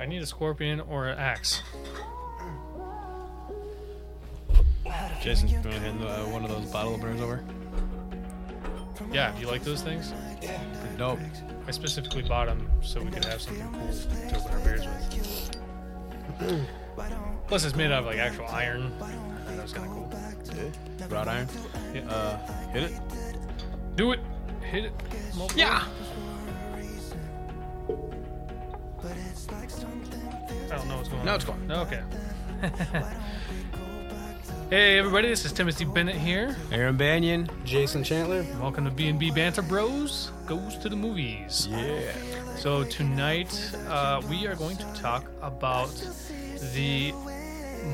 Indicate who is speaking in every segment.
Speaker 1: I need a scorpion or an axe.
Speaker 2: Jason, you want to hand uh, one of those bottle openers over?
Speaker 1: Yeah, do you like those things?
Speaker 2: Pretty dope.
Speaker 1: I specifically bought them so we could have something cool to open our beers with. Plus, it's made out of like actual iron. And that's kind of cool.
Speaker 2: Wrought iron.
Speaker 1: Yeah.
Speaker 2: Uh, hit it.
Speaker 1: Do it. Hit it. Multiple. I don't know what's going
Speaker 2: No,
Speaker 1: on.
Speaker 2: it's going.
Speaker 1: No, Okay. hey everybody, this is Timothy Bennett here.
Speaker 2: Aaron Banyan.
Speaker 3: Jason Chandler.
Speaker 1: Welcome to B&B Banter Bros Goes to the Movies.
Speaker 2: Yeah.
Speaker 1: So tonight uh, we are going to talk about the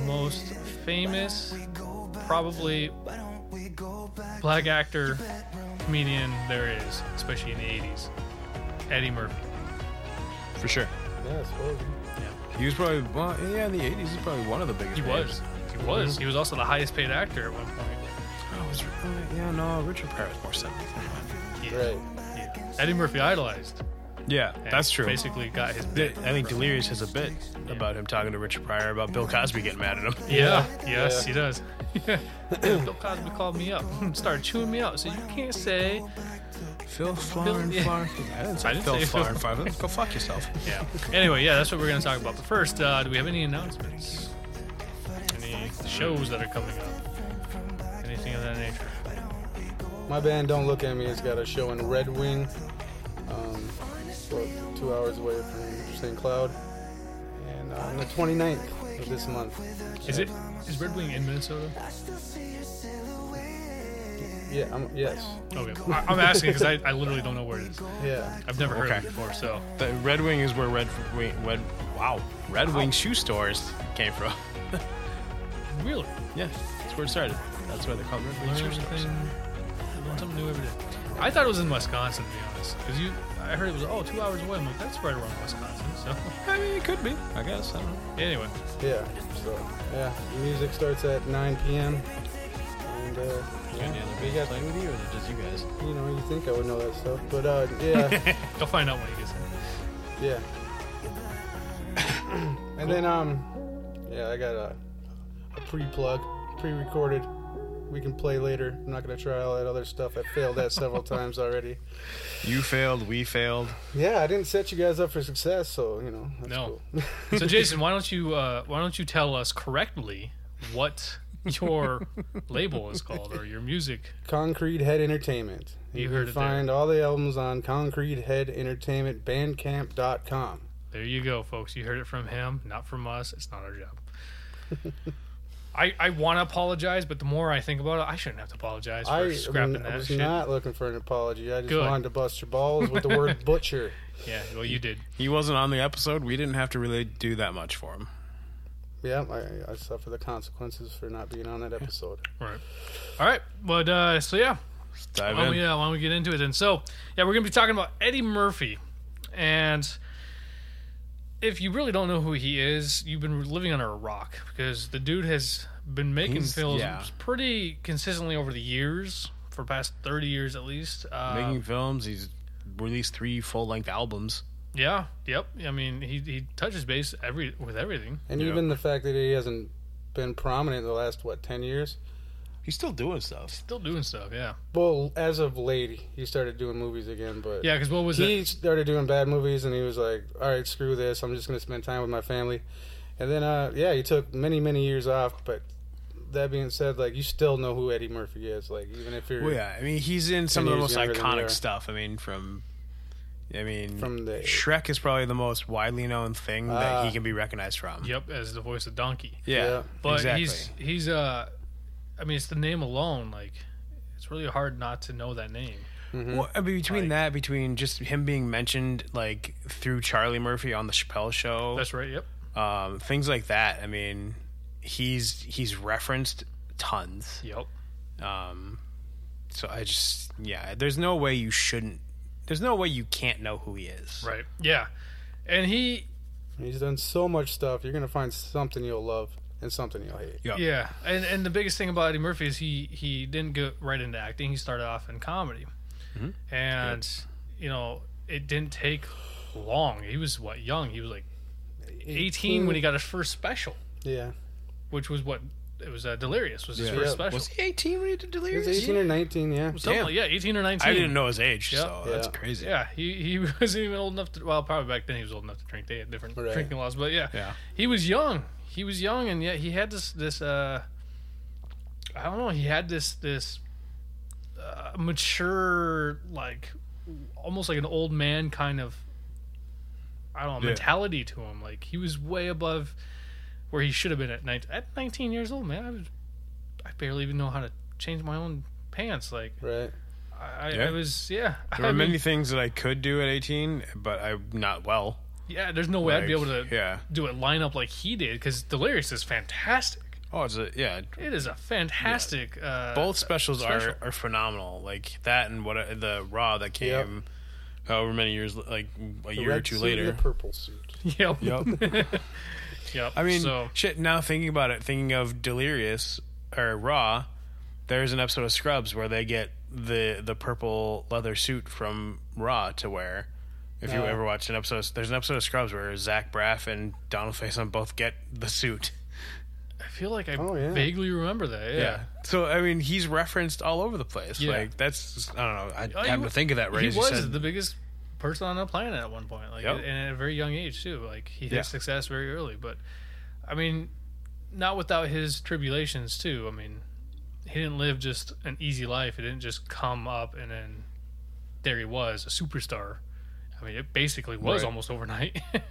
Speaker 1: most famous, probably black actor comedian there is, especially in the 80s, Eddie Murphy.
Speaker 2: For sure.
Speaker 3: Yeah, I suppose.
Speaker 2: He was probably well, yeah, in the '80s. He's probably one of the biggest.
Speaker 1: He was.
Speaker 2: names.
Speaker 1: He was. He was also the highest paid actor at one point.
Speaker 2: Oh, was, uh, yeah, no, Richard Pryor was more seventy. Oh,
Speaker 1: Yeah.
Speaker 3: Right.
Speaker 1: Yeah. Eddie Murphy idolized.
Speaker 2: Yeah,
Speaker 1: and
Speaker 2: that's true.
Speaker 1: Basically got his
Speaker 2: Th-
Speaker 1: bit.
Speaker 2: I think Delirious has a bit about him talking to Richard Pryor about Bill Cosby getting mad at him.
Speaker 1: Yeah. Yes, he does. Bill Cosby called me up, started chewing me out. So you can't say. Bill-
Speaker 2: Phil Flarn,
Speaker 1: yeah.
Speaker 2: Flarn. I didn't say
Speaker 1: I didn't
Speaker 2: Phil
Speaker 1: say Phil.
Speaker 2: Flarn, Flarn. Go fuck yourself.
Speaker 1: Yeah. Anyway, yeah, that's what we're gonna talk about. But first, uh, do we have any announcements? Any shows that are coming up? Anything of that nature?
Speaker 3: My band Don't Look At Me has got a show in Red Wing, um, about two hours away from St. Cloud. And uh, on the 29th of this month.
Speaker 1: Is it is Red Wing in Minnesota?
Speaker 3: Yeah, I'm, yes.
Speaker 1: Okay. I, I'm asking because I, I literally don't know where it is.
Speaker 3: Yeah.
Speaker 1: I've never heard of
Speaker 2: Okay.
Speaker 1: it before. So
Speaker 2: The Red Wing is where Red Wing, Red, wow, Red Wing shoe stores came from.
Speaker 1: really,
Speaker 2: Yeah, that's where it started. That's why they called Red Wing
Speaker 1: learn
Speaker 2: shoe stores.
Speaker 1: something, learn something new every day. I thought it was in Wisconsin to be honest, because you I heard it was oh two hours away. I'm like that's right around Wisconsin. So
Speaker 2: I mean, it could be. I guess. I don't know.
Speaker 1: anyway,
Speaker 3: Yeah. So, yeah. The music starts at 9 p.m. And, uh, yeah, we got,
Speaker 2: playing with you, or is it just you guys?
Speaker 3: you know, you think I would know that stuff. But, uh, yeah.
Speaker 1: you'll find out when he gets in.
Speaker 3: Yeah. and then um, yeah, I got a, a pre-plug, pre-recorded. We can play later. I'm not gonna try all that other stuff. I failed that several times already.
Speaker 2: You failed. We failed.
Speaker 3: Yeah, I didn't set you guys up for success, so you know. That's
Speaker 1: No.
Speaker 3: Cool.
Speaker 1: So Jason, why don't you uh, why don't you tell us correctly what your label is called or your music?
Speaker 3: Concrete Head Entertainment.
Speaker 1: You heard
Speaker 3: can
Speaker 1: it there.
Speaker 3: Find all the albums on Concrete Head Entertainment Bandcamp.com.
Speaker 1: There you go, folks. You heard it from him, not from us. It's not our job. I I want to apologize, but the more I think about it, I shouldn't have to apologize for
Speaker 3: I, I
Speaker 1: scrapping
Speaker 3: mean, I
Speaker 1: that
Speaker 3: was
Speaker 1: shit.
Speaker 3: not looking for an apology. I just
Speaker 1: Good.
Speaker 3: wanted to bust your balls with the word butcher.
Speaker 1: Yeah, well, you did.
Speaker 2: He wasn't on the episode. We didn't have to really do that much for him.
Speaker 3: Yeah, I, I suffer the consequences for not being on that episode.
Speaker 1: Right. All right, but uh, so yeah,
Speaker 2: Let's dive
Speaker 1: why
Speaker 2: in.
Speaker 1: don't, we, uh, why don't we get into it then? So, yeah, we're going to be talking about Eddie Murphy. And if you really don't know who he is, you've been living under a rock because the dude has been making
Speaker 2: He's-
Speaker 1: films
Speaker 2: yeah.
Speaker 1: pretty consistently over the years, for past 30 years at least. Uh,
Speaker 2: Making films. He's released three full-length albums.
Speaker 1: yeah, yep. I mean, he, he touches base every with everything.
Speaker 3: And
Speaker 2: Yeah.
Speaker 3: even the fact that he hasn't been prominent in the last what ten years.
Speaker 2: He's still doing stuff.
Speaker 1: Still doing stuff, yeah.
Speaker 3: Well, as of late, he started doing movies again. But
Speaker 1: Yeah, because what was
Speaker 3: he
Speaker 1: it?
Speaker 3: started doing bad movies, and he was like, "All right, screw this. I'm just gonna spend time with my family." And then, uh, yeah, he took many, many years off. But that being said, like you still know who Eddie Murphy is. Like even if you're
Speaker 2: Well, yeah. I mean, he's in some of the most
Speaker 3: years younger than we are.
Speaker 2: iconic stuff. I mean, from. I mean,
Speaker 3: From the-
Speaker 2: Shrek is probably the most widely known thing that
Speaker 3: Ah.
Speaker 2: he can be recognized from.
Speaker 1: Yep, as the voice of Donkey.
Speaker 2: Yeah,
Speaker 3: Yeah.
Speaker 1: But
Speaker 2: exactly.
Speaker 1: he's he's uh I mean it's the name alone, like it's really hard not to know that name.
Speaker 2: Well, I mean, between
Speaker 1: Like-
Speaker 2: that, between just him being mentioned like through Charlie Murphy on the Chappelle Show,
Speaker 1: That's right, yep.
Speaker 2: um, things like that. I mean, he's he's referenced tons.
Speaker 1: Yep.
Speaker 2: Um, so I just yeah, there's no way you shouldn't. There's no way you can't know who he is.
Speaker 1: Right. Yeah. And he
Speaker 3: he's done so much stuff, you're gonna find something you'll love and something you'll hate.
Speaker 2: Yeah.
Speaker 1: yeah. And and the biggest thing about Eddie Murphy is he he didn't go right into acting. He started off in comedy.
Speaker 2: Mm-hmm.
Speaker 1: And you know, it didn't take long. He was what young? He was like 18 when he got his first special,
Speaker 3: Yeah.
Speaker 1: which was what it was. Uh, Delirious was his
Speaker 2: Yeah.
Speaker 1: first
Speaker 3: Yeah.
Speaker 1: special.
Speaker 2: Was he 18 when he did
Speaker 3: He was
Speaker 2: Delirious?
Speaker 3: 18 or 19, yeah.
Speaker 1: Something
Speaker 2: Damn.
Speaker 1: like- yeah, 18 or 19.
Speaker 2: I didn't know his age,
Speaker 1: Yeah.
Speaker 2: so that's
Speaker 3: Yeah.
Speaker 2: crazy.
Speaker 1: Yeah, he, he wasn't even old enough to. Well, probably back then he was old enough to drink. They had different
Speaker 3: Right.
Speaker 1: drinking laws, but yeah,
Speaker 2: Yeah.
Speaker 1: he was young. He was young, and yet he had this this. uh I don't know. He had this this uh, mature, like almost like an old man kind of. I don't know
Speaker 2: Yeah.
Speaker 1: mentality to him. Like he was way above where he should have been at 19, at 19 years old. Man, I was I barely even know how to change my own pants. Like
Speaker 3: Right.
Speaker 1: I, I-
Speaker 2: Yeah.
Speaker 1: I was, yeah.
Speaker 2: There
Speaker 1: I
Speaker 2: were
Speaker 1: mean-
Speaker 2: many things that I could do at 18, but I'm not well.
Speaker 1: Yeah, there's no way I'd be able
Speaker 2: Like,
Speaker 1: to
Speaker 2: Yeah.
Speaker 1: do a lineup like he did because Delirious is fantastic.
Speaker 2: Oh, it's a, yeah.
Speaker 1: It is a fantastic. Uh,
Speaker 2: Both specials
Speaker 1: special.
Speaker 2: are, are phenomenal. Like that and what the Raw that came
Speaker 3: Yep.
Speaker 2: however many years, like a
Speaker 3: The
Speaker 2: year or
Speaker 3: red
Speaker 2: two
Speaker 3: suit and
Speaker 2: later.
Speaker 3: The purple suit.
Speaker 1: Yep. Yep.
Speaker 2: I mean,
Speaker 1: so
Speaker 2: shit. Now thinking about it, thinking of Delirious or Raw, there's an episode of Scrubs where they get the the purple leather suit from Raw to wear. If you
Speaker 3: Oh.
Speaker 2: ever watched an episode, there's an episode of Scrubs where Zach Braff and Donald Faison both get the suit.
Speaker 1: I feel like I
Speaker 3: Oh, yeah.
Speaker 1: vaguely remember that. Yeah.
Speaker 2: So I mean, he's referenced all over the place.
Speaker 1: Yeah.
Speaker 2: Like that's I don't know.
Speaker 1: Oh,
Speaker 2: I
Speaker 1: he
Speaker 2: happened
Speaker 1: wa-
Speaker 2: to think of that right
Speaker 1: He
Speaker 2: as you
Speaker 1: was
Speaker 2: said.
Speaker 1: the biggest person on the planet at one point, like,
Speaker 2: Yep.
Speaker 1: and at a very young age too. Like he had
Speaker 2: Yeah.
Speaker 1: success very early, but I mean, not without his tribulations too. I mean, he didn't live just an easy life. It didn't just come up and then there he was, a superstar. I mean, it basically was
Speaker 2: Right.
Speaker 1: almost overnight.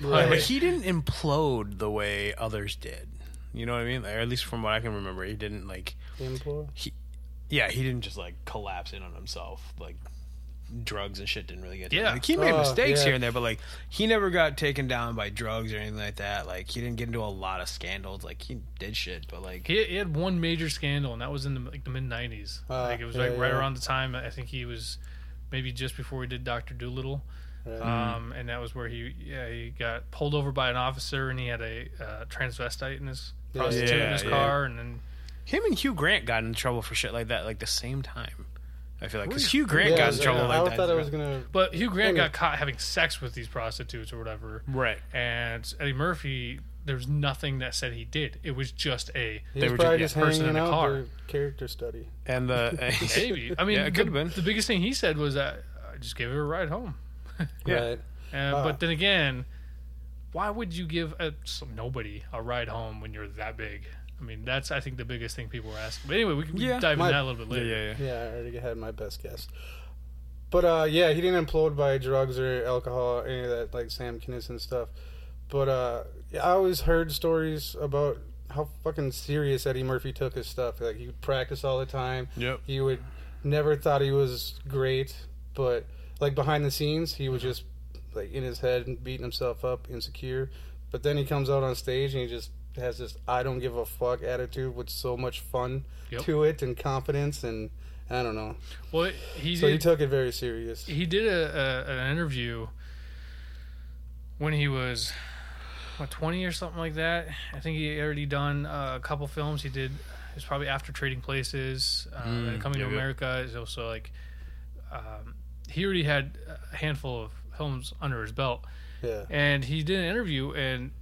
Speaker 3: Right.
Speaker 2: But he didn't implode the way others did. You know what I mean? Or at least from what I can remember, he didn't like
Speaker 3: Implore.
Speaker 2: yeah, he didn't just like collapse in on himself. Like drugs and shit didn't really get. to him.
Speaker 1: Yeah.
Speaker 2: Like, he made
Speaker 3: Oh,
Speaker 2: mistakes
Speaker 3: yeah.
Speaker 2: here and there, but like he never got taken down by drugs or anything like that. Like he didn't get into a lot of scandals. Like he did shit, but like
Speaker 1: He, he had one major scandal, and that was in the, like the mid '90s.
Speaker 3: Ah,
Speaker 1: like it was
Speaker 3: yeah,
Speaker 1: like right
Speaker 3: yeah.
Speaker 1: around the time I think he was, maybe just before he did Doctor Doolittle,
Speaker 3: Right.
Speaker 1: um, and that was where he yeah he got pulled over by an officer, and he had a uh, transvestite in his
Speaker 3: Yeah.
Speaker 1: prostitute in
Speaker 2: Yeah,
Speaker 1: his
Speaker 2: yeah.
Speaker 1: car, and then
Speaker 2: him and Hugh Grant got in trouble for shit like that. Like the same time, I feel like because
Speaker 1: Really?
Speaker 2: Hugh Grant
Speaker 3: Yeah,
Speaker 2: got in trouble
Speaker 3: I,
Speaker 2: like
Speaker 3: I
Speaker 2: that.
Speaker 3: thought I was gonna.
Speaker 1: but Hugh Grant
Speaker 3: Anyway.
Speaker 1: got caught having sex with these prostitutes or whatever,
Speaker 2: right.
Speaker 1: and Eddie Murphy. There's nothing that said he did. It was just a
Speaker 3: He
Speaker 2: They
Speaker 3: was
Speaker 2: were
Speaker 3: probably
Speaker 2: just-
Speaker 3: just
Speaker 1: yeah, person in
Speaker 3: hanging
Speaker 1: a
Speaker 3: out
Speaker 1: car.
Speaker 3: for character study.
Speaker 2: And the
Speaker 1: maybe. I mean,
Speaker 2: Yeah, it
Speaker 1: the-
Speaker 2: could've been.
Speaker 1: The biggest thing he said was that I just gave her a ride home.
Speaker 2: Yeah.
Speaker 3: Right.
Speaker 1: Uh,
Speaker 3: Ah.
Speaker 1: but then again, why would you give a, some, nobody a ride home when you're that big? I mean, that's I think the biggest thing people were asking. But anyway, we can we can
Speaker 2: Yeah.
Speaker 1: dive into
Speaker 3: My-
Speaker 1: that a little bit
Speaker 2: yeah,
Speaker 1: later.
Speaker 2: yeah, yeah.
Speaker 3: Yeah, I already had my best guess. But uh, yeah, he didn't implode by drugs or alcohol, or any of that like Sam Kinison stuff. But uh, yeah, I always heard stories about how fucking serious Eddie Murphy took his stuff. Like he would practice all the time.
Speaker 2: Yep.
Speaker 3: He would never thought he was great, but like behind the scenes, he
Speaker 1: Mm-hmm.
Speaker 3: was just like in his head and beating himself up, insecure. But then he comes out on stage and he just has this "I don't give a fuck" attitude with so much fun
Speaker 1: Yep.
Speaker 3: to it and confidence and I don't know.
Speaker 1: Well, he
Speaker 3: So he
Speaker 1: did,
Speaker 3: took it very serious.
Speaker 1: he did a, a an interview when he was what 20 or something like that. I think he had already done uh, a couple films. He did it was probably after Trading Places uh, and
Speaker 2: Mm,
Speaker 1: Coming
Speaker 2: yeah,
Speaker 1: to
Speaker 2: yeah.
Speaker 1: America. Is also like um, he already had a handful of films under his belt.
Speaker 3: Yeah.
Speaker 1: and he did an interview and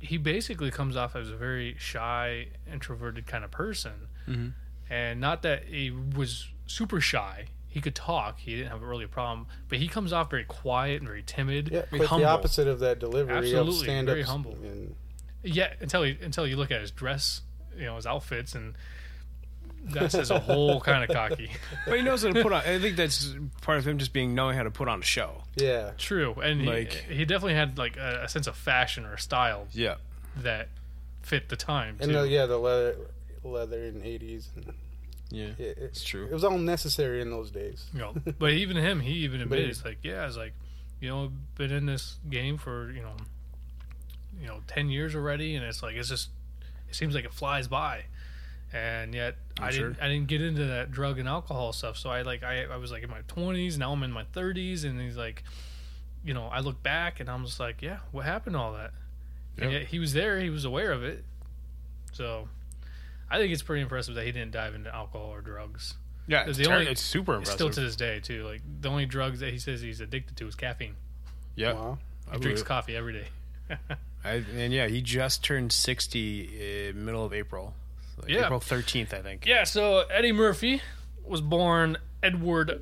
Speaker 1: he basically comes off as a very shy introverted kind of person
Speaker 3: Mm-hmm.
Speaker 2: Mhm.
Speaker 1: and not that he was super shy he could talk he didn't have really a problem but he comes off very quiet and very timid
Speaker 3: Yeah,
Speaker 2: mean,
Speaker 3: quite
Speaker 2: humble.
Speaker 3: the opposite of that delivery
Speaker 1: Absolutely,
Speaker 3: of stand
Speaker 1: very
Speaker 3: up.
Speaker 1: humble. yeah until he, until you look at his dress you know his outfits and that says a whole kind of cocky
Speaker 2: But he knows how to put on. I think that's part of him just being knowing how to put on a show.
Speaker 3: yeah,
Speaker 1: true and
Speaker 2: Like-
Speaker 1: he, he definitely had like a, a sense of fashion or style
Speaker 2: Yeah.
Speaker 1: that fit the time
Speaker 3: and
Speaker 1: too.
Speaker 3: the, yeah, the leather, leather in eighties. and
Speaker 2: Yeah.
Speaker 3: It, it,
Speaker 2: It's true.
Speaker 3: it was all necessary in those days.
Speaker 1: you know, but even him, he even
Speaker 3: But he-
Speaker 1: admitted, it's like, yeah, it's like, you know, been in this game for you know, you know, ten years already, and it's like it's just, it seems like it flies by, and yet
Speaker 2: I'm
Speaker 1: I
Speaker 2: sure.
Speaker 1: didn't, I didn't get into that drug and alcohol stuff, so I like, I, I was like in my twenties, now I'm in my thirties, and he's like, you know, I look back and I'm just like, yeah, what happened to all that? And
Speaker 2: Yep.
Speaker 1: yet he was there, he was aware of it, so. I think it's pretty impressive that he didn't dive into alcohol or drugs.
Speaker 2: Yeah,
Speaker 1: The
Speaker 2: it's, ter-
Speaker 1: only-
Speaker 2: it's super impressive.
Speaker 1: Still to this day, too. Like the only drugs that he says he's addicted to is caffeine.
Speaker 2: yeah,
Speaker 3: Wow.
Speaker 2: I
Speaker 1: He
Speaker 2: believe
Speaker 1: drinks
Speaker 2: it.
Speaker 1: coffee every day.
Speaker 2: I, and yeah, he just turned sixty uh, middle of April. Like
Speaker 1: Yeah.
Speaker 2: April thirteenth, I think.
Speaker 1: Yeah, so Eddie Murphy was born Edward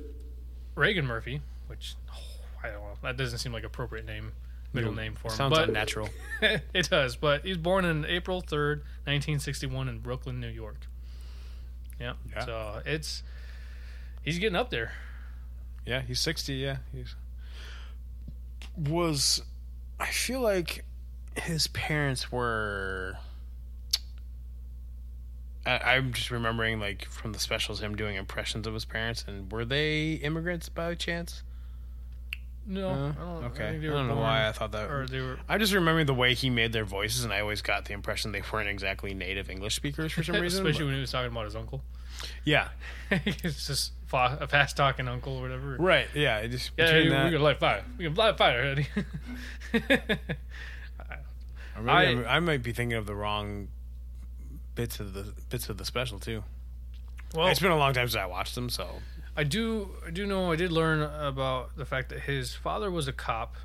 Speaker 1: Reagan Murphy, which oh, I don't know. That doesn't seem like appropriate name, middle name for him.
Speaker 2: Sounds
Speaker 1: but
Speaker 2: unnatural.
Speaker 1: it does. But he's born on April third, nineteen sixty-one, in Brooklyn, New York. Yeah.
Speaker 2: Yeah.
Speaker 1: So it's he's getting up there.
Speaker 2: Yeah, he's 60. Yeah, he's was. I feel like his parents were. I, I'm just remembering, like from the specials, him doing impressions of his parents, and were they immigrants by chance?
Speaker 1: No,
Speaker 2: Uh,
Speaker 1: I don't.
Speaker 2: okay,
Speaker 1: I,
Speaker 2: I,
Speaker 1: think they were
Speaker 2: don't know
Speaker 1: born-
Speaker 2: why I thought that.
Speaker 1: Or they were
Speaker 2: I'm just remembering the way he made their voices, and I always got the impression they weren't exactly native English speakers for some reason.
Speaker 1: especially
Speaker 2: but-
Speaker 1: when he was talking about his uncle.
Speaker 2: yeah,
Speaker 1: it's just fa- a fast talking uncle or whatever.
Speaker 2: right. Yeah, it just
Speaker 1: Yeah,
Speaker 2: between
Speaker 1: we
Speaker 2: that-
Speaker 1: can light fire. We can light fire, Eddie.
Speaker 2: Or maybe I'm- I, might be thinking of the wrong bits of the bits of the special too.
Speaker 1: well,
Speaker 2: It's been a long time since I watched them, so
Speaker 1: I do, I do know, I did learn about the fact that his father was a cop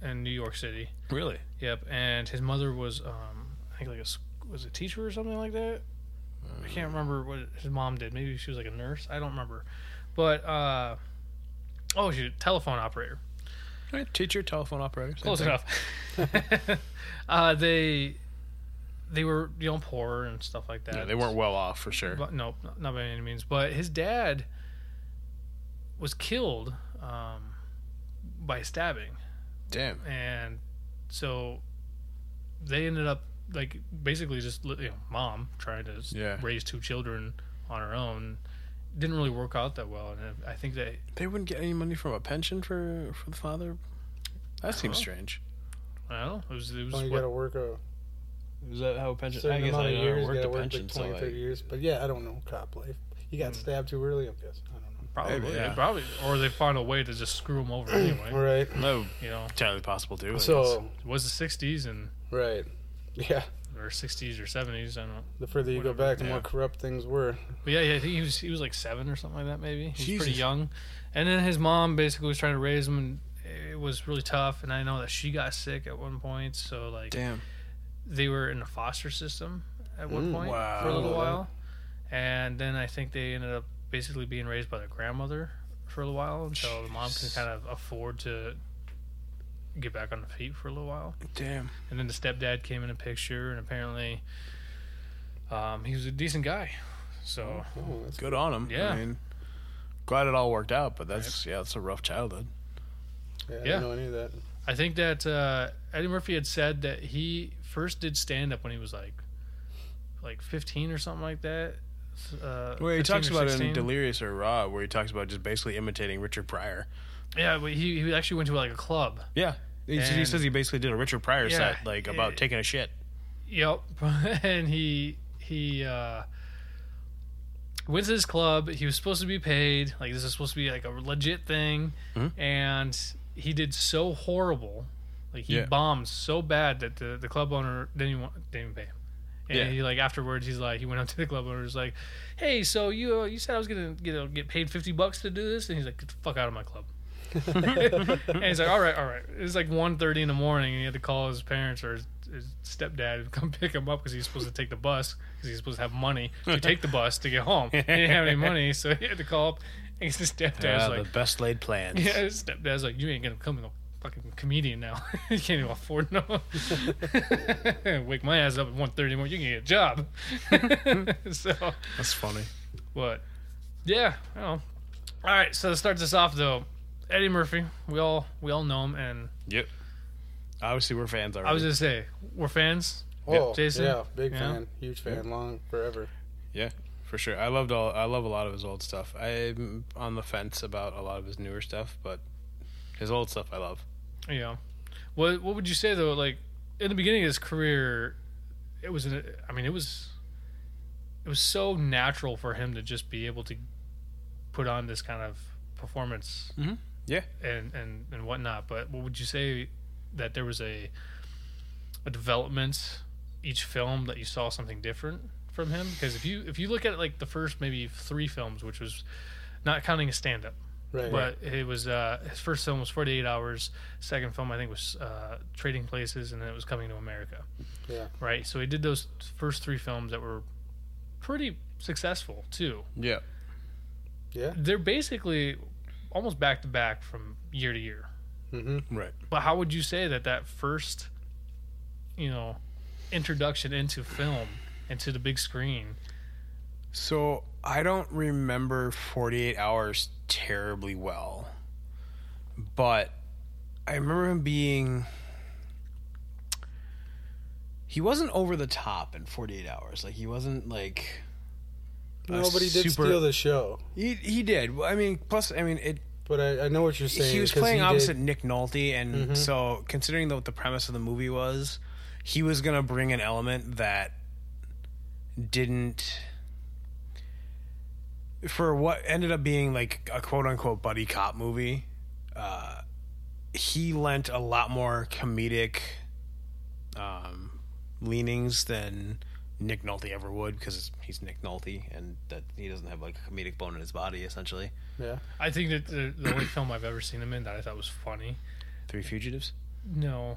Speaker 1: in New York City.
Speaker 2: really,
Speaker 1: Yep, and his mother was, um, I think, like a s- was a teacher or something like that. I
Speaker 2: Mm.
Speaker 1: can't remember what his mom did. Maybe she was like a nurse. I don't remember. But uh, oh, she's a telephone operator.
Speaker 2: teacher, telephone operator, same
Speaker 1: close
Speaker 2: thing.
Speaker 1: enough. uh, they they were you know poor and stuff like that.
Speaker 2: Yeah, they weren't well off for sure.
Speaker 1: But, no, not- not by any means. But his dad was killed um, by a stabbing,
Speaker 2: Damn,
Speaker 1: and so they ended up like basically just li- you know, mom trying to s-
Speaker 2: Yeah.
Speaker 1: raise two children on her own. Didn't really work out that well, and I think that
Speaker 2: they wouldn't get any money from a pension for for the father. That seems
Speaker 1: Huh?
Speaker 2: strange.
Speaker 1: well, it was it was
Speaker 3: Well, you
Speaker 1: what-
Speaker 3: gotta work a
Speaker 2: Is that how a pension?
Speaker 3: certain amount of years. You
Speaker 2: worked
Speaker 3: gotta
Speaker 2: a
Speaker 3: work like
Speaker 2: pension,
Speaker 3: 20,
Speaker 2: so
Speaker 3: 30
Speaker 2: like,
Speaker 3: years. But yeah, I don't know cop life. You got stabbed too early, I'm guessing. I don't know.
Speaker 1: probably
Speaker 2: Maybe, yeah.
Speaker 1: probably or they found a way to just screw him over anyway.
Speaker 3: All right.
Speaker 2: no,
Speaker 1: You know,
Speaker 2: entirely possible too. I guess.
Speaker 3: So
Speaker 1: it was the 60s and
Speaker 3: right, yeah.
Speaker 1: or 60s or 70s. I don't know.
Speaker 3: The further you go
Speaker 1: Whatever,
Speaker 3: back, the more
Speaker 2: yeah.
Speaker 3: corrupt things were.
Speaker 1: But yeah, yeah, I think he was he was like seven or something like that. Maybe he was pretty
Speaker 2: Jesus.
Speaker 1: young. And then his mom basically was trying to raise him, and it was really tough. And I know that she got sick at one point, so like
Speaker 2: damn,
Speaker 1: they were in the foster system at one
Speaker 3: Mm,
Speaker 1: point for a little
Speaker 3: wow.
Speaker 1: while. And then I think they ended up basically being raised by their grandmother for a little while until the mom can
Speaker 2: Jeez.
Speaker 1: kind of afford to get back on the feet for a little while.
Speaker 2: damn.
Speaker 1: And then the stepdad came in a picture, and apparently, um, he was a decent guy. So
Speaker 3: Oh, that's
Speaker 2: Good on him.
Speaker 1: Yeah.
Speaker 2: I mean, glad it all worked out, but that's yeah, that's a rough childhood.
Speaker 3: yeah, I
Speaker 1: Yeah.
Speaker 3: didn't know any of that.
Speaker 1: I think that uh, Eddie Murphy had said that he first did stand up when he was like, like 15 or something like that. Uh,
Speaker 2: Well, he
Speaker 1: 15
Speaker 2: talks
Speaker 1: or
Speaker 2: about it
Speaker 1: 16.
Speaker 2: in Delirious or Raw, where he talks about just basically imitating Richard Pryor.
Speaker 1: Yeah, but he, he actually went to like a club.
Speaker 2: Yeah. He, he
Speaker 1: And-
Speaker 2: says he basically did a Richard Pryor
Speaker 1: Yeah,
Speaker 2: set, like about
Speaker 1: it-
Speaker 2: taking a shit.
Speaker 1: Yep, and he he uh, went to this club. He was supposed to be paid. Like this is supposed to be like a legit thing,
Speaker 2: Mhm.
Speaker 1: and he did so horrible. Like he
Speaker 2: Yeah.
Speaker 1: bombed so bad that the, the club owner didn't even, want- didn't even pay him. And
Speaker 2: Yeah.
Speaker 1: he like afterwards, he's like he went up to the club owner, and was like, "Hey, so you uh, you said I was gonna get uh, get paid fifty bucks to do this," and he's like, "Get the fuck out of my club." and he's like, all right, all right. It's like 1.30 in the morning, and he had to call his parents or his, his stepdad to come pick him up because he's supposed to take the bus because he's supposed to have money to take the bus to get home. He didn't have any money, so he had to call up. And his stepdad's
Speaker 2: Yeah,
Speaker 1: like,
Speaker 2: the best laid plans.
Speaker 1: yeah, his stepdad's like, you ain't gonna become a fucking comedian now. you can't even afford no. Wake my ass up at 1.30 in the morning. You can get a job. so.
Speaker 2: That's funny.
Speaker 1: But yeah, I don't know. All right, so to start this off though, Eddie Murphy, we all we all know him, and
Speaker 2: Yep. Obviously, we're fans already.
Speaker 1: I was gonna say we're fans.
Speaker 3: Oh,
Speaker 1: Jason?
Speaker 3: yeah, big
Speaker 1: Yeah.
Speaker 3: fan, huge fan, long forever.
Speaker 2: yeah, for sure. I loved all. I love a lot of his old stuff. I'm on the fence about a lot of his newer stuff, but his old stuff I love.
Speaker 1: You know, what what would you say though? Like in the beginning of his career, it was an, I mean it was it was so natural for him to just be able to put on this kind of performance.
Speaker 2: Mhm. Yeah.
Speaker 1: and and and whatnot. But what would you say that there was a a development each film that you saw something different from him? Because if you if you look at like the first maybe three films, which was not counting a stand up,
Speaker 3: Right.
Speaker 1: But it was uh, his first film was 48 Hours. Second film I think was uh, Trading Places, and then it was Coming to America.
Speaker 3: Yeah.
Speaker 1: Right. So he did those first three films that were pretty successful too.
Speaker 2: Yeah.
Speaker 3: Yeah.
Speaker 1: They're basically almost back to back from year to year.
Speaker 3: Mm-hmm.
Speaker 2: Right.
Speaker 1: But how would you say that that first, you know, introduction into film and to the big screen?
Speaker 2: So I don't remember 48 hours terribly well, but I remember him being. He wasn't over the top in 48 hours. Like he wasn't like. a
Speaker 3: No, but he did
Speaker 2: super-
Speaker 3: steal the show.
Speaker 2: He he did. Well, I mean, plus I mean it.
Speaker 3: But I, I know what you're saying.
Speaker 2: he was
Speaker 3: 'cause
Speaker 2: playing
Speaker 3: did- Mm-hmm.
Speaker 2: opposite Nick Nolte, and so considering that what the premise of the movie was, he was gonna bring an element that didn't for what ended up being like a quote unquote buddy cop movie. Uh, he lent a lot more comedic um, leanings than Nick Nolte ever would because he's Nick Nolte and that he doesn't have like a comedic bone in his body essentially.
Speaker 3: Yeah.
Speaker 1: I think that the, the only film I've ever seen him in that I thought was funny,
Speaker 2: Three fugitives,
Speaker 1: no,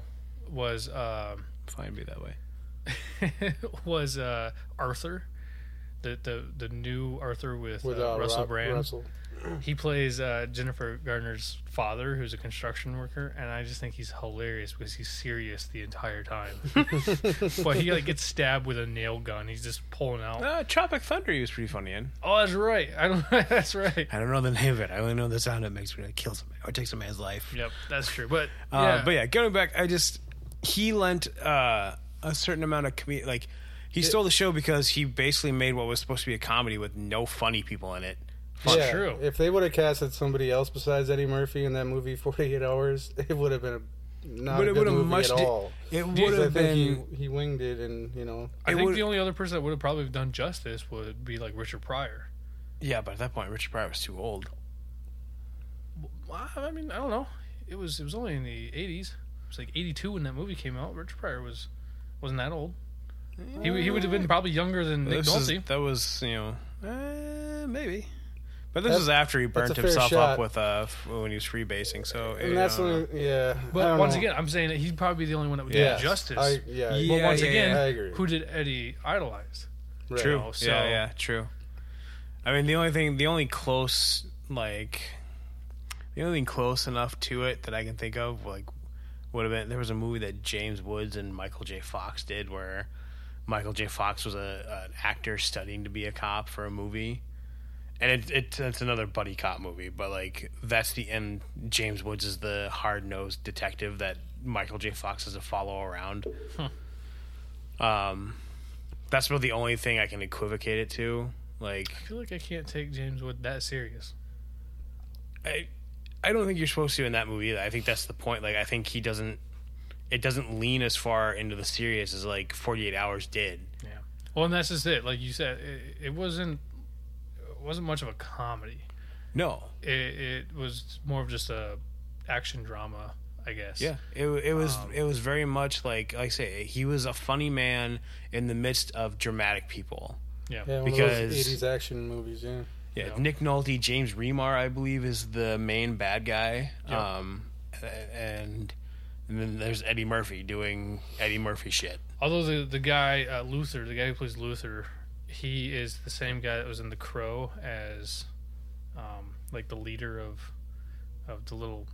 Speaker 1: was um,
Speaker 2: fine, be that way.
Speaker 1: was uh, Arthur, the, the the new Arthur with,
Speaker 3: With
Speaker 1: uh,
Speaker 3: uh,
Speaker 1: Russell
Speaker 3: Rob-
Speaker 1: Brand.
Speaker 3: Russell.
Speaker 1: He plays uh, Jennifer Gardner's father, who's a construction worker, and I just think he's hilarious because he's serious the entire time. but he like gets stabbed with a nail gun. He's just pulling out.
Speaker 2: Uh, Tropic Thunder he was pretty funny in.
Speaker 1: Oh, that's right. I don't. that's right.
Speaker 2: I don't know the name of it. I only know the sound it makes when it kills a man or takes a man's life.
Speaker 1: Yep, that's true. But yeah,
Speaker 2: Uh, But yeah, going back, I just he lent uh, a certain amount of comedy. Like he stole the show because he basically made what was supposed to be a comedy with no funny people in it.
Speaker 1: Fuck,
Speaker 3: yeah,
Speaker 1: true.
Speaker 3: If they would have casted somebody else besides Eddie Murphy in that movie, Forty Eight Hours, it would have been a, not
Speaker 2: But
Speaker 3: a
Speaker 2: it
Speaker 3: good
Speaker 2: would've
Speaker 3: movie
Speaker 2: mushed
Speaker 3: at
Speaker 2: it-
Speaker 3: all.
Speaker 2: It
Speaker 1: you
Speaker 2: would
Speaker 3: Because I
Speaker 2: have
Speaker 3: think
Speaker 2: been.
Speaker 3: he, he winged it, and you know,
Speaker 1: I
Speaker 2: it
Speaker 1: think
Speaker 2: would-
Speaker 1: the only other person that would have probably done justice would be like Richard Pryor.
Speaker 2: Yeah, but at that point, Richard Pryor was too old.
Speaker 1: Well, I mean, I don't know. It was it was only in the eighties. It was like eighty two when that movie came out. Richard Pryor was wasn't that old. He, he would have been probably younger than Nick
Speaker 2: Uh, This is-
Speaker 1: Nolte.
Speaker 2: that was you know uh, maybe. But this
Speaker 3: That-
Speaker 2: was after he
Speaker 3: that's
Speaker 2: burnt
Speaker 3: a fair
Speaker 2: himself
Speaker 3: shot.
Speaker 2: up with uh f- when he was freebasing. So
Speaker 3: and that's when, yeah. I
Speaker 1: But
Speaker 3: don't
Speaker 1: once
Speaker 3: know.
Speaker 1: again, I'm saying that he'd probably be the only one that would
Speaker 3: Yes.
Speaker 1: do justice.
Speaker 3: I, yeah,
Speaker 1: but
Speaker 2: Yeah,
Speaker 1: once
Speaker 2: yeah,
Speaker 1: again,
Speaker 3: yeah. I agree.
Speaker 1: who did Eddie idolize?
Speaker 3: right.
Speaker 2: True.
Speaker 1: know, so-
Speaker 2: Yeah, yeah, true. I mean, the only thing, the only close, like, the only thing close enough to it that I can think of, like, would have been there was a movie that James Woods and Michael J. Fox did where Michael J. Fox was a an actor studying to be a cop for a movie. And it, it, it's another buddy cop movie, but like that's the end. James Woods is the hard nosed detective that Michael J. Fox is a follow around. Um, that's about the only thing I can equivocate it to. Like,
Speaker 1: I feel like I can't take James Wood that serious.
Speaker 2: I, I don't think you're supposed to in that movie. Either. I think that's the point. Like, I think he doesn't. It doesn't lean as far into the serious as like 48 Hours did.
Speaker 1: Well, and that's just it. Like you said, it, it wasn't it wasn't much of a comedy.
Speaker 2: No.
Speaker 1: It, it was more of just a action drama, I guess.
Speaker 2: Yeah. It it was
Speaker 1: Um,
Speaker 2: it was very much like like I say he was a funny man in the midst of dramatic people.
Speaker 3: Yeah, one of
Speaker 2: Because-
Speaker 3: those '80s action movies. Yeah,
Speaker 2: Yeah,
Speaker 1: Yeah.
Speaker 2: Nick Nolte, James Remar, I believe, is the main bad guy.
Speaker 1: Yeah.
Speaker 2: Um, a- and, and then there's Eddie Murphy doing Eddie Murphy shit.
Speaker 1: Although the the guy uh, Luther, the guy who plays Luther, he is the same guy that was in The Crow as, um, like the leader of, of the little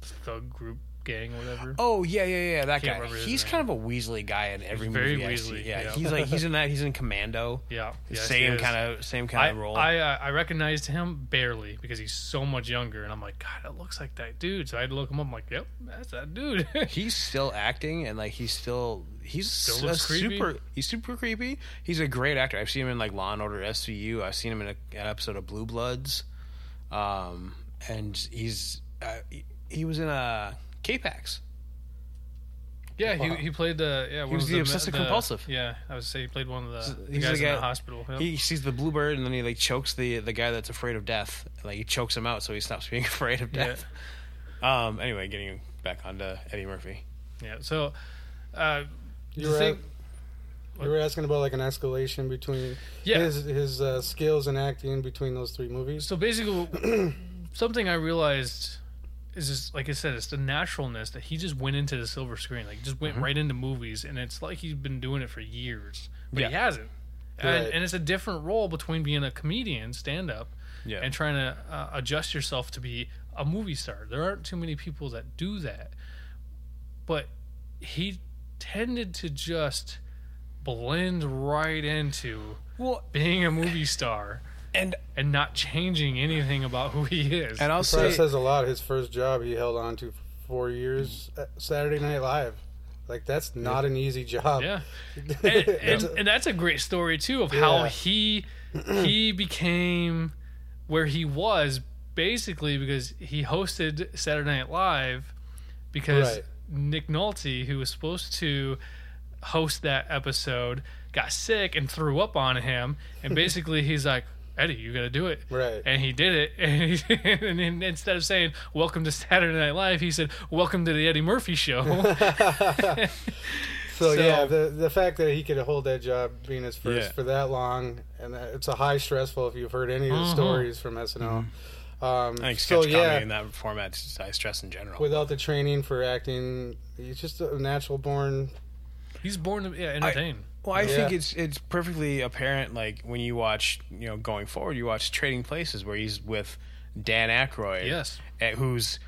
Speaker 1: thug group gang, or whatever.
Speaker 2: Oh yeah, yeah, yeah. That
Speaker 1: Can't
Speaker 2: guy.
Speaker 1: remember his
Speaker 2: He's
Speaker 1: name.
Speaker 2: kind of a Weasley guy in every
Speaker 1: very
Speaker 2: movie. I
Speaker 1: Weasley,
Speaker 2: see. Yeah,
Speaker 1: yeah.
Speaker 2: he's like he's in that. He's in Commando.
Speaker 1: Yeah, yes, he
Speaker 2: same
Speaker 1: is.
Speaker 2: kind of same kind
Speaker 1: I
Speaker 2: of role.
Speaker 1: I, uh, I recognized him barely because he's so much younger, and I'm like, God, that looks like that dude. So I had to look him up. I'm like, Yep, that's that dude.
Speaker 2: he's still acting and like he's still he's
Speaker 1: Still
Speaker 2: a
Speaker 1: looks creepy.
Speaker 2: super he's super creepy. He's a great actor. I've seen him in like Law and Order SVU. I've seen him in a, an episode of Blue Bloods. Um, and he's uh, he, he was in uh, a K-Pax.
Speaker 1: yeah, he, he played the yeah. one
Speaker 2: was
Speaker 1: of
Speaker 2: the obsessive compulsive.
Speaker 1: Yeah, I would say he played one of the, the
Speaker 2: he's the
Speaker 1: guys
Speaker 2: guy-
Speaker 1: in the hospital. Yep.
Speaker 2: He sees the bluebird and then he like chokes the the guy that's afraid of death. Like he chokes him out so he stops being afraid of
Speaker 1: Yeah.
Speaker 2: death. Um. Anyway, getting back onto Eddie Murphy.
Speaker 1: yeah. So, uh,
Speaker 3: you
Speaker 1: the
Speaker 3: were,
Speaker 1: thing,
Speaker 3: a- you were asking about like an escalation between
Speaker 1: yeah.
Speaker 3: his his uh, skills and acting between those three movies.
Speaker 1: So basically, something I realized is just like I said, it's the naturalness that he just went into the silver screen, like just
Speaker 2: Mm-hmm.
Speaker 1: went right into movies, and it's like he's been doing it for years, but he
Speaker 2: Yeah.
Speaker 1: hasn't. And,
Speaker 3: Right.
Speaker 1: and it's a different role between being a comedian, stand up,
Speaker 2: Yeah.
Speaker 1: and trying to uh, adjust yourself to be a movie star. There aren't too many people that do that. But he tended to just blend right into
Speaker 2: well,
Speaker 1: being a movie star
Speaker 2: and
Speaker 1: and not changing anything about who he is.
Speaker 2: and I'll
Speaker 3: Probably
Speaker 2: say
Speaker 3: says a lot. His first job he held on to for four years, uh, Saturday Night Live. Like that's not an easy job.
Speaker 1: yeah. and, and, and that's a great story too of how
Speaker 3: Yeah.
Speaker 1: he he became where he was basically because he hosted Saturday Night Live because
Speaker 3: Right.
Speaker 1: Nick Nolte, who was supposed to host that episode, got sick and threw up on him, and basically he's like. Eddie, you gotta do it.
Speaker 3: Right.
Speaker 1: And he did it. And, he, and then instead of saying, Welcome to Saturday Night Live, he said, Welcome to the Eddie Murphy Show.
Speaker 3: So,
Speaker 1: So-
Speaker 3: yeah, the the fact that he could hold that job being his first
Speaker 2: Yeah.
Speaker 3: for that long, and that, it's a high stressful if you've heard any of the
Speaker 1: Mhm.
Speaker 3: stories from SNL. Um,
Speaker 2: Mm-hmm. I think sketch
Speaker 3: so
Speaker 2: comedy
Speaker 3: yeah,
Speaker 2: in that format is I stress in general.
Speaker 3: without the training for acting, he's just a natural born.
Speaker 1: He's born to yeah, entertain.
Speaker 2: Well, I
Speaker 3: Yeah.
Speaker 2: think it's it's perfectly apparent. Like when you watch, you know, going forward, you watch Trading Places, where he's with Dan Aykroyd,
Speaker 1: Yes.
Speaker 2: eh, who's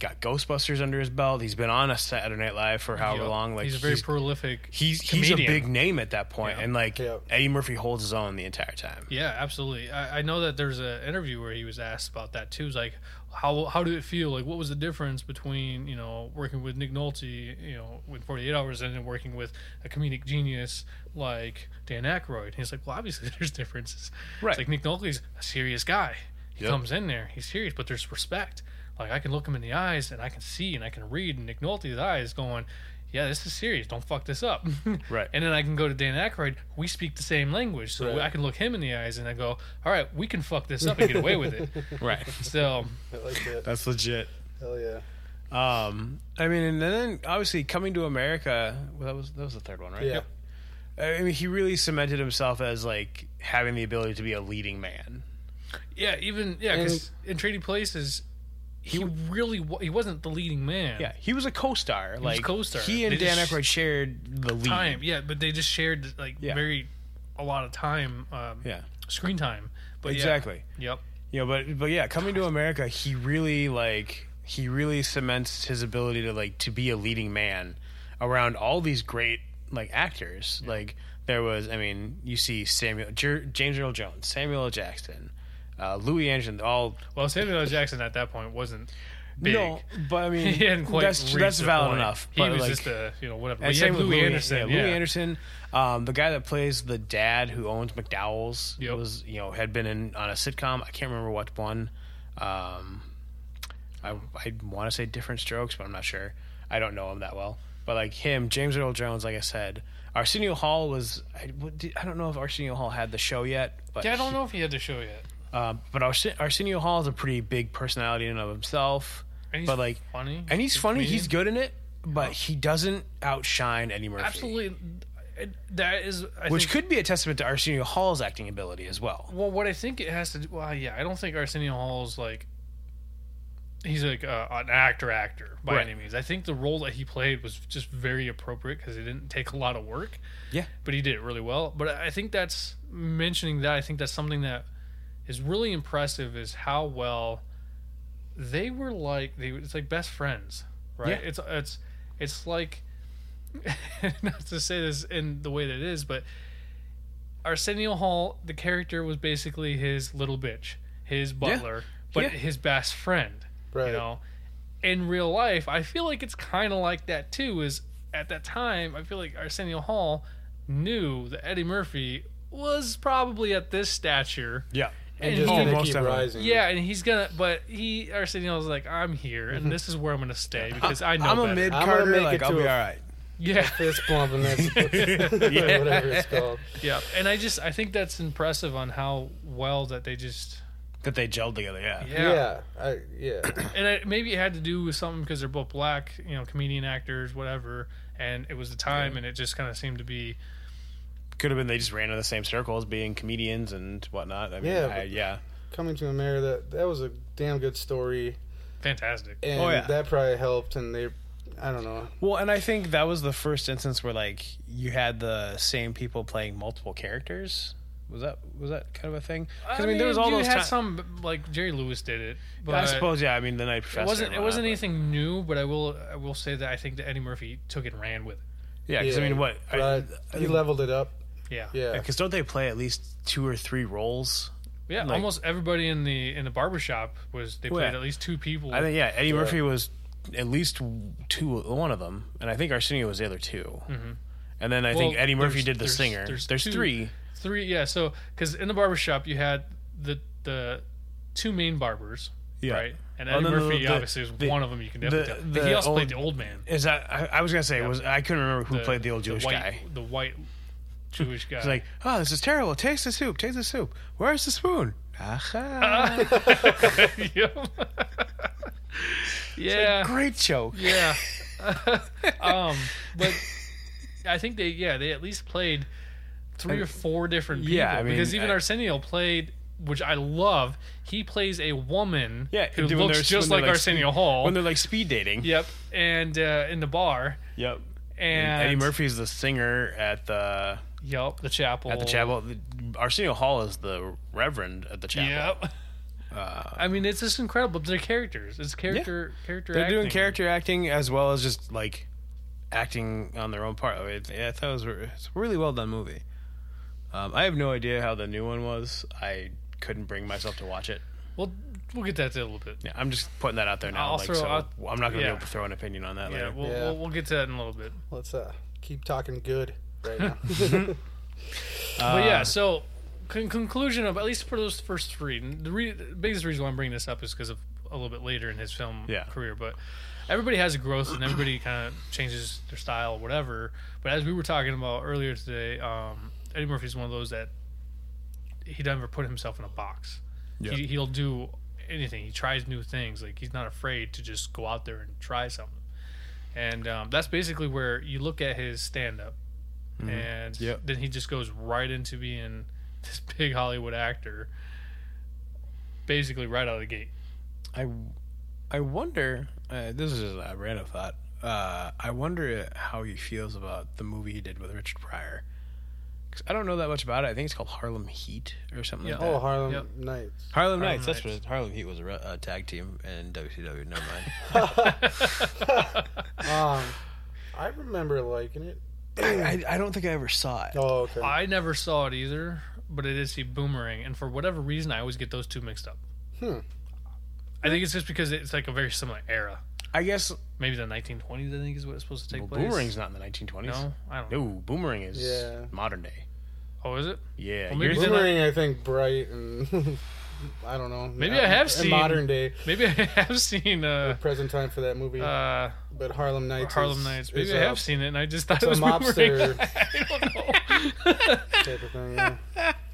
Speaker 2: got Ghostbusters under his belt. He's been on a Saturday Night Live for however
Speaker 1: Yep.
Speaker 2: long. Like
Speaker 1: he's a very prolific.
Speaker 2: he's, he's a
Speaker 1: comedian.
Speaker 2: big name at that point,
Speaker 1: Yeah.
Speaker 2: and like
Speaker 3: Yeah.
Speaker 2: Eddie Murphy holds his own the entire time.
Speaker 1: Yeah, absolutely. I, I know that there's an interview where he was asked about that too. He's like, how how did it feel? Like, what was the difference between you know working with Nick Nolte, you know, with 48 Hours, and then working with a comedic genius like Dan Aykroyd? And he's like, well, obviously there's differences.
Speaker 2: Right.
Speaker 1: It's like Nick Nolte's a serious guy. He
Speaker 2: Yep.
Speaker 1: comes in there, he's serious, but there's respect. Like I can look him in the eyes and I can see and I can read Nick Nolte's eyes going. Yeah, this is serious. Don't fuck this up.
Speaker 2: Right.
Speaker 1: And then I can go to Dan Aykroyd. We speak the same language, so
Speaker 3: Right.
Speaker 1: I can look him in the eyes and I go, "All right, we can fuck this up and get away with it."
Speaker 2: Right,
Speaker 1: So
Speaker 3: I like that.
Speaker 2: that's legit.
Speaker 3: Hell yeah.
Speaker 2: Um, I mean, and then obviously coming to America. Well, that was that was the third one, right?
Speaker 3: Yeah.
Speaker 2: I mean, he really cemented himself as like having the ability to be a leading man.
Speaker 1: yeah, even yeah, because in Trading Places, he, really wa- he wasn't the leading man.
Speaker 2: Yeah, he was a co-star. like
Speaker 1: co-star.
Speaker 2: He and
Speaker 1: They
Speaker 2: Dan
Speaker 1: just-
Speaker 2: Aykroyd shared the lead.
Speaker 1: time. Yeah, but they just shared like
Speaker 2: Yeah.
Speaker 1: very a lot of time, um,
Speaker 2: Yeah,
Speaker 1: screen time. But yeah.
Speaker 2: exactly.
Speaker 1: Yep.
Speaker 2: You know, but but yeah, coming to America, he really like he really cements his ability to like to be a leading man around all these great like actors. Like there was, I mean, you see Samuel Jer- James Earl Jones, Samuel L. Jackson, uh, Louis Anderson, all
Speaker 1: Well, Samuel L. Jackson at that point wasn't big.
Speaker 2: no, but I mean,
Speaker 1: He hadn't quite.
Speaker 2: that's
Speaker 1: reached
Speaker 2: that's
Speaker 1: the
Speaker 2: valid
Speaker 1: point.
Speaker 2: enough.
Speaker 1: He
Speaker 2: but,
Speaker 1: was
Speaker 2: like,
Speaker 1: just a you know whatever.
Speaker 2: And
Speaker 1: But you
Speaker 2: same
Speaker 1: had
Speaker 2: with
Speaker 1: Louis Anderson.
Speaker 2: Yeah,
Speaker 1: Yeah,
Speaker 2: Louis Anderson, um, the guy that plays the dad who owns McDowell's,
Speaker 1: Yep.
Speaker 2: was you know had been in on a sitcom. I can't remember what one. Um, I I want to say Different Strokes, but I'm not sure. I don't know him that well. But like him, James Earl Jones, like I said, Arsenio Hall was. I, what did- I don't know if Arsenio Hall had the show yet. But
Speaker 1: Yeah, I don't know if he had the show yet.
Speaker 2: Uh, but Arsen- Arsenio Hall is a pretty big personality in and of himself.
Speaker 1: And he's
Speaker 2: But like,
Speaker 1: funny,
Speaker 2: and he's
Speaker 1: Good
Speaker 2: funny.
Speaker 1: comedian.
Speaker 2: He's good in it, but he doesn't outshine Eddie Murphy.
Speaker 1: absolutely. it- That is, I
Speaker 2: which
Speaker 1: think,
Speaker 2: could be a testament to Arsenio Hall's acting ability as well.
Speaker 1: well, what I think it has to do. Well, yeah, I don't think Arsenio Hall's like he's like uh, an actor actor by
Speaker 2: Right.
Speaker 1: any means. I think the role that he played was just very appropriate because it didn't take a lot of work.
Speaker 2: Yeah.
Speaker 1: but he did it really well. But I I think that's mentioning that. I think that's something that is really impressive is how well they were like they it's like best friends, right?
Speaker 2: Yeah.
Speaker 1: It's it's it's like not to say this in the way that it is, but Arsenio Hall, the character was basically his little bitch, his butler, but
Speaker 2: Yeah.
Speaker 1: his best friend.
Speaker 3: Right.
Speaker 1: You know, in real life, I feel like it's kind of like that too. Is at that time, I feel like Arsenio Hall knew that Eddie Murphy was probably at this stature.
Speaker 2: Yeah.
Speaker 3: And
Speaker 1: And
Speaker 3: just
Speaker 1: he-
Speaker 3: gonna
Speaker 2: Almost
Speaker 3: keep
Speaker 2: definitely.
Speaker 3: rising.
Speaker 1: Yeah, and he's gonna, but he Arsenio's like, I'm here, and this is where I'm gonna stay because I know
Speaker 2: Mm-hmm. Ah, I'm
Speaker 1: better.
Speaker 2: a mid
Speaker 3: I'm gonna
Speaker 2: Carter,
Speaker 3: make
Speaker 2: like
Speaker 3: it
Speaker 2: I'll
Speaker 3: to
Speaker 2: be all
Speaker 3: a-
Speaker 2: right.
Speaker 1: Yeah,
Speaker 3: Fist bump and that's
Speaker 2: Yeah.
Speaker 3: whatever it's called.
Speaker 1: yeah, and I just I think that's impressive on how well that they just
Speaker 2: That they gelled together, yeah.
Speaker 1: yeah.
Speaker 3: Yeah. I, yeah.
Speaker 1: and I, maybe it had to do with something because they're both black, you know, comedian actors, whatever. And it was the time, and it just kind of seemed to be.
Speaker 2: Could have been they just ran in the same circles, being comedians and whatnot. I mean,
Speaker 3: Yeah,
Speaker 2: I-
Speaker 3: but-
Speaker 2: yeah.
Speaker 3: Coming to America, that that was a damn good story,
Speaker 1: Fantastic.
Speaker 3: and
Speaker 2: Oh, yeah.
Speaker 3: that probably helped. And they, I don't know,
Speaker 2: Well, and I think that was the first instance where like you had the same people playing multiple characters. Was that was that kind of a thing? 'Cause,
Speaker 1: I mean, there was all those. Had
Speaker 2: ti-
Speaker 1: some like Jerry Lewis did it, but
Speaker 2: I suppose yeah. I mean, the night professor.
Speaker 1: it wasn't.
Speaker 2: and
Speaker 1: It wasn't
Speaker 2: whatnot,
Speaker 1: anything new, but I will. I will say that I think that Eddie Murphy took it and ran with it.
Speaker 2: but- Yeah, because I mean, what? I-
Speaker 3: right, he leveled it up.
Speaker 1: Yeah,
Speaker 3: Yeah,
Speaker 2: Because don't they play at least two or three roles?
Speaker 1: yeah.
Speaker 2: Like-
Speaker 1: almost everybody in the in the barbershop was they
Speaker 2: Well,
Speaker 1: played
Speaker 2: yeah.
Speaker 1: at least two people.
Speaker 2: I think yeah. Eddie Murphy was at least two, one of them, and I think Arsenio was the other 2 And then I think
Speaker 1: Mm-hmm. Well,
Speaker 2: Eddie Murphy
Speaker 1: there's-
Speaker 2: did the
Speaker 1: there's-
Speaker 2: singer. There's,
Speaker 1: there's two.
Speaker 2: three.
Speaker 1: three. Yeah, so because in the barbershop you had the the two main barbers,
Speaker 2: Yeah.
Speaker 1: right? And
Speaker 2: Oh,
Speaker 1: Eddie
Speaker 2: no, no, no,
Speaker 1: Murphy
Speaker 2: the-
Speaker 1: obviously was
Speaker 2: the-
Speaker 1: one of them. You can
Speaker 2: the-
Speaker 1: definitely tell. But he
Speaker 2: the
Speaker 1: also played
Speaker 2: old-
Speaker 1: the old man.
Speaker 2: Is that? I, I was gonna say was I couldn't remember who played the old Jewish
Speaker 1: white,
Speaker 2: guy.
Speaker 1: The white Jewish guy.
Speaker 2: It's like, oh, this is terrible. Taste the soup. Taste the soup. Where's the spoon? Aha.
Speaker 1: Yep. yeah,
Speaker 2: Great joke.
Speaker 1: yeah. um, but I think they yeah they at least played three or four different people.
Speaker 2: Yeah, I mean,
Speaker 1: because even
Speaker 2: I-
Speaker 1: Arsenio played. Which I love. He plays a woman
Speaker 2: Yeah,
Speaker 1: who
Speaker 2: when they're-
Speaker 1: looks just
Speaker 2: when
Speaker 1: like,
Speaker 2: they're like
Speaker 1: Arsenio Hall.
Speaker 2: When they're like speed dating.
Speaker 1: Yep, and uh, in the bar,
Speaker 2: Yep.
Speaker 1: and
Speaker 2: Eddie Murphy's the singer at the
Speaker 1: Yep, the chapel.
Speaker 2: at the chapel. Arsenio Hall is the reverend at the chapel.
Speaker 1: Yep. I mean, it's just incredible. They're characters. It's character character.
Speaker 2: They're doing
Speaker 1: acting.
Speaker 2: character acting as well as just like acting on their own part. I, mean, I thought it was re- it's a really well done movie. Um, I have no idea how the new one was. I couldn't bring myself to watch it.
Speaker 1: We'll we'll get that to a little bit.
Speaker 2: Yeah, I'm just putting that out there now.
Speaker 1: I'll
Speaker 2: like,
Speaker 1: throw-
Speaker 2: so
Speaker 1: I'll-
Speaker 2: I'm not going to
Speaker 1: yeah.
Speaker 2: be able to throw an opinion on that
Speaker 1: Yeah,
Speaker 2: later.
Speaker 1: we'll,
Speaker 3: Yeah.
Speaker 1: We'll, we'll get to that in a little bit.
Speaker 3: let's uh keep talking good right now.
Speaker 1: but yeah, so con- conclusion of at least for those first three. And the, re- the biggest reason why I'm bringing this up is because of a little bit later in his film
Speaker 2: Yeah.
Speaker 1: career. But everybody has a growth and everybody kind of changes their style, or whatever. But as we were talking about earlier today, um, Eddie Murphy's one of those that he never put himself in a box.
Speaker 2: Yeah.
Speaker 1: He, he'll do anything. He tries new things. Like he's not afraid to just go out there and try something. And um, that's basically where you look at his stand up. And
Speaker 2: Mm-hmm. Yep.
Speaker 1: then he just goes right into being this big Hollywood actor, basically right out of the gate.
Speaker 2: I, I wonder. Uh, this is just a random thought. Uh, I wonder how he feels about the movie he did with Richard Pryor. 'Cause I don't know that much about it. I think it's called Harlem Heat or something.
Speaker 1: Yeah.
Speaker 2: like that.
Speaker 3: oh, Harlem
Speaker 1: Yep.
Speaker 3: Nights.
Speaker 2: Harlem, Knights. That's
Speaker 1: Knights.
Speaker 2: what Harlem Heat was a re- uh, tag team in WCW. Never mind.
Speaker 3: Um, I remember liking it.
Speaker 2: I, I don't think I ever saw it.
Speaker 3: Oh, okay.
Speaker 1: I never saw it either, but I did see Boomerang. And for whatever reason, I always get those two mixed up.
Speaker 3: Hmm.
Speaker 1: I think it's just because it's like a very similar era.
Speaker 2: I guess
Speaker 1: Maybe the 1920s, I think, is what it's supposed to take
Speaker 2: well,
Speaker 1: place.
Speaker 2: Boomerang's not in the 1920s.
Speaker 1: No, I don't know.
Speaker 2: No, Boomerang is
Speaker 3: Yeah.
Speaker 2: modern day.
Speaker 1: Oh, is it? Well,
Speaker 2: Yeah, you're
Speaker 1: maybe-
Speaker 2: thinking-
Speaker 3: Boomerang, I think bright and I don't know.
Speaker 1: Maybe
Speaker 3: Not
Speaker 1: I have
Speaker 3: in
Speaker 1: seen-
Speaker 3: modern day
Speaker 1: Maybe I have seen uh,
Speaker 3: present time for that movie,
Speaker 1: uh,
Speaker 3: but Harlem Nights.
Speaker 1: Harlem
Speaker 3: is,
Speaker 1: Nights.
Speaker 3: is
Speaker 1: Maybe I
Speaker 3: a
Speaker 1: have seen it, and I just thought
Speaker 3: a
Speaker 1: it was Boomerang.
Speaker 3: mobster.
Speaker 1: I don't know.
Speaker 3: type of thing, yeah.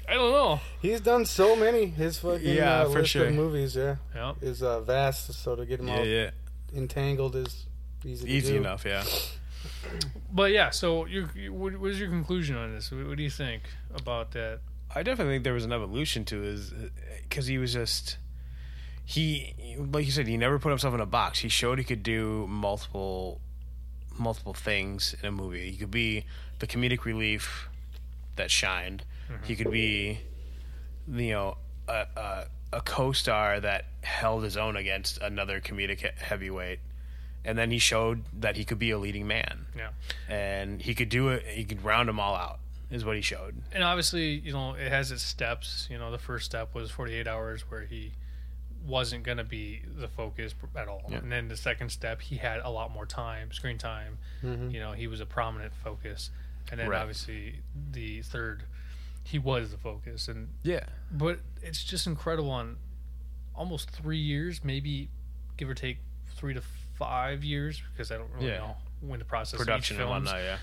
Speaker 1: I don't know.
Speaker 3: He's done so many. His fucking
Speaker 2: Yeah,
Speaker 3: uh,
Speaker 2: for
Speaker 3: list
Speaker 2: sure.
Speaker 3: of movies, yeah,
Speaker 1: Yeah.
Speaker 3: is uh, vast. So to get him
Speaker 2: yeah,
Speaker 3: all
Speaker 2: yeah,
Speaker 3: entangled is easy. to
Speaker 2: easy
Speaker 3: do.
Speaker 2: enough. Yeah.
Speaker 1: But yeah, so you, you what, what is your conclusion on this? What, what do you think about that?
Speaker 2: I definitely think there was an evolution to his because he was just he like you said he never put himself in a box. He showed he could do multiple multiple things in a movie. He could be the comedic relief that shined. He could be you know a, a a co-star that held his own against another comedic he- heavyweight. And then he showed that he could be a leading man,
Speaker 1: Yeah.
Speaker 2: and he could do it. He could round them all out, is what he showed.
Speaker 1: And obviously, you know, it has its steps. You know, the first step was 48 hours where he wasn't going to be the focus at all.
Speaker 2: Yeah.
Speaker 1: And then the second step, he had a lot more time, screen time.
Speaker 3: Mm-hmm.
Speaker 1: You know, he was a prominent focus. And then
Speaker 2: Mm-hmm. Right.
Speaker 1: obviously the third, he was the focus. And
Speaker 2: Yeah,
Speaker 1: but it's just incredible on almost three years maybe give or take three to five years because i don't really
Speaker 2: Yeah.
Speaker 1: know when the process of each
Speaker 2: production and
Speaker 1: film's-
Speaker 2: whatnot. Yeah,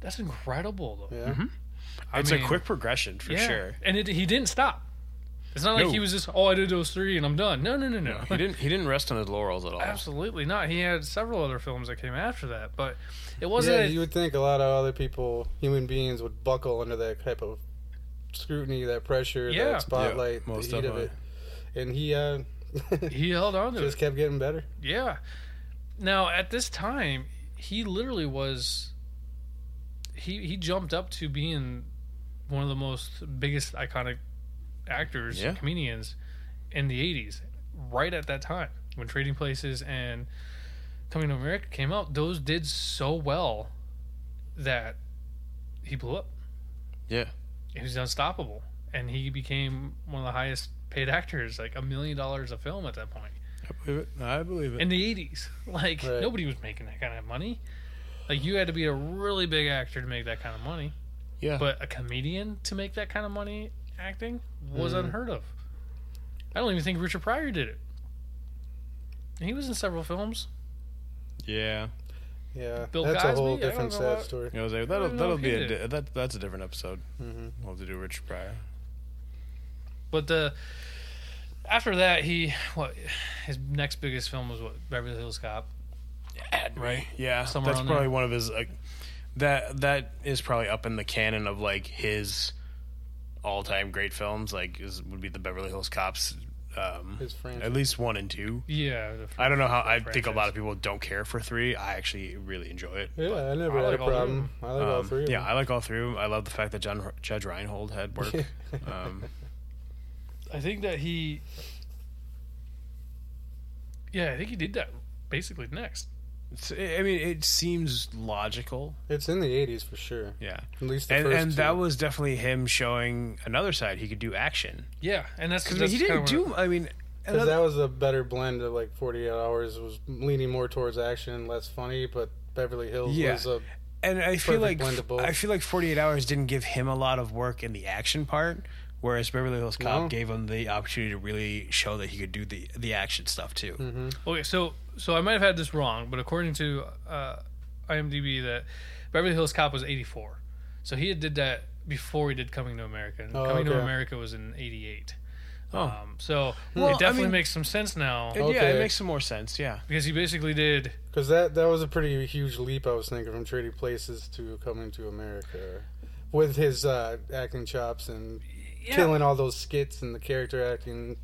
Speaker 1: that's incredible though
Speaker 3: Yeah.
Speaker 1: I
Speaker 2: it's
Speaker 1: mean,
Speaker 2: a quick progression for
Speaker 1: yeah.
Speaker 2: sure.
Speaker 1: and it, he didn't stop it's not like
Speaker 2: No.
Speaker 1: he was just oh i did those three and i'm done no no no no,
Speaker 2: He didn't. He didn't rest on his laurels at all.
Speaker 1: absolutely not he had several other films that came after that but it wasn't
Speaker 3: Yeah,
Speaker 1: a-
Speaker 3: you would think a lot of other people, human beings, would buckle under that type of scrutiny, that pressure,
Speaker 1: Yeah.
Speaker 3: that spotlight,
Speaker 2: Yeah, most
Speaker 3: the heat of it.
Speaker 2: definitely.
Speaker 3: And he uh,
Speaker 1: He held on to it.
Speaker 3: just kept getting better.
Speaker 1: Yeah. Now at this time, he literally was. He he jumped up to being one of the most biggest iconic actors,
Speaker 2: Yeah.
Speaker 1: comedians in the '80s. Right at that time when Trading Places and Coming to America came out, those did so well that he blew up.
Speaker 2: Yeah.
Speaker 1: he was unstoppable, and he became one of the highest paid actors, like a million dollars a film at that point
Speaker 2: I believe it. I believe it.
Speaker 1: in the 80s. Like,
Speaker 3: Right.
Speaker 1: nobody was making that kind of money. Like, you had to be a really big actor to make that kind of money.
Speaker 2: yeah.
Speaker 1: But a comedian to make that kind of money acting was
Speaker 2: Mm-hmm.
Speaker 3: Mhm.
Speaker 1: unheard of. I don't even think Richard Pryor did it. He was in several films.
Speaker 2: yeah.
Speaker 3: Yeah,
Speaker 1: Bill
Speaker 3: that's a
Speaker 1: Cosby?
Speaker 3: whole
Speaker 1: I don't
Speaker 3: different
Speaker 1: know
Speaker 3: sad
Speaker 1: about-
Speaker 3: story.
Speaker 2: You know, I was like,
Speaker 1: I
Speaker 2: that'll
Speaker 1: don't know
Speaker 2: that'll
Speaker 1: if
Speaker 2: be
Speaker 1: he
Speaker 2: a
Speaker 1: did.
Speaker 2: di- that that's a different episode.
Speaker 3: hmm
Speaker 2: We'll have to do Richard Pryor.
Speaker 1: But the after that, he what his next biggest film was what Beverly Hills Cop.
Speaker 2: right? Yeah,
Speaker 1: Somewhere
Speaker 2: that's
Speaker 1: on
Speaker 2: probably
Speaker 1: there.
Speaker 2: one of his. Like, that that is probably up in the canon of like his all-time great films. Like, is, would be the Beverly Hills Cops. Um,
Speaker 3: His friends.
Speaker 2: at least one and two.
Speaker 1: Yeah, the
Speaker 2: I don't know how. I think a
Speaker 1: Franchise.
Speaker 2: lot of people don't care for three. I actually really enjoy it.
Speaker 3: Yeah, I never
Speaker 1: I
Speaker 3: had
Speaker 1: like
Speaker 3: a
Speaker 1: all three of
Speaker 3: problem. I like all
Speaker 2: Um,
Speaker 3: three. Of
Speaker 2: yeah, I like all three. I love the fact that John Judge Reinhold had work.
Speaker 3: them.
Speaker 2: um,
Speaker 1: I think that he. Yeah, I think he did that basically next.
Speaker 2: it's, I mean, it seems logical.
Speaker 3: it's in the '80s for sure.
Speaker 2: Yeah,
Speaker 3: At least the
Speaker 2: and
Speaker 3: first
Speaker 2: and
Speaker 3: two.
Speaker 2: that was definitely him showing another side. He could do action
Speaker 1: Yeah, and that's
Speaker 2: because
Speaker 1: that's
Speaker 2: he
Speaker 1: kinda
Speaker 2: didn't
Speaker 1: what-
Speaker 2: do. I mean,
Speaker 3: Because
Speaker 2: another-
Speaker 3: that was a better blend of like 48 Hours was leaning more towards action and less funny, but Beverly Hills
Speaker 2: Yeah.
Speaker 3: was a
Speaker 2: and I feel like
Speaker 3: Perfect blend of both.
Speaker 2: I feel like Forty Eight Hours didn't give him a lot of work in the action part, whereas Beverly Hills Cop
Speaker 3: No.
Speaker 2: gave him the opportunity to really show that he could do the the action stuff too.
Speaker 3: Mm-hmm.
Speaker 1: Okay, so so I might have had this wrong, but according to uh, IMDb, that Beverly Hills Cop was '84, so he had did that before he did Coming to America. And
Speaker 3: Oh,
Speaker 1: Coming to
Speaker 3: okay.
Speaker 1: America was in '88.
Speaker 2: Oh.
Speaker 1: Um, so
Speaker 2: Well, I
Speaker 1: it definitely
Speaker 2: mean-
Speaker 1: makes some sense now
Speaker 2: And Yeah, it
Speaker 3: Okay.
Speaker 2: makes some more sense. Yeah,
Speaker 1: because he basically did.
Speaker 3: because that that was a pretty huge leap. I was thinking from Trading Places to Coming to America, with his uh, acting chops and
Speaker 1: Yeah,
Speaker 3: killing all those skits and the character acting.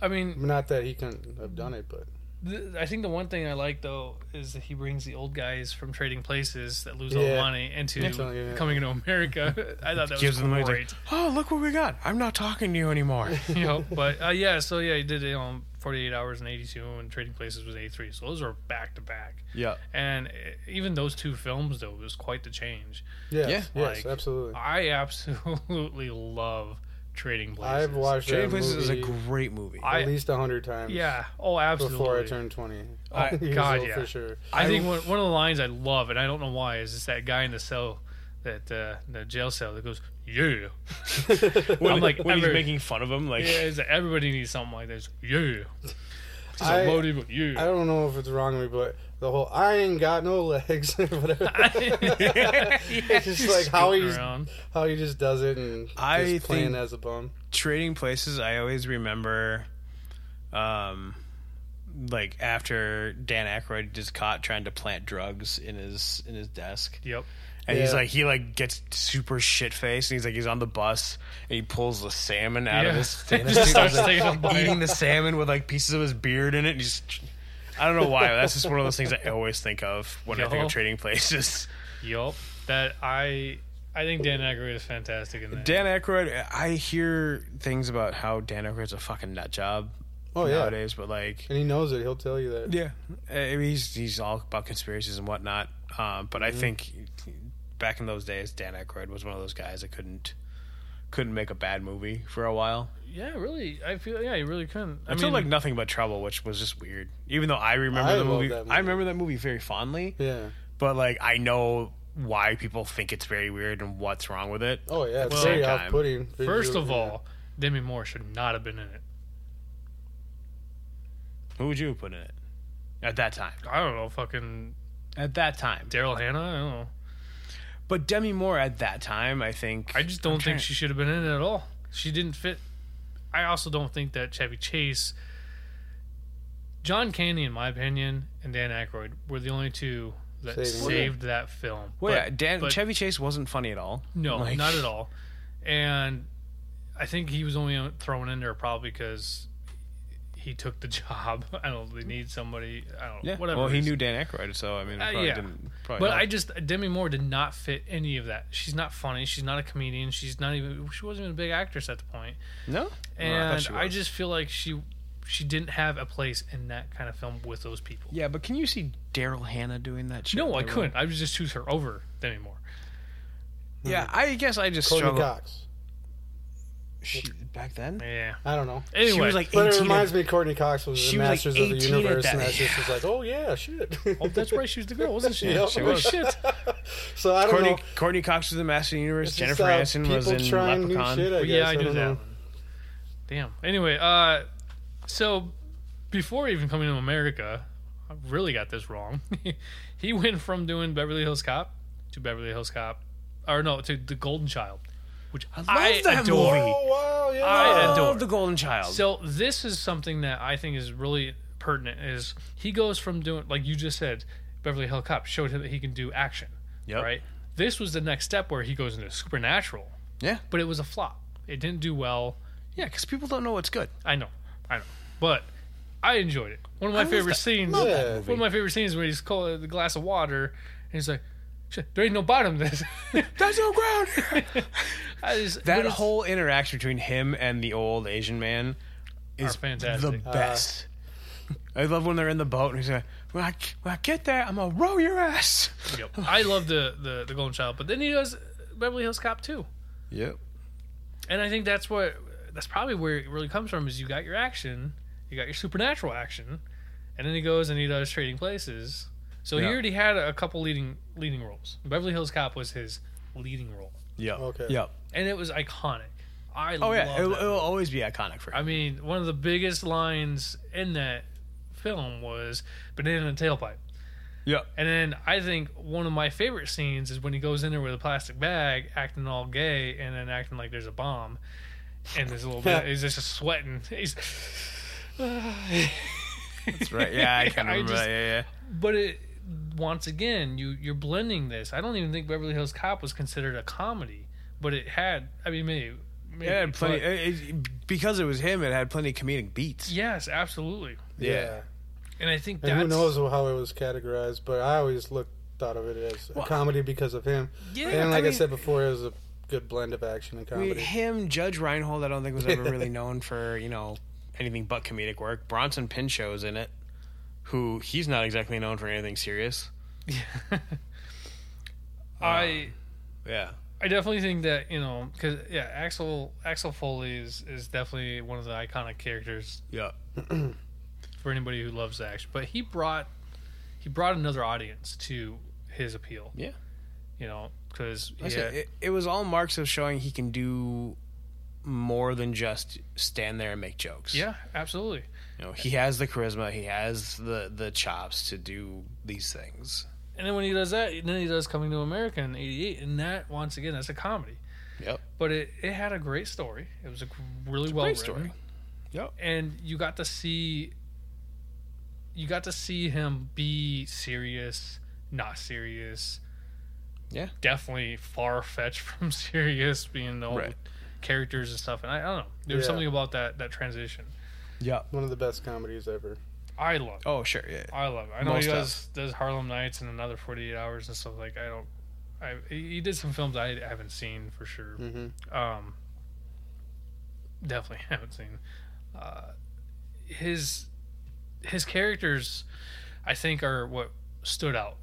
Speaker 1: I mean,
Speaker 3: Not that he couldn't have done it, but
Speaker 1: th- I think the one thing I like though is that he brings the old guys from Trading Places that lose all the
Speaker 3: Yeah.
Speaker 1: money into
Speaker 3: I'm telling you, yeah.
Speaker 1: Coming into America. I thought that
Speaker 2: gives
Speaker 1: was
Speaker 2: him the money.
Speaker 1: great.
Speaker 2: he's Like, oh, look what we got! I'm not talking to you anymore.
Speaker 1: you know, but uh, yeah, so yeah, he did you know, 48 hours and 82, and Trading Places was 83. So those are back to back.
Speaker 2: yeah,
Speaker 1: And uh, even those two films, though, was quite the change.
Speaker 3: yes,
Speaker 2: Yeah,
Speaker 3: yes,
Speaker 1: like,
Speaker 3: absolutely.
Speaker 1: I absolutely love Trading Places.
Speaker 3: I've watched
Speaker 2: Trading
Speaker 3: that
Speaker 2: Places
Speaker 3: movie
Speaker 2: is a great movie.
Speaker 1: I-
Speaker 3: at least a hundred times.
Speaker 1: Yeah. Oh, absolutely.
Speaker 3: Before I turned twenty.
Speaker 1: Oh,
Speaker 3: Years
Speaker 1: God,
Speaker 3: old
Speaker 1: yeah.
Speaker 3: for sure.
Speaker 1: I think one, one of the lines I love, and I don't know why, is it's that guy in the cell, that uh, the jail cell, that goes, "Yeah."
Speaker 2: when,
Speaker 1: I'm like,
Speaker 2: when he's
Speaker 1: ever-
Speaker 2: making fun of him, like
Speaker 1: Yeah, it's like everybody needs something like this. Yeah. It's a
Speaker 3: I-
Speaker 1: loaded with you.
Speaker 3: I don't know if it's wrong of me, but the whole I ain't got no legs, whatever. it's just like how
Speaker 1: Scooting
Speaker 3: he's
Speaker 1: around.
Speaker 3: how he just does it and
Speaker 2: Mm. I
Speaker 3: just playing
Speaker 2: think-
Speaker 3: as a bum.
Speaker 2: Trading Places, I always remember, um, like after Dan Aykroyd just caught trying to plant drugs in his in his desk,
Speaker 1: Yep.
Speaker 2: and he's
Speaker 3: Yeah.
Speaker 2: like he like gets super shit faced, and he's like he's on the bus and he pulls the salmon out of
Speaker 1: Yeah.
Speaker 2: his stand-
Speaker 1: Just starts
Speaker 2: like,
Speaker 1: taking a bite.
Speaker 2: eating the salmon with like pieces of his beard in it. And just I don't know why. but That's just one of those things I always think of when I think
Speaker 1: Yo.
Speaker 2: of Trading Places.
Speaker 1: Yup. That I I think Dan Aykroyd is fantastic in that.
Speaker 2: Dan Aykroyd, I hear things about how Dan Aykroyd's a fucking nut job
Speaker 3: Oh yeah,
Speaker 2: nowadays, but like
Speaker 3: and he knows it. He'll tell you that.
Speaker 2: Yeah, I mean, he's he's all about conspiracies and whatnot. Um, but I
Speaker 3: Mm-hmm.
Speaker 2: think back in those days, Dan Aykroyd was one of those guys that couldn't couldn't make a bad movie for a while
Speaker 1: yeah, really. I feel yeah, you really couldn't. I
Speaker 2: until
Speaker 1: mean,
Speaker 2: like Nothing But Trouble, which was just weird. Even though I remember
Speaker 3: I
Speaker 2: the
Speaker 3: love
Speaker 2: movie,
Speaker 3: that
Speaker 2: I
Speaker 3: movie.
Speaker 2: remember that movie very fondly.
Speaker 3: Yeah.
Speaker 2: But like, I know why people think it's very weird and what's wrong with it.
Speaker 3: Oh yeah, it's
Speaker 1: Well,
Speaker 3: very
Speaker 2: same time.
Speaker 3: off-putting.
Speaker 1: first
Speaker 3: Visual-
Speaker 1: of all, Demi Moore should not have been in it.
Speaker 2: Who would you put in it at that time?
Speaker 1: I don't know, fucking
Speaker 2: At that time,
Speaker 1: Daryl Hannah. I don't know.
Speaker 2: but Demi Moore at that time, I think.
Speaker 1: I just don't
Speaker 2: trying-
Speaker 1: think she should have been in it at all. She didn't fit. I also don't think that Chevy Chase, John Candy, in my opinion, and Dan Aykroyd were the only two that
Speaker 3: Saving it.
Speaker 1: saved that film. But-
Speaker 2: Well, yeah, Dan
Speaker 1: but-
Speaker 2: Chevy Chase wasn't funny at all.
Speaker 1: No,
Speaker 2: Like-
Speaker 1: not at all. and I think he was only thrown in there probably because he took the job. I don't. know, They need somebody. I don't. know,
Speaker 2: Yeah.
Speaker 1: Whatever.
Speaker 2: well, he
Speaker 1: it is.
Speaker 2: knew Dan Aykroyd, so I mean, it
Speaker 1: Uh,
Speaker 2: probably
Speaker 1: yeah.
Speaker 2: didn't. Probably
Speaker 1: But I
Speaker 2: helped.
Speaker 1: just Demi Moore did not fit any of that. She's not funny. She's not a comedian. She's not even. She wasn't even a big actress at the point.
Speaker 2: no. No, thought
Speaker 1: And
Speaker 2: she
Speaker 1: I
Speaker 2: was.
Speaker 1: just feel like she she didn't have a place in that kind of film with those people.
Speaker 2: Yeah, but can you see Daryl Hannah doing that shit?
Speaker 1: No, I
Speaker 2: Like,
Speaker 1: couldn't. I would just choose her over Demi Moore.
Speaker 2: Yeah, I guess I just
Speaker 3: Mm-hmm. Courtney
Speaker 2: struggle.
Speaker 3: Cox.
Speaker 2: She, back then,
Speaker 1: Yeah.
Speaker 3: I don't know.
Speaker 1: Anyway,
Speaker 2: she was like
Speaker 3: But it
Speaker 2: eighteen.
Speaker 3: reminds me, Courtney Cox was
Speaker 2: She was,
Speaker 3: the
Speaker 2: like,
Speaker 3: Masters of
Speaker 2: 18
Speaker 3: the
Speaker 2: at
Speaker 3: Universe,
Speaker 2: that-
Speaker 3: and that just was like, oh yeah, shit.
Speaker 1: oh, that's right. She was the girl, wasn't she?
Speaker 3: Yeah,
Speaker 2: she
Speaker 1: Holy
Speaker 2: was.
Speaker 1: Shit.
Speaker 3: so I don't
Speaker 2: Courtney,
Speaker 3: know.
Speaker 2: Courtney Cox was in Master of the Universe.
Speaker 3: It's just
Speaker 2: Jennifer
Speaker 3: how
Speaker 2: Aniston was
Speaker 3: people
Speaker 2: in
Speaker 3: trying new
Speaker 2: Leprechaun.
Speaker 3: shit, I
Speaker 1: But
Speaker 3: guess.
Speaker 1: yeah, I
Speaker 3: don't
Speaker 1: knew that
Speaker 3: know.
Speaker 1: one. Damn. Anyway, uh, so before even coming to America, I really got this wrong. he went from doing Beverly Hills Cop to Beverly Hills Cop, or no, to The Golden Child, which I,
Speaker 2: love that
Speaker 1: adore.
Speaker 2: movie.
Speaker 3: Oh wow, yeah.
Speaker 1: I
Speaker 2: Oh,
Speaker 1: adore.
Speaker 2: the Golden Child.
Speaker 1: So this is something that I think is really pertinent. Is he goes from doing like you just said, Beverly Hills Cop showed him that he can do action.
Speaker 2: Yep.
Speaker 1: Right. This was the next step where he goes into supernatural,
Speaker 2: yeah,
Speaker 1: but it was a flop. It didn't do well.
Speaker 2: yeah, because people don't know what's good.
Speaker 1: I know, I know, but I enjoyed it. One of my
Speaker 2: love
Speaker 1: favorite
Speaker 2: that-
Speaker 1: scenes.
Speaker 3: love that
Speaker 1: One
Speaker 3: movie.
Speaker 1: of my favorite scenes where he's calling the glass of water, and he's like, "Shit, there ain't no bottom to this."
Speaker 2: There's no ground.
Speaker 1: I just- but
Speaker 2: that
Speaker 1: it's-
Speaker 2: whole interaction between him and the old Asian man is
Speaker 1: Are fantastic.
Speaker 3: Uh,
Speaker 2: the best. I love when they're in the boat and he's like, "When I when I get there, I'm gonna row your ass."
Speaker 1: Yep. I love the, the the Golden Child, but then he does Beverly Hills Cop too,
Speaker 2: Yep.
Speaker 1: and I think that's what that's probably where it really comes from. Is you got your action, you got your supernatural action, and then he goes and he does Trading Places. So he
Speaker 2: Yeah.
Speaker 1: already had a couple leading leading roles. Beverly Hills Cop was his leading role,
Speaker 2: Yep.
Speaker 3: Okay.
Speaker 2: Yep.
Speaker 1: and it was iconic. I
Speaker 2: Oh yeah,
Speaker 1: Mm, love
Speaker 2: it'll,
Speaker 1: that
Speaker 2: it'll always be iconic for him.
Speaker 1: I mean, one of the biggest lines in that film was banana in the tailpipe.
Speaker 2: Yep.
Speaker 1: And then I think one of my favorite scenes is when he goes in there with a plastic bag, acting all gay, and then acting like there's a bomb. And there's a little bit, he's just sweating. He's,
Speaker 2: That's right. Yeah, I can
Speaker 1: I
Speaker 2: remember.
Speaker 1: just-
Speaker 2: that. Yeah, yeah.
Speaker 1: but it, once again, you you're blending this. I don't even think Beverly Hills Cop was considered a comedy, but it had. I mean, maybe, maybe
Speaker 2: It had plenty
Speaker 1: but-
Speaker 2: it, it- because it was him. It had plenty of comedic beats.
Speaker 1: yes, absolutely.
Speaker 3: Yeah.
Speaker 1: And I think
Speaker 3: And
Speaker 1: that's
Speaker 3: who knows how it was categorized, but I always looked thought of it as a
Speaker 2: Well,
Speaker 3: comedy because of him.
Speaker 2: Yeah,
Speaker 3: and like I,
Speaker 2: I mean-
Speaker 3: said before, it was a good blend of action and
Speaker 2: I mean,
Speaker 3: comedy.
Speaker 2: him, Judge Reinhold. I don't think was ever really known for you know anything but comedic work. Bronson Pinchot's in it, who he's not exactly known for anything serious. Um,
Speaker 1: I.
Speaker 2: Yeah.
Speaker 1: I definitely think that you know, because yeah, Axel Axel Foley is is definitely one of the iconic characters
Speaker 2: Yeah.
Speaker 1: for anybody who loves action. But he brought he brought another audience to his appeal.
Speaker 2: Yeah.
Speaker 1: you know, because
Speaker 2: Like I said,
Speaker 1: yeah,
Speaker 2: It, it was all marks of showing he can do more than just stand there and make jokes.
Speaker 1: yeah, absolutely.
Speaker 2: You know, he has the charisma. He has the the chops to do these things.
Speaker 1: And then when he does that, then he does Coming to America in '88, and that once again, that's a comedy.
Speaker 2: Yep.
Speaker 1: But it, it had a great story. It was a gr- really well
Speaker 2: Great
Speaker 1: written
Speaker 2: story.
Speaker 1: and you got to see you got to see him be serious not serious
Speaker 2: Yeah.
Speaker 1: definitely far-fetched from serious being the old
Speaker 2: Right.
Speaker 1: characters and stuff and i, I don't know there's
Speaker 3: Yeah.
Speaker 1: something about that that transition
Speaker 2: Yeah.
Speaker 3: One of the best comedies ever.
Speaker 1: i love it.
Speaker 2: Oh sure. Yeah.
Speaker 1: i love it i know
Speaker 2: Most
Speaker 1: he
Speaker 2: of.
Speaker 1: does does harlem nights and another 48 hours and stuff like i don't I, he he did some films I haven't seen for sure.
Speaker 2: Mm-hmm.
Speaker 3: Mhm.
Speaker 1: Um, definitely haven't seen. Uh, his his characters, I think, are what stood out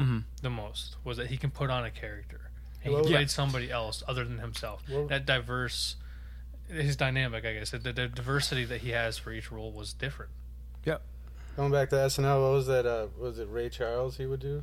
Speaker 2: Mhm.
Speaker 1: the most was that he can put on a character. He
Speaker 3: Well,
Speaker 1: played
Speaker 2: yeah.
Speaker 1: somebody else other than himself.
Speaker 3: Well-
Speaker 1: that diverse, his dynamic, I guess, the, the diversity that he has for each role was different.
Speaker 3: Going back to SNL, what was that? Uh, was it Ray Charles he would do?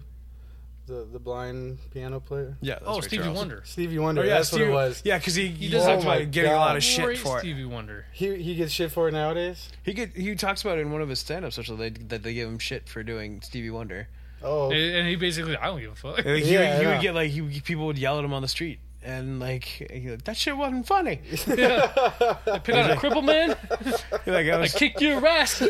Speaker 3: The the blind piano player?
Speaker 2: Yeah. that's
Speaker 1: oh,
Speaker 2: Ray
Speaker 1: Stevie
Speaker 2: Charles.
Speaker 1: Wonder.
Speaker 3: Stevie Wonder.
Speaker 2: Oh, yeah,
Speaker 3: that's
Speaker 2: Stevie-
Speaker 3: what it was.
Speaker 2: Yeah, because he,
Speaker 1: He
Speaker 2: he
Speaker 1: does have
Speaker 2: talks about
Speaker 3: my
Speaker 2: getting a
Speaker 3: God.
Speaker 2: lot of shit
Speaker 1: Great
Speaker 2: for it.
Speaker 1: Stevie Wonder.
Speaker 3: He, he gets shit for it nowadays.
Speaker 2: He get, he talks about it in one of his stand-ups specials they, that they give him shit for doing Stevie Wonder.
Speaker 3: Oh,
Speaker 1: And and he basically, I don't give a fuck.
Speaker 2: Like, he,
Speaker 3: Yeah,
Speaker 2: would, he
Speaker 3: yeah.
Speaker 2: would get like he, would- people would yell at him on the street and like, he like, that shit wasn't funny.
Speaker 1: Pick out a cripple man,
Speaker 2: Like I
Speaker 1: I
Speaker 2: was
Speaker 1: kick your ass.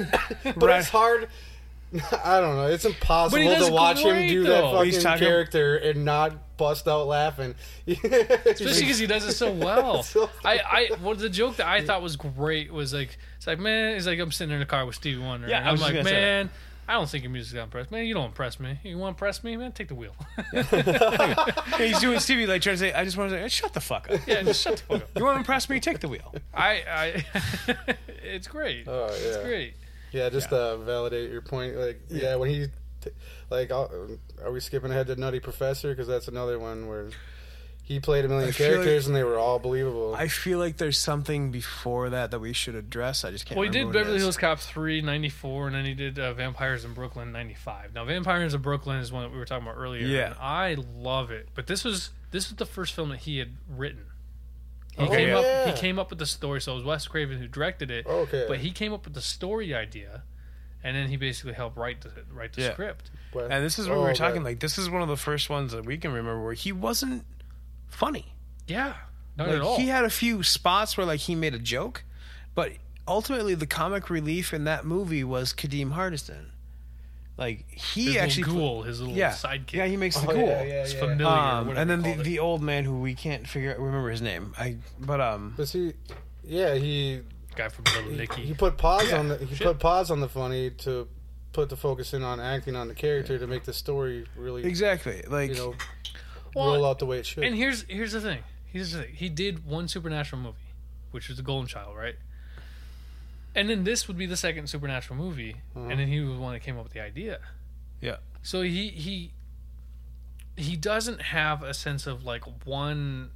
Speaker 3: but it's hard. I don't know. It's impossible
Speaker 1: But he does
Speaker 3: to watch him
Speaker 1: great,
Speaker 3: do
Speaker 1: though.
Speaker 3: that
Speaker 2: He's
Speaker 3: fucking
Speaker 2: talking-
Speaker 3: character and not bust out laughing.
Speaker 1: especially because he does it so well.
Speaker 3: So-
Speaker 1: I, I, well, the joke that I thought was great was like, it's like, man, it's like I'm sitting in a car with Stevie Wonder.
Speaker 2: Yeah,
Speaker 1: and
Speaker 2: I
Speaker 1: I'm
Speaker 2: was just
Speaker 1: like,
Speaker 2: gonna say
Speaker 1: man, I don't think your music's gonna impress man. You don't impress me. You want to impress me, man? Take the wheel.
Speaker 2: Yeah, he's doing Stevie like trying to say, I just want to say, shut the fuck up.
Speaker 1: yeah, just shut the fuck up.
Speaker 2: You want to impress me? Take the wheel.
Speaker 1: I, I, it's great.
Speaker 3: Oh,
Speaker 1: It's
Speaker 3: yeah.
Speaker 1: great.
Speaker 3: Yeah, just to validate your point. Like, yeah, when he, t- like, uh, are we skipping ahead to Nutty Professor? Because that's another one where he played a million
Speaker 2: feel
Speaker 3: characters and they were all believable.
Speaker 2: I feel like there's something before that that we should address. I just can't.
Speaker 1: Well, he did
Speaker 2: remember what it
Speaker 1: Beverly
Speaker 2: is.
Speaker 1: Hills Cop 3, 94, and then he did uh, Vampires in Brooklyn, 95. Now, Vampires in Brooklyn is one that we were talking about earlier.
Speaker 2: Yeah.
Speaker 1: and I love it. But this was this was the first film that he had written. He,
Speaker 2: Oh,
Speaker 3: Okay.
Speaker 1: came,
Speaker 3: Yeah.
Speaker 1: up, he came up with the story. So it was Wes Craven who directed
Speaker 2: Oh,
Speaker 1: it.
Speaker 3: Okay.
Speaker 1: But he came up with the story idea, and then he basically helped write the, write the
Speaker 2: Yeah.
Speaker 1: script.
Speaker 3: Well,
Speaker 2: And this is what
Speaker 3: oh,
Speaker 2: we were
Speaker 3: right.
Speaker 2: talking. Like this is one of the first ones that we can remember where he wasn't funny.
Speaker 1: Yeah. Not
Speaker 2: Like
Speaker 1: at all.
Speaker 2: he had a few spots where like he made a joke, but ultimately the comic relief in that movie was Kadeem Hardison. Like he
Speaker 1: his
Speaker 2: actually
Speaker 1: little ghoul, his little
Speaker 2: yeah
Speaker 1: sidekick.
Speaker 2: yeah he makes the
Speaker 3: Oh,
Speaker 2: ghoul.
Speaker 3: yeah, yeah,
Speaker 1: It's
Speaker 3: yeah.
Speaker 1: familiar.
Speaker 2: Um,
Speaker 1: whatever
Speaker 2: and then
Speaker 1: you
Speaker 2: the,
Speaker 1: call it.
Speaker 2: the old man who we can't figure out remember his name. I but um
Speaker 3: But see, yeah, he
Speaker 1: guy from Little
Speaker 3: he,
Speaker 1: Nicky.
Speaker 3: he put pause
Speaker 2: Yeah.
Speaker 3: on the he
Speaker 1: Shit.
Speaker 3: put pause on the funny to put the focus in on acting on the character to make the story really
Speaker 2: exactly like
Speaker 3: you know
Speaker 1: Well,
Speaker 3: roll out the way it should.
Speaker 1: And here's here's the thing. Here's the thing. He did one supernatural movie, which was the Golden Child, right? And then this would be the second supernatural movie,
Speaker 3: Uh-huh.
Speaker 1: and then he was the one that came up with the idea.
Speaker 2: Yeah.
Speaker 1: So he he he doesn't have a sense of like one.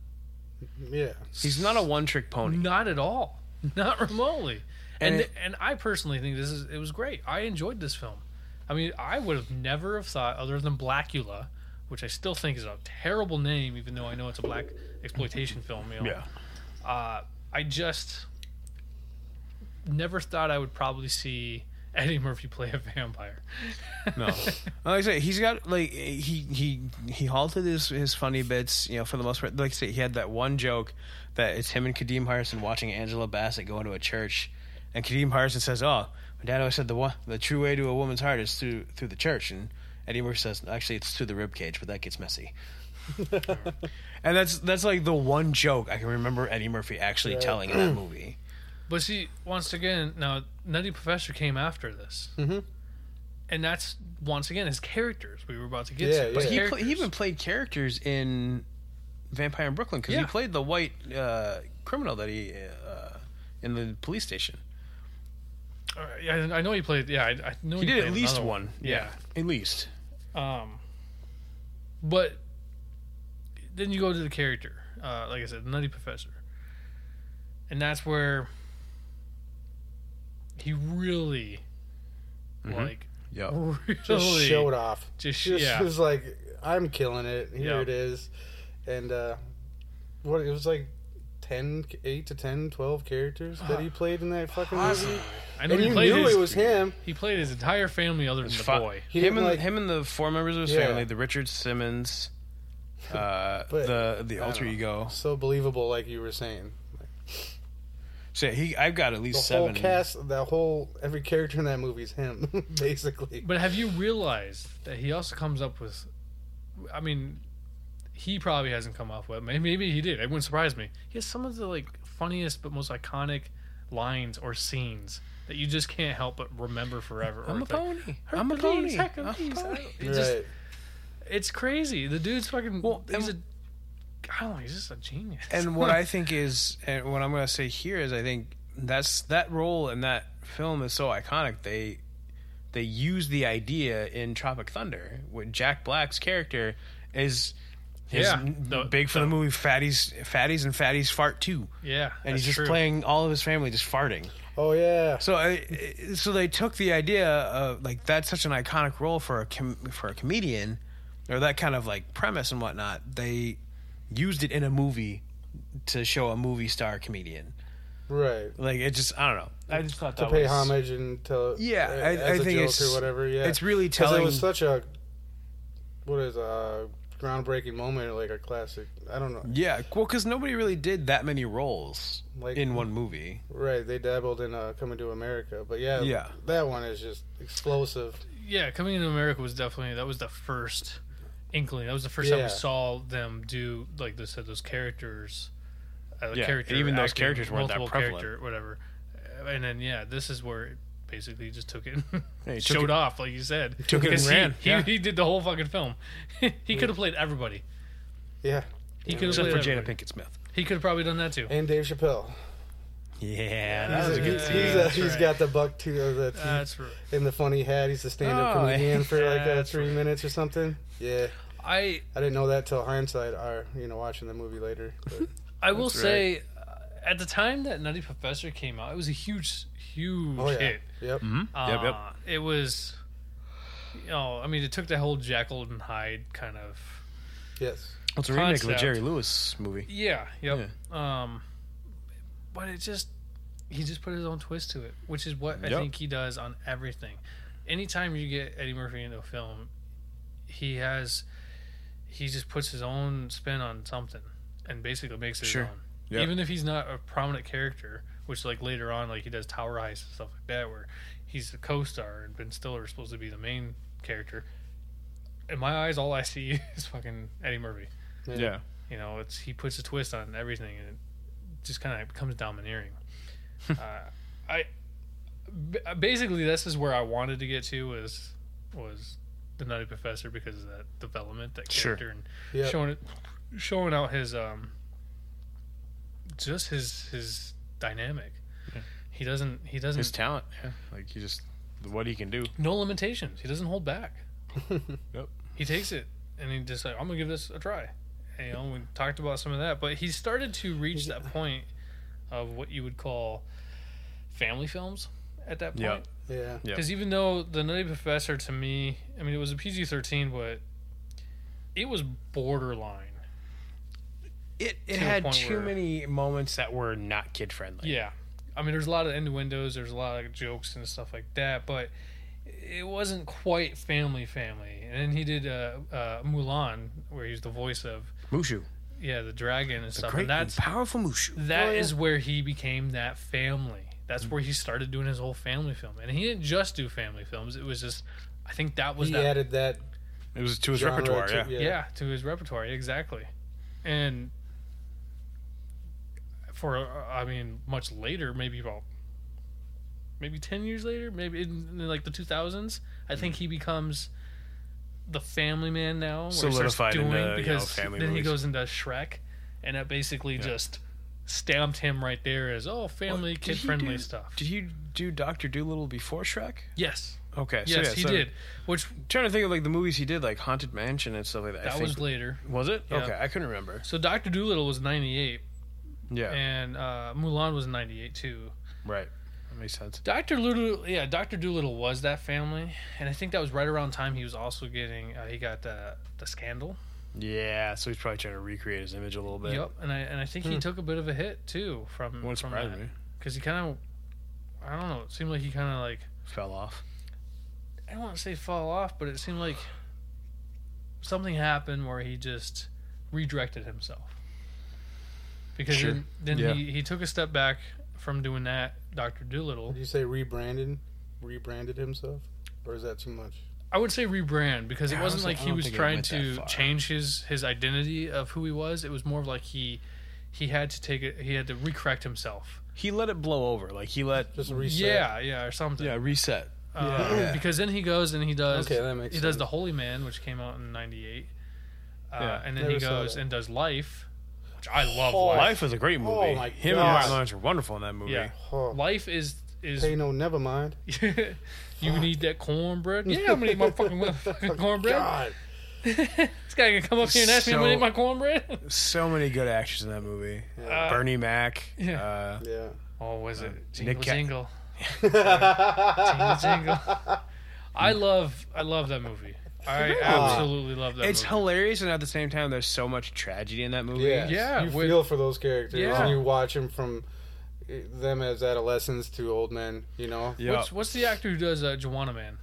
Speaker 3: yeah,
Speaker 2: he's not a one trick pony.
Speaker 1: Not at all. Not remotely. And
Speaker 2: And
Speaker 1: and, I personally think this is it was great. I enjoyed this film. I mean, I would have never have thought other than Blackula, which I still think is a terrible name, even though I know it's a black exploitation film. You know,
Speaker 2: Yeah.
Speaker 1: uh, I just never thought I would probably see Eddie Murphy play a vampire.
Speaker 2: No, like I say, he's got like he he he halted his his funny bits. You know, for the most part, like I say, he had that one joke that it's him and Kadeem Harrison watching Angela Bassett go into a church, and Kadeem Harrison says, "Oh, my dad always said the one the true way to a woman's heart is through through the church," and Eddie Murphy says, "Actually, it's through the rib cage, but that gets messy." and that's that's like the one joke I can remember Eddie Murphy actually telling in that movie.
Speaker 1: But see, once again, now Nutty Professor came after this, mm-hmm. and that's once again his characters. We were about to get
Speaker 3: Yeah,
Speaker 1: to
Speaker 3: yeah.
Speaker 2: But he, pla
Speaker 1: Characters.
Speaker 2: he even played characters in Vampire in Brooklyn because
Speaker 1: Yeah.
Speaker 2: he played the white uh, criminal that he uh, in the police station.
Speaker 1: All right, yeah, I I know he played. Yeah, I, I know
Speaker 2: He did
Speaker 1: played
Speaker 2: at least
Speaker 1: another
Speaker 2: one. Yeah. at least.
Speaker 1: Um, but then you go to the character, uh, like I said, Nutty Professor, and that's where he really,
Speaker 2: Mm-hmm.
Speaker 1: like,
Speaker 2: Yeah,
Speaker 1: really
Speaker 3: just showed off.
Speaker 1: Just,
Speaker 3: just
Speaker 1: yeah,
Speaker 3: was like, I'm killing it. Here
Speaker 1: Yeah.
Speaker 3: it is. And uh, what it was like 10, 8 to 10, 12 characters that he played in that fucking movie.
Speaker 1: I know
Speaker 3: And
Speaker 1: he
Speaker 3: you
Speaker 1: played
Speaker 3: knew
Speaker 1: his,
Speaker 3: it was him.
Speaker 1: he played his entire family other than the
Speaker 2: fi-
Speaker 1: boy.
Speaker 3: He
Speaker 2: him
Speaker 3: didn't
Speaker 2: and
Speaker 3: like,
Speaker 2: him and the four members of his
Speaker 3: Yeah.
Speaker 2: family, the Richard Simmons, uh,
Speaker 3: But-
Speaker 2: the the alter
Speaker 3: know.
Speaker 2: ego.
Speaker 3: so believable, like you were saying.
Speaker 2: So yeah, he, I've got at
Speaker 3: The
Speaker 2: least
Speaker 3: whole
Speaker 2: seven.
Speaker 3: cast, the whole, every character in that movie is him, basically.
Speaker 1: But have you realized that he also comes up with? I mean, he probably hasn't come up with. may- Maybe he did. It wouldn't surprise me. He has some of the like funniest but most iconic lines or scenes that you just can't help but remember forever. Or
Speaker 2: I'm a
Speaker 1: think,
Speaker 2: pony. I'm a
Speaker 1: "Hercules,
Speaker 2: pony.
Speaker 1: Hercules."
Speaker 2: I'm a pony.
Speaker 1: It's just-
Speaker 3: right.
Speaker 1: it's crazy. The dude's fucking.
Speaker 2: Well,
Speaker 1: he's a.
Speaker 2: and-
Speaker 1: I don't know. He's just a genius.
Speaker 2: and what I think is, and what I'm going to say here is, I think that's that role in that film is so iconic. They they use the idea in Tropic Thunder with Jack Black's character is his
Speaker 1: Yeah,
Speaker 2: n-
Speaker 1: the-
Speaker 2: big for the, movie Fatties Fatties and Fatties Fart Two,
Speaker 1: yeah,
Speaker 2: and he's
Speaker 1: that's
Speaker 2: just
Speaker 1: true.
Speaker 2: playing all of his family just farting.
Speaker 3: Oh, yeah.
Speaker 2: So I, so they took the idea of like that's such an iconic role for a com- for a comedian, or that kind of like premise and whatnot. They used it in a movie to show a movie star comedian.
Speaker 3: Right.
Speaker 2: Like it just I don't know. I just thought
Speaker 3: To pay homage and tell.
Speaker 2: Yeah,
Speaker 3: uh,
Speaker 2: I-
Speaker 3: as
Speaker 2: I
Speaker 3: a
Speaker 2: think
Speaker 3: joke
Speaker 2: it's-
Speaker 3: or whatever. Yeah.
Speaker 2: It's really
Speaker 3: Because
Speaker 2: telling.
Speaker 3: it was such a what is uh groundbreaking moment or like a classic. I don't know.
Speaker 2: Yeah, well, because nobody really did that many roles
Speaker 3: Like
Speaker 2: in one movie.
Speaker 3: right, they dabbled in uh, Coming to America, but yeah,
Speaker 2: Yeah.
Speaker 3: that one is just explosive.
Speaker 1: yeah, coming into America was definitely that was the first inkling. That was the first time
Speaker 3: Yeah.
Speaker 1: we saw them do like they said those characters. Uh, like
Speaker 2: Yeah, and even those characters weren't that
Speaker 1: multiple
Speaker 2: prevalent.
Speaker 1: whatever. Uh, And then yeah, this is where it basically just took it,
Speaker 2: Yeah, he took
Speaker 1: showed
Speaker 2: it-
Speaker 1: off, like you said.
Speaker 2: took it and
Speaker 1: Because he-
Speaker 2: ran,
Speaker 1: He,
Speaker 2: yeah.
Speaker 1: he did the whole fucking film. he could have played everybody.
Speaker 3: Yeah,
Speaker 1: He could have
Speaker 2: Except
Speaker 1: played
Speaker 2: for Jada
Speaker 1: everybody.
Speaker 2: Pinkett Smith.
Speaker 1: He could have probably done that too.
Speaker 3: and Dave Chappelle.
Speaker 2: Yeah,
Speaker 1: That
Speaker 3: He's,
Speaker 1: was
Speaker 3: a,
Speaker 1: a good
Speaker 3: he's,
Speaker 1: scene.
Speaker 3: he's, a,
Speaker 1: That's
Speaker 3: he's
Speaker 1: right.
Speaker 3: got the buck tooth of the teeth
Speaker 1: Uh, That's r-
Speaker 3: and the funny hat. He's a stand-up
Speaker 2: Oh,
Speaker 3: comedian for like uh,
Speaker 1: that's
Speaker 3: three
Speaker 1: right.
Speaker 3: minutes or something. Yeah,
Speaker 1: I
Speaker 3: I didn't know that till hindsight. Are you know watching the movie later? But
Speaker 1: I will
Speaker 2: That's right.
Speaker 1: say, uh, at the time that Nutty Professor came out, it was a huge, huge
Speaker 3: oh yeah,
Speaker 1: hit.
Speaker 3: yep.
Speaker 1: Uh,
Speaker 2: Yep, yep.
Speaker 1: It was, you know, I mean, it took the whole Jackal and Hyde kind of.
Speaker 3: Yes.
Speaker 2: It's a remake of a
Speaker 1: Concept.
Speaker 2: Jerry Lewis movie.
Speaker 1: Yeah, yep. Um, but it just, he just put his own twist to it, which is what I
Speaker 2: Yep.
Speaker 1: think he does on everything. Anytime you get Eddie Murphy into a film, he has, he just puts his own spin on something, and basically makes it
Speaker 2: Sure.
Speaker 1: his own.
Speaker 2: Yeah.
Speaker 1: Even if he's not a prominent character, which like later on, like he does Tower Heist and stuff like that, where he's a co-star and Ben Stiller is supposed to be the main character. In my eyes, all I see is fucking Eddie Murphy.
Speaker 2: Yeah.
Speaker 1: You know, it's he puts a twist on everything, and it just kind of becomes domineering. uh, I b- basically this is where I wanted to get to was was the Nutty Professor because of that development, that
Speaker 2: Sure.
Speaker 1: character, and
Speaker 3: Yep.
Speaker 1: showing it, showing out his um, just his his dynamic.
Speaker 2: Yeah.
Speaker 1: He doesn't. He doesn't.
Speaker 2: His talent. Yeah. Like, you just, what he can do.
Speaker 1: no limitations. He doesn't hold back.
Speaker 2: Yep.
Speaker 1: He takes it and he just like I'm gonna give this a try. And, you know, we talked about some of that, but he started to reach that point of what you would call family films at that
Speaker 2: Yeah.
Speaker 1: point.
Speaker 3: Yeah.
Speaker 2: Yeah.
Speaker 1: Because even though the Nutty Professor to me, I mean, it was a PG-13, but it was borderline.
Speaker 2: It,
Speaker 1: To
Speaker 2: it
Speaker 1: the
Speaker 2: had
Speaker 1: point
Speaker 2: too
Speaker 1: where-
Speaker 2: many moments that were not kid friendly.
Speaker 1: Yeah. I mean, there's a lot of innuendos, there's a lot of jokes and stuff like that, but it wasn't quite family family. And then he did uh, uh, Mulan, where he's the voice of
Speaker 2: Mushu.
Speaker 1: yeah the dragon and
Speaker 2: The
Speaker 1: stuff.
Speaker 2: great
Speaker 1: And that's
Speaker 2: and powerful Mushu.
Speaker 1: that
Speaker 3: Oh, yeah.
Speaker 1: is where he became that family. That's where he started doing his whole family film, and he didn't just do family films. It was just, I think that was
Speaker 3: he
Speaker 1: that
Speaker 3: added that
Speaker 2: It was to his
Speaker 3: genre
Speaker 2: repertoire,
Speaker 3: to-
Speaker 2: yeah.
Speaker 1: yeah. to his repertoire exactly and for uh, i mean much later maybe about maybe 10 years later maybe in, in like the 2000s
Speaker 2: Mm-hmm.
Speaker 1: i think he becomes the family man now where he starts
Speaker 2: Solidified into, you know, family
Speaker 1: then he
Speaker 2: movies.
Speaker 1: goes into shrek and that basically just stamped him right there as oh family
Speaker 2: Did he
Speaker 1: kid friendly
Speaker 2: do-
Speaker 1: stuff
Speaker 2: Did you do Doctor Doolittle before Shrek?
Speaker 1: yes
Speaker 2: Okay, so
Speaker 1: yes
Speaker 2: yeah,
Speaker 1: he
Speaker 2: so
Speaker 1: did which
Speaker 2: trying to think of like the movies he did, like Haunted Mansion and stuff like that. I
Speaker 1: that
Speaker 2: think-
Speaker 1: was later
Speaker 2: was it?
Speaker 1: Yeah.
Speaker 2: Okay, I couldn't remember.
Speaker 1: so dr doolittle was 98
Speaker 2: Yeah,
Speaker 1: and uh, Mulan was in '98 too.
Speaker 2: right. That makes sense.
Speaker 1: Doctor Doolittle, yeah, Doctor Doolittle was that family, and I think that was right around the time he was also getting uh, he got the the scandal.
Speaker 2: Yeah, so he's probably trying to recreate his image a little bit.
Speaker 1: Yep, and I and I think he took a bit of a hit too from
Speaker 2: Hmm. Wouldn't
Speaker 1: from
Speaker 2: surprise me.
Speaker 1: because he kind of I don't know, it seemed like he kind of like
Speaker 2: Fell off.
Speaker 1: I don't want to say fall off, but it seemed like something happened where he just redirected himself. Because
Speaker 2: Sure.
Speaker 1: then, then
Speaker 2: Yeah.
Speaker 1: he, he took a step back from doing that, Doctor Doolittle.
Speaker 3: Did you say rebranded? Rebranded himself, or is that too much?
Speaker 1: I would say rebrand because it
Speaker 2: Yeah, I
Speaker 1: wasn't
Speaker 2: was-
Speaker 1: like
Speaker 2: I
Speaker 1: he
Speaker 2: don't
Speaker 1: was
Speaker 2: think it
Speaker 1: trying
Speaker 2: went that
Speaker 1: to
Speaker 2: far.
Speaker 1: change his his identity of who he was. It was more of like he he had to take it. He had to recorrect himself.
Speaker 2: He let it blow over. Like he let
Speaker 3: Just a reset.
Speaker 1: Yeah, yeah, or something.
Speaker 2: yeah reset.
Speaker 1: Uh,
Speaker 2: Yeah.
Speaker 1: Because then he goes and he does.
Speaker 3: Okay, that makes
Speaker 1: uh, He does
Speaker 3: sense.
Speaker 1: the Holy Man, which came out in '98, uh,
Speaker 2: Yeah.
Speaker 1: and then he
Speaker 3: Never saw
Speaker 1: goes
Speaker 3: that.
Speaker 1: and does Life, which I love.
Speaker 3: Oh,
Speaker 1: Life.
Speaker 2: Life was a great movie.
Speaker 3: Oh my
Speaker 2: Him
Speaker 3: God.
Speaker 2: and Martin Lawrence were wonderful in that movie.
Speaker 1: Yeah.
Speaker 3: Oh,
Speaker 1: Life is is
Speaker 3: hey, no, never mind.
Speaker 1: you need that cornbread? Yeah, I'm gonna eat my fucking,
Speaker 2: Oh,
Speaker 1: fucking cornbread.
Speaker 3: God.
Speaker 1: This guy can come up here and ask me, I'm gonna
Speaker 2: So-
Speaker 1: eat my cornbread.
Speaker 2: So many good actors in that movie.
Speaker 1: Uh,
Speaker 2: Bernie Mac.
Speaker 1: yeah.
Speaker 2: Uh,
Speaker 3: Yeah.
Speaker 1: Oh, was it
Speaker 2: Nick
Speaker 1: Jingle
Speaker 2: Ca-
Speaker 1: Jingle? Jingle Jingle. I love I love that movie. I absolutely love that
Speaker 2: it's
Speaker 1: movie.
Speaker 2: hilarious, and at the same time, there's so much tragedy in that movie.
Speaker 3: Yeah.
Speaker 1: Yeah,
Speaker 3: You
Speaker 1: with-
Speaker 3: feel for those characters,
Speaker 1: Yeah.
Speaker 3: and you watch them from eh, them as adolescents to old men. You know.
Speaker 2: Yeah.
Speaker 1: What's what's the actor who does uh, Joanna Man?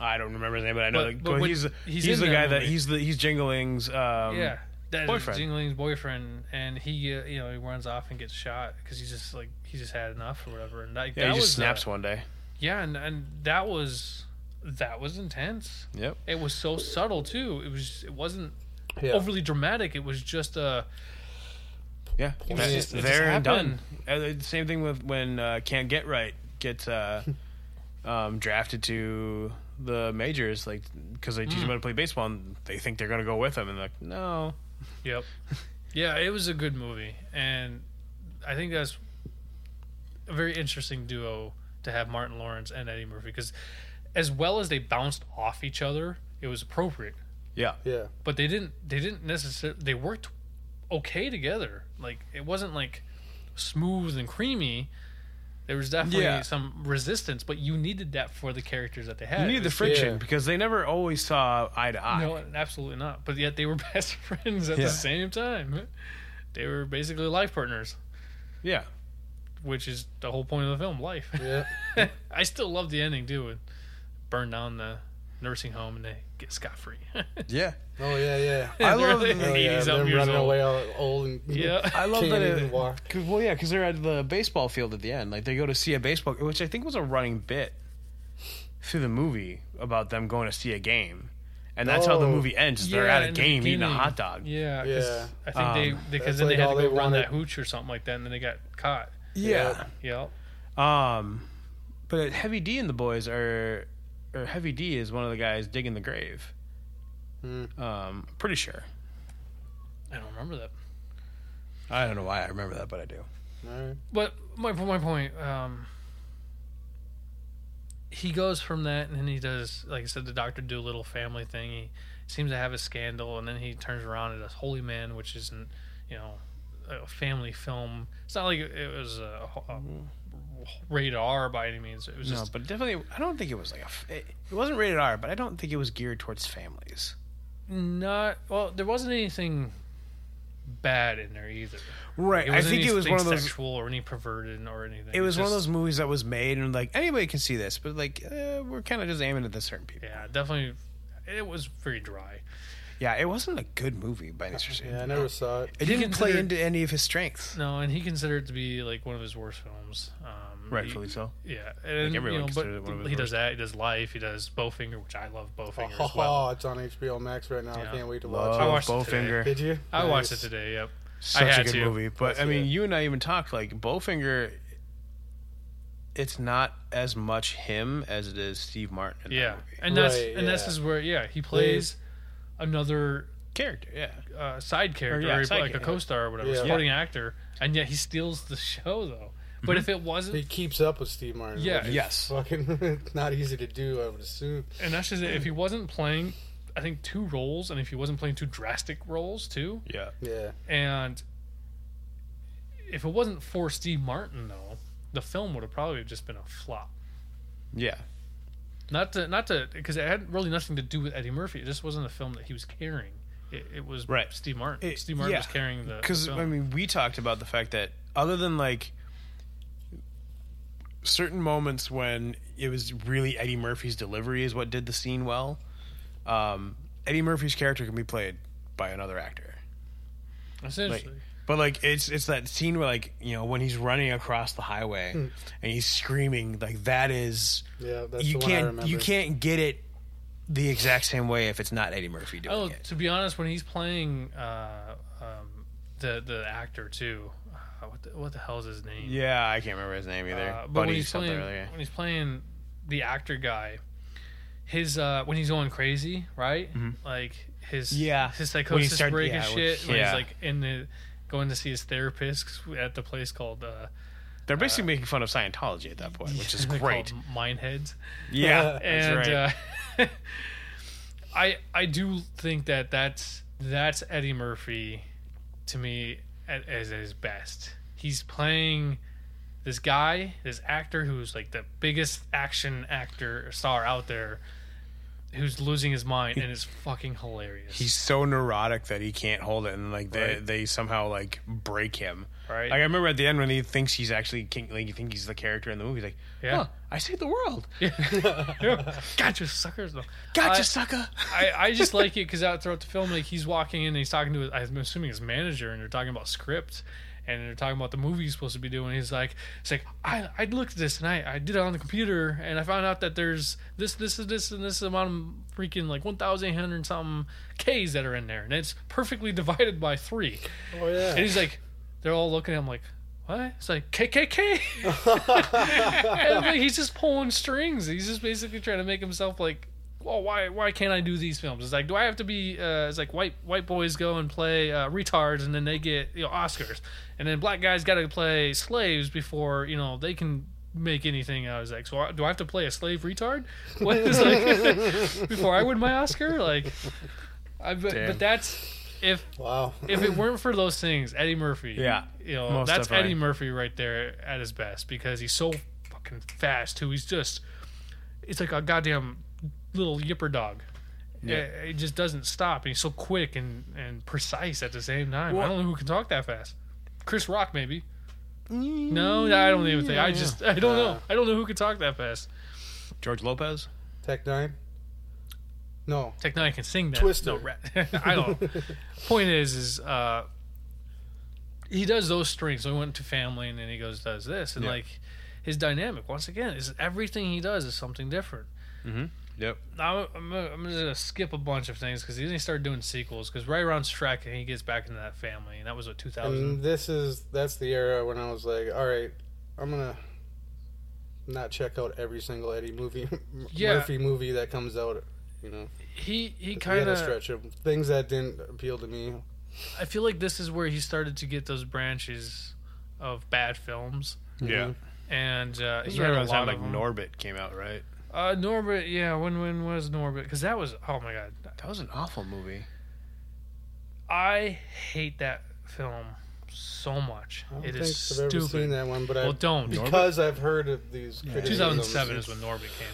Speaker 2: I don't remember his name, but I know.
Speaker 1: But-
Speaker 2: But,
Speaker 1: but when-
Speaker 2: he's
Speaker 1: he's
Speaker 2: he's,
Speaker 1: in
Speaker 2: the
Speaker 1: that
Speaker 2: guy that
Speaker 1: movie.
Speaker 2: he's the he's Jingling's um,
Speaker 1: yeah, that is
Speaker 2: boyfriend.
Speaker 1: Jingling's boyfriend, and he uh, you know he runs off and gets shot because he's just like he just had enough or whatever. And like,
Speaker 2: yeah.
Speaker 1: that
Speaker 2: He
Speaker 1: was
Speaker 2: just snaps
Speaker 1: uh,
Speaker 2: one day.
Speaker 1: yeah, and and that was that was intense.
Speaker 2: Yep.
Speaker 1: It was so subtle too. It was it wasn't
Speaker 3: Yeah.
Speaker 1: overly dramatic. It was just uh, a
Speaker 2: Yeah.
Speaker 3: was
Speaker 2: That's
Speaker 1: just- it just
Speaker 2: there and
Speaker 1: happened.
Speaker 2: done. And the same thing with when uh, can't get right gets uh, um, drafted to the majors, like because they
Speaker 1: Hmm.
Speaker 2: teach him how to play baseball, and they think they're gonna go with him, and they're like, no.
Speaker 1: Yep. Yeah, it was a good movie, and I think that's a very interesting duo to have Martin Lawrence and Eddie Murphy because, as well as they bounced off each other, it was appropriate.
Speaker 2: Yeah.
Speaker 3: yeah.
Speaker 1: But they didn't. They didn't necessarily. They worked okay together. Like it wasn't like smooth and creamy. There was definitely
Speaker 2: Yeah.
Speaker 1: some resistance, but you needed that for the characters that they had.
Speaker 2: You
Speaker 1: It
Speaker 2: need the
Speaker 1: was-
Speaker 2: friction
Speaker 3: Yeah.
Speaker 2: because they never always saw eye to eye.
Speaker 1: no, absolutely not. But yet they were best friends at
Speaker 2: Yeah.
Speaker 1: the same time. They were basically life partners,
Speaker 2: Yeah.
Speaker 1: which is the whole point of the film, life.
Speaker 3: Yeah.
Speaker 1: I still love the ending too. It burned down the nursing home and they get scot free.
Speaker 2: Yeah.
Speaker 3: Oh yeah, yeah.
Speaker 2: I
Speaker 1: They're
Speaker 2: love
Speaker 1: like
Speaker 2: the-
Speaker 3: Oh, yeah,
Speaker 1: 80
Speaker 3: they're
Speaker 1: some years
Speaker 3: running
Speaker 1: old.
Speaker 3: away all old and
Speaker 1: Yeah.
Speaker 2: I love
Speaker 3: can't
Speaker 2: that.
Speaker 3: even
Speaker 2: It,
Speaker 3: walk.
Speaker 2: 'cause- well, yeah, because they're at the baseball field at the end. Like they go to see a baseball, which I think was a running bit through the movie about them going to see a game, and that's how the
Speaker 3: Oh.
Speaker 2: movie ends. is They're at a
Speaker 1: in the
Speaker 2: game eating a
Speaker 1: beginning.
Speaker 2: hot dog.
Speaker 1: Yeah, 'cause I think
Speaker 2: Um,
Speaker 1: they because
Speaker 3: that's
Speaker 1: then
Speaker 3: like
Speaker 1: they had
Speaker 3: all
Speaker 1: to go
Speaker 3: they
Speaker 1: run
Speaker 3: wanted.
Speaker 1: that hooch or something like that, and then they got caught.
Speaker 2: Yeah.
Speaker 1: Yeah,
Speaker 2: Um, but Heavy D and the boys are, or Heavy D is one of the guys digging the grave.
Speaker 3: Hmm.
Speaker 2: Um, pretty sure.
Speaker 1: I don't remember that.
Speaker 2: I don't know why I remember that, but I do.
Speaker 3: All right.
Speaker 1: But my my point, um, he goes from that, and then he does, like I said, the Doctor Doolittle family thing. He seems to have a scandal, and then he turns around and does Holy Man, which isn't, you know, a family film. It's not like it was a, a rated R by any means. It was
Speaker 2: Mm-hmm. No,
Speaker 1: just
Speaker 2: but definitely, I don't think it was like a. f- It, it wasn't rated R, but I don't think it was geared towards families.
Speaker 1: not. Well, there wasn't anything bad in there either.
Speaker 2: Right.
Speaker 1: It
Speaker 2: I
Speaker 1: wasn't
Speaker 2: think it was one of
Speaker 1: anything
Speaker 2: those.
Speaker 1: sexual or any perverted or anything.
Speaker 2: It was one of
Speaker 1: just-
Speaker 2: those movies that was made and like anybody can see this, but like uh, we're kind of just aiming at the certain people.
Speaker 1: Yeah, definitely. It was very dry.
Speaker 2: Yeah, it wasn't a good movie by any stretch.
Speaker 3: Yeah, I never saw it.
Speaker 2: It didn't play
Speaker 1: considered-
Speaker 2: into any of his strengths.
Speaker 1: No, and he considered it to be like one of his worst films. Um,
Speaker 2: Rightfully so.
Speaker 1: he- yeah, and
Speaker 2: everyone
Speaker 1: you know, but
Speaker 2: considered it one of his
Speaker 1: he does
Speaker 2: worst.
Speaker 1: that. He does Life. He does Bowfinger, which I love Bowfinger
Speaker 3: Oh,
Speaker 1: as well.
Speaker 3: it's on HBO Max right now.
Speaker 1: Yeah.
Speaker 3: I can't wait to watch
Speaker 1: I
Speaker 2: Love
Speaker 1: watched it today.
Speaker 2: Bowfinger.
Speaker 3: it. Did you?
Speaker 1: I watched it
Speaker 3: Nice.
Speaker 1: today. Yep.
Speaker 2: Such
Speaker 1: had
Speaker 2: a good
Speaker 1: to.
Speaker 2: movie. But I
Speaker 3: That's
Speaker 2: mean,
Speaker 3: it.
Speaker 2: you and I even talked like Bowfinger. It's not as much him as it is Steve Martin. In that
Speaker 1: Yeah,
Speaker 2: movie.
Speaker 1: and that's
Speaker 3: Right,
Speaker 1: and this
Speaker 3: yeah.
Speaker 1: is where yeah he plays another
Speaker 2: character. Yeah,
Speaker 1: uh, side character,
Speaker 2: yeah,
Speaker 1: or
Speaker 2: side
Speaker 1: like
Speaker 2: ca-
Speaker 1: a co-star or whatever,
Speaker 3: Yeah.
Speaker 1: supporting actor, and yet he steals the show though. But
Speaker 2: Mm-hmm.
Speaker 1: if it
Speaker 3: He
Speaker 1: wasn't,
Speaker 3: keeps up with Steve Martin.
Speaker 1: Yeah.
Speaker 3: which is
Speaker 2: Yes.
Speaker 3: Fucking not easy to do, I would assume.
Speaker 1: and that's just it, if he wasn't playing, I think two roles, and if he wasn't playing two drastic roles too,
Speaker 2: yeah.
Speaker 3: Yeah.
Speaker 1: And if it wasn't for Steve Martin, though, the film would have probably just been a flop.
Speaker 2: Yeah.
Speaker 1: Not to, not to, because it had really nothing to do with Eddie Murphy. It just wasn't a film that he was carrying. It, it was
Speaker 2: Right.
Speaker 1: Steve Martin.
Speaker 2: It-
Speaker 1: Steve Martin
Speaker 2: yeah.
Speaker 1: was carrying the the
Speaker 2: Because
Speaker 1: film.
Speaker 2: I mean, we talked about the fact that other than like certain moments when it was really Eddie Murphy's delivery is what did the scene well. Um, Eddie Murphy's character can be played by another actor,
Speaker 1: essentially.
Speaker 2: but like it's it's that scene where like you know when he's running across the highway
Speaker 1: Hmm.
Speaker 2: and he's screaming like that is
Speaker 3: Yeah, that's
Speaker 2: you
Speaker 3: the one I
Speaker 2: can't
Speaker 3: remember.
Speaker 2: you can't get it the exact same way if it's not Eddie Murphy doing
Speaker 1: oh,
Speaker 2: it.
Speaker 1: to be honest, when he's playing uh, um, the the actor too, uh, what the, what the hell is his name?
Speaker 2: Yeah, I can't remember his name either.
Speaker 1: Uh, but
Speaker 2: Buddy
Speaker 1: when he's
Speaker 2: something
Speaker 1: playing
Speaker 2: or other.
Speaker 1: when he's playing the actor guy, his uh, when he's going crazy, right?
Speaker 2: Mm-hmm.
Speaker 1: Like his
Speaker 2: Yeah.
Speaker 1: his
Speaker 2: When he
Speaker 1: psychosis
Speaker 2: start-
Speaker 1: break
Speaker 2: yeah,
Speaker 1: and
Speaker 2: when-
Speaker 1: shit. When
Speaker 2: yeah.
Speaker 1: he's like in the going to see his therapist at the place called uh,
Speaker 2: They're basically making fun of Scientology at that point, which is
Speaker 1: they're
Speaker 2: great.
Speaker 1: called Mindheads.
Speaker 2: Yeah,
Speaker 1: and
Speaker 2: that's right.
Speaker 1: uh, I I do think that that's that's Eddie Murphy to me at, as his best. He's playing this guy, this actor who's like the biggest action actor or star out there, who's losing his mind, and it's fucking hilarious.
Speaker 2: He's so neurotic that he can't hold it, and like they
Speaker 1: Right.
Speaker 2: they somehow like break him.
Speaker 1: Right.
Speaker 2: Like I remember at the end when he thinks he's actually king, like you think he's the character in the movie. He's like,
Speaker 1: Yeah.
Speaker 2: yeah, I saved the world.
Speaker 1: Yeah. gotcha, suckers. though.
Speaker 2: Gotcha,
Speaker 1: I-
Speaker 2: sucker.
Speaker 1: I, I just like it because out throughout the film, like he's walking in and he's talking to, his, I'm assuming his manager, and they're talking about script, and they're talking about the movie he's supposed to be doing. He's like, it's like I, I looked at this and I, I did it on the computer, and I found out that there's this, this, is this, and this amount of freaking like 1,800 something Ks that are in there, and it's perfectly divided by three.
Speaker 3: Oh yeah.
Speaker 1: And he's like, they're all looking at him like, what? It's like KKK. and like, he's just pulling strings. He's just basically trying to make himself like, well, why why can't I do these films? It's like, do I have to be? Uh, it's like white white boys go and play uh, retards, and then they get you know Oscars, and then black guys got to play slaves before you know they can make anything out of it. So I, do I have to play a slave retard? What is like before I win my Oscar? Like, I but,
Speaker 2: Damn.
Speaker 1: but that's if
Speaker 3: wow.
Speaker 1: if it weren't for those things, Eddie Murphy.
Speaker 2: Yeah,
Speaker 1: You know,
Speaker 2: most
Speaker 1: that's
Speaker 2: definitely.
Speaker 1: Eddie Murphy right there at his best because he's so fucking fast too. He's just it's like a goddamn little yipper dog. Yeah. It, it just doesn't stop and he's so quick and, and precise at the same time. I
Speaker 2: Well-
Speaker 1: don't know who can talk that fast. Chris Rock maybe. No, I don't even think. I just I don't know. I don't know who can talk that fast.
Speaker 2: George Lopez.
Speaker 3: Tech nine. No.
Speaker 1: Tech Nine can sing that.
Speaker 3: Twister.
Speaker 1: No, rat. I don't. know. Point is, is uh, he does those strings. So he went to family, and then he goes does this, and
Speaker 2: Yeah.
Speaker 1: like his dynamic once again is everything he does is something different.
Speaker 2: Mm-hmm. Yep.
Speaker 1: Now I'm, gonna- I'm just gonna skip a bunch of things because he didn't start doing sequels because right around Shrek, he gets back into that family, and that was what 2000.
Speaker 3: And this is that's the era when I was like, all right, I'm gonna not check out every single Eddie movie,
Speaker 1: Yeah.
Speaker 3: Murphy movie that comes out. You know,
Speaker 1: He he
Speaker 3: we had
Speaker 1: kind
Speaker 3: a
Speaker 1: of
Speaker 3: stretch of things that didn't appeal to me.
Speaker 1: I feel like this is where he started to get those branches of bad films,
Speaker 2: Yeah.
Speaker 1: and uh,
Speaker 2: This
Speaker 1: he
Speaker 2: is right
Speaker 1: had a
Speaker 2: around the
Speaker 1: lot
Speaker 2: time
Speaker 1: of them.
Speaker 2: like Norbit came out, right?
Speaker 1: Uh, Norbit, yeah. When when was Norbit? Because that was oh my god,
Speaker 2: That was an awful movie.
Speaker 1: I hate that film so much.
Speaker 3: I don't
Speaker 1: It
Speaker 3: think
Speaker 1: is
Speaker 3: I've ever seen
Speaker 1: stupid.
Speaker 3: that one, but
Speaker 1: Well,
Speaker 3: I
Speaker 1: don't.
Speaker 3: because I've heard of these. criticisms.
Speaker 1: 2007 is when Norbit came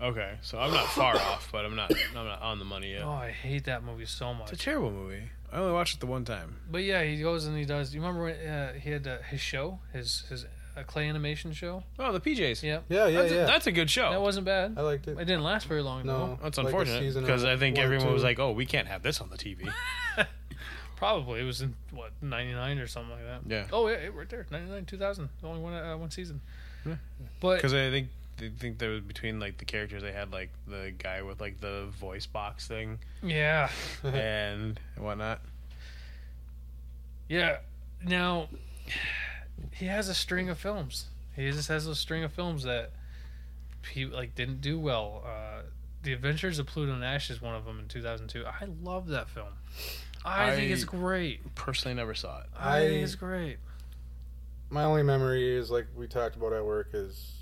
Speaker 2: Okay, so I'm not far off, but I'm not I'm not on the money yet.
Speaker 1: out. Oh, I hate that movie so
Speaker 2: It's a
Speaker 1: much.
Speaker 2: terrible movie. I only watched it the one time.
Speaker 1: But yeah, he goes and he does. You remember when uh, he had uh, his show, his his uh, clay animation show?
Speaker 2: Oh, the PJs.
Speaker 1: Yeah,
Speaker 3: Yeah, yeah,
Speaker 2: That's,
Speaker 3: yeah.
Speaker 2: A, that's a good show.
Speaker 1: that wasn't bad.
Speaker 3: I liked
Speaker 1: It
Speaker 3: it.
Speaker 1: didn't last very long. though.
Speaker 3: No,
Speaker 2: That's
Speaker 3: like a
Speaker 2: unfortunate
Speaker 3: season of
Speaker 2: because I think
Speaker 3: one or
Speaker 2: everyone was
Speaker 3: two.
Speaker 2: like, "Oh, we can't have this on the TV."
Speaker 1: probably it was in what 99 or something like that.
Speaker 2: Yeah.
Speaker 1: Oh yeah, it, right there, 99, 2000, only one uh, one season. But
Speaker 2: Because I think they think there was between like the characters they had like the guy with like the voice box thing
Speaker 1: yeah,
Speaker 2: and whatnot.
Speaker 1: Yeah. Now he has a string of films. He just has a string of films that he like didn't do well. Uh, the Adventures of Pluto Nash is one of them in 2002. I love that film. I, think it's
Speaker 2: I-
Speaker 1: great.
Speaker 2: Personally, never saw it.
Speaker 1: I, think
Speaker 3: I-
Speaker 1: it's great.
Speaker 3: My only memory is like we talked about at work is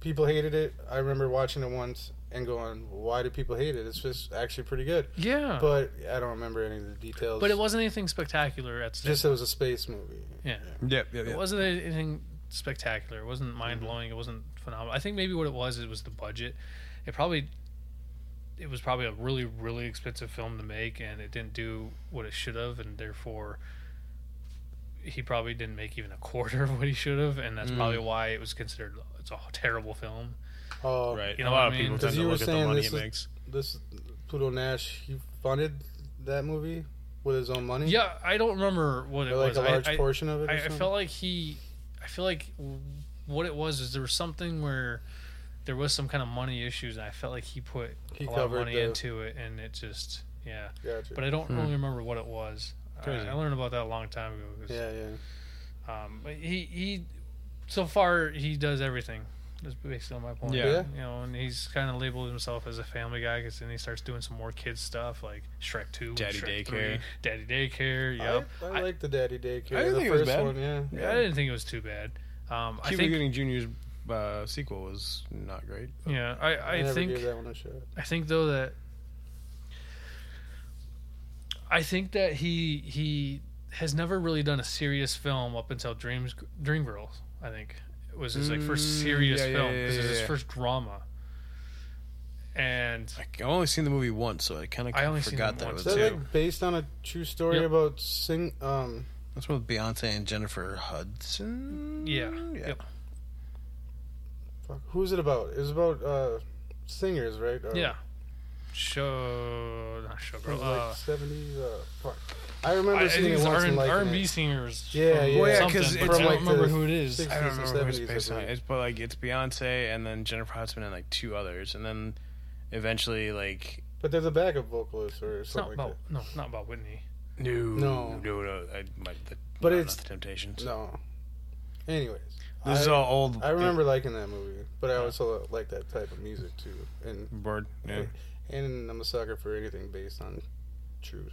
Speaker 3: people hated it. I remember watching it once and going, "Why do people hate it? It's just actually pretty good."
Speaker 1: Yeah. But,
Speaker 3: But I don't remember any of the details.
Speaker 1: it wasn't anything spectacular at the
Speaker 3: just it was a space movie.
Speaker 1: Yeah.
Speaker 2: Yep, yep,
Speaker 1: It wasn't anything spectacular. It
Speaker 3: Mm-hmm.
Speaker 1: wasn't mind blowing. It wasn't phenomenal. I think maybe what it was, it was the budget. It probably, it was probably a really really expensive film to make, and it didn't do what it should have, and therefore, he probably didn't make even a quarter of what he should have, and
Speaker 3: Mm.
Speaker 1: that's probably why it was considered it's a terrible film.
Speaker 3: Oh,
Speaker 2: Right.
Speaker 1: You know
Speaker 2: a
Speaker 1: what I
Speaker 2: lot of
Speaker 1: mean?
Speaker 2: people
Speaker 1: 'Cause
Speaker 2: tend
Speaker 3: you
Speaker 2: to
Speaker 3: were
Speaker 2: look at the
Speaker 3: saying
Speaker 2: money
Speaker 3: this
Speaker 2: it
Speaker 3: is-
Speaker 2: makes.
Speaker 3: This Pluto Nash he funded that movie with his own money.
Speaker 1: Yeah, I don't remember what it
Speaker 3: Or, like
Speaker 1: was.
Speaker 3: a
Speaker 1: I-
Speaker 3: large
Speaker 1: I-
Speaker 3: portion of it. or
Speaker 1: I, I
Speaker 3: something?
Speaker 1: felt like he, I feel like w- what it was is there was something where there was some kind of money issues, and I felt like he put
Speaker 3: He
Speaker 1: a lot of
Speaker 3: covered
Speaker 1: money
Speaker 3: the- Hmm.
Speaker 1: into it, and it just yeah.
Speaker 3: Gotcha.
Speaker 1: But I don't really remember what it was. I,
Speaker 2: Crazy.
Speaker 1: I learned about that a long time ago. 'cause,
Speaker 3: yeah, yeah.
Speaker 1: Um, but he he, so far he does everything. That's basically my point.
Speaker 2: Yeah.
Speaker 3: Yeah.
Speaker 1: You know, and he's kind of labeled himself as a family guy because then he starts doing some more kids stuff like Shrek Two, and
Speaker 2: Daddy
Speaker 1: Shrek
Speaker 2: Daycare.
Speaker 1: 3, Daddy Daycare.
Speaker 3: I-
Speaker 1: Yep.
Speaker 3: I,
Speaker 1: I-
Speaker 3: like the Daddy Daycare.
Speaker 2: I didn't
Speaker 3: the
Speaker 2: think it was
Speaker 3: first
Speaker 2: bad.
Speaker 3: one, yeah.
Speaker 1: yeah, I didn't think it was too bad. Um, I
Speaker 2: Cuba
Speaker 1: think
Speaker 2: Gooding Jr.'s uh, sequel was not great.
Speaker 1: Yeah, I,
Speaker 3: I,
Speaker 1: I
Speaker 3: never
Speaker 1: think
Speaker 3: gave that one a shot.
Speaker 1: I think though that I think that he he has never really done a serious film up until Dreams Dreamgirls. I think was his like first
Speaker 2: Mm,
Speaker 1: serious
Speaker 2: yeah, yeah,
Speaker 1: film
Speaker 2: yeah,
Speaker 1: because it
Speaker 2: yeah,
Speaker 1: was his
Speaker 2: yeah.
Speaker 1: first drama. and
Speaker 2: Like, I've only seen the movie once, so I kind
Speaker 1: I only
Speaker 2: of
Speaker 1: seen them
Speaker 2: forgot that it
Speaker 1: once,
Speaker 2: was
Speaker 3: Is that
Speaker 2: too.
Speaker 3: like based on a true story
Speaker 1: Yep.
Speaker 3: about sing? Um,
Speaker 2: That's with Beyonce and Jennifer Hudson.
Speaker 1: yeah,
Speaker 3: Mm,
Speaker 2: yeah.
Speaker 1: yep.
Speaker 3: fuck, who is it about? It's about uh, singers, right? Uh,
Speaker 1: yeah, show not
Speaker 3: From
Speaker 1: showgirl. Uh,
Speaker 3: like seventies. Uh, fuck. I remember
Speaker 1: I, I
Speaker 3: seeing
Speaker 1: think
Speaker 3: it
Speaker 1: it's
Speaker 3: once
Speaker 1: R
Speaker 3: and
Speaker 1: and
Speaker 3: liking
Speaker 1: B
Speaker 3: it.
Speaker 1: singers.
Speaker 3: Yeah,
Speaker 1: from
Speaker 3: yeah. Well, yeah,
Speaker 1: something,
Speaker 2: 'cause
Speaker 1: but
Speaker 2: it's
Speaker 1: I don't
Speaker 2: like
Speaker 1: remember
Speaker 3: the
Speaker 1: who it is.
Speaker 3: six-
Speaker 2: I don't remember who's
Speaker 3: 60s or
Speaker 2: based on
Speaker 3: 70s,
Speaker 2: it.
Speaker 3: I
Speaker 2: It's but like it's Beyonce and then Jennifer Hudson and like two others, and then eventually like
Speaker 3: But they're the backup vocalist or
Speaker 1: It's not
Speaker 3: something like
Speaker 1: about no, not about Whitney.
Speaker 2: no,
Speaker 3: No.
Speaker 2: no, no I might, the,
Speaker 3: But
Speaker 2: no,
Speaker 3: it's-
Speaker 2: not the Temptations.
Speaker 3: that. No. Anyways,
Speaker 2: this is
Speaker 3: I-
Speaker 2: all old.
Speaker 3: I remember liking that movie, but I also like that type of music too. And
Speaker 2: Bird. Yeah.
Speaker 3: and I'm a sucker for anything based on true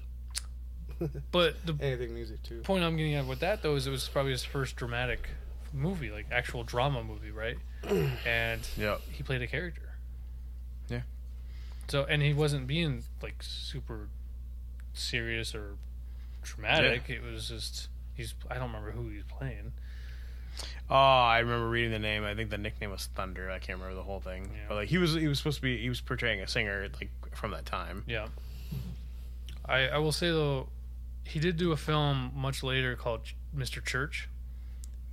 Speaker 1: But the
Speaker 3: anything music too.
Speaker 1: point I'm getting at with that though is it was probably his first dramatic movie, like actual drama movie, right? and
Speaker 2: yeah.
Speaker 1: he played a character.
Speaker 2: Yeah.
Speaker 1: So and he wasn't being like super serious or dramatic. It was just he's I don't remember who he's playing.
Speaker 2: Oh, I remember reading the name. I think the nickname was Thunder. I can't remember the whole thing.
Speaker 1: Yeah.
Speaker 2: But like he was, he was supposed to be, he was portraying a singer like from that time.
Speaker 1: Yeah. I I will say though, he did do a film much later called Ch- Mr. Church.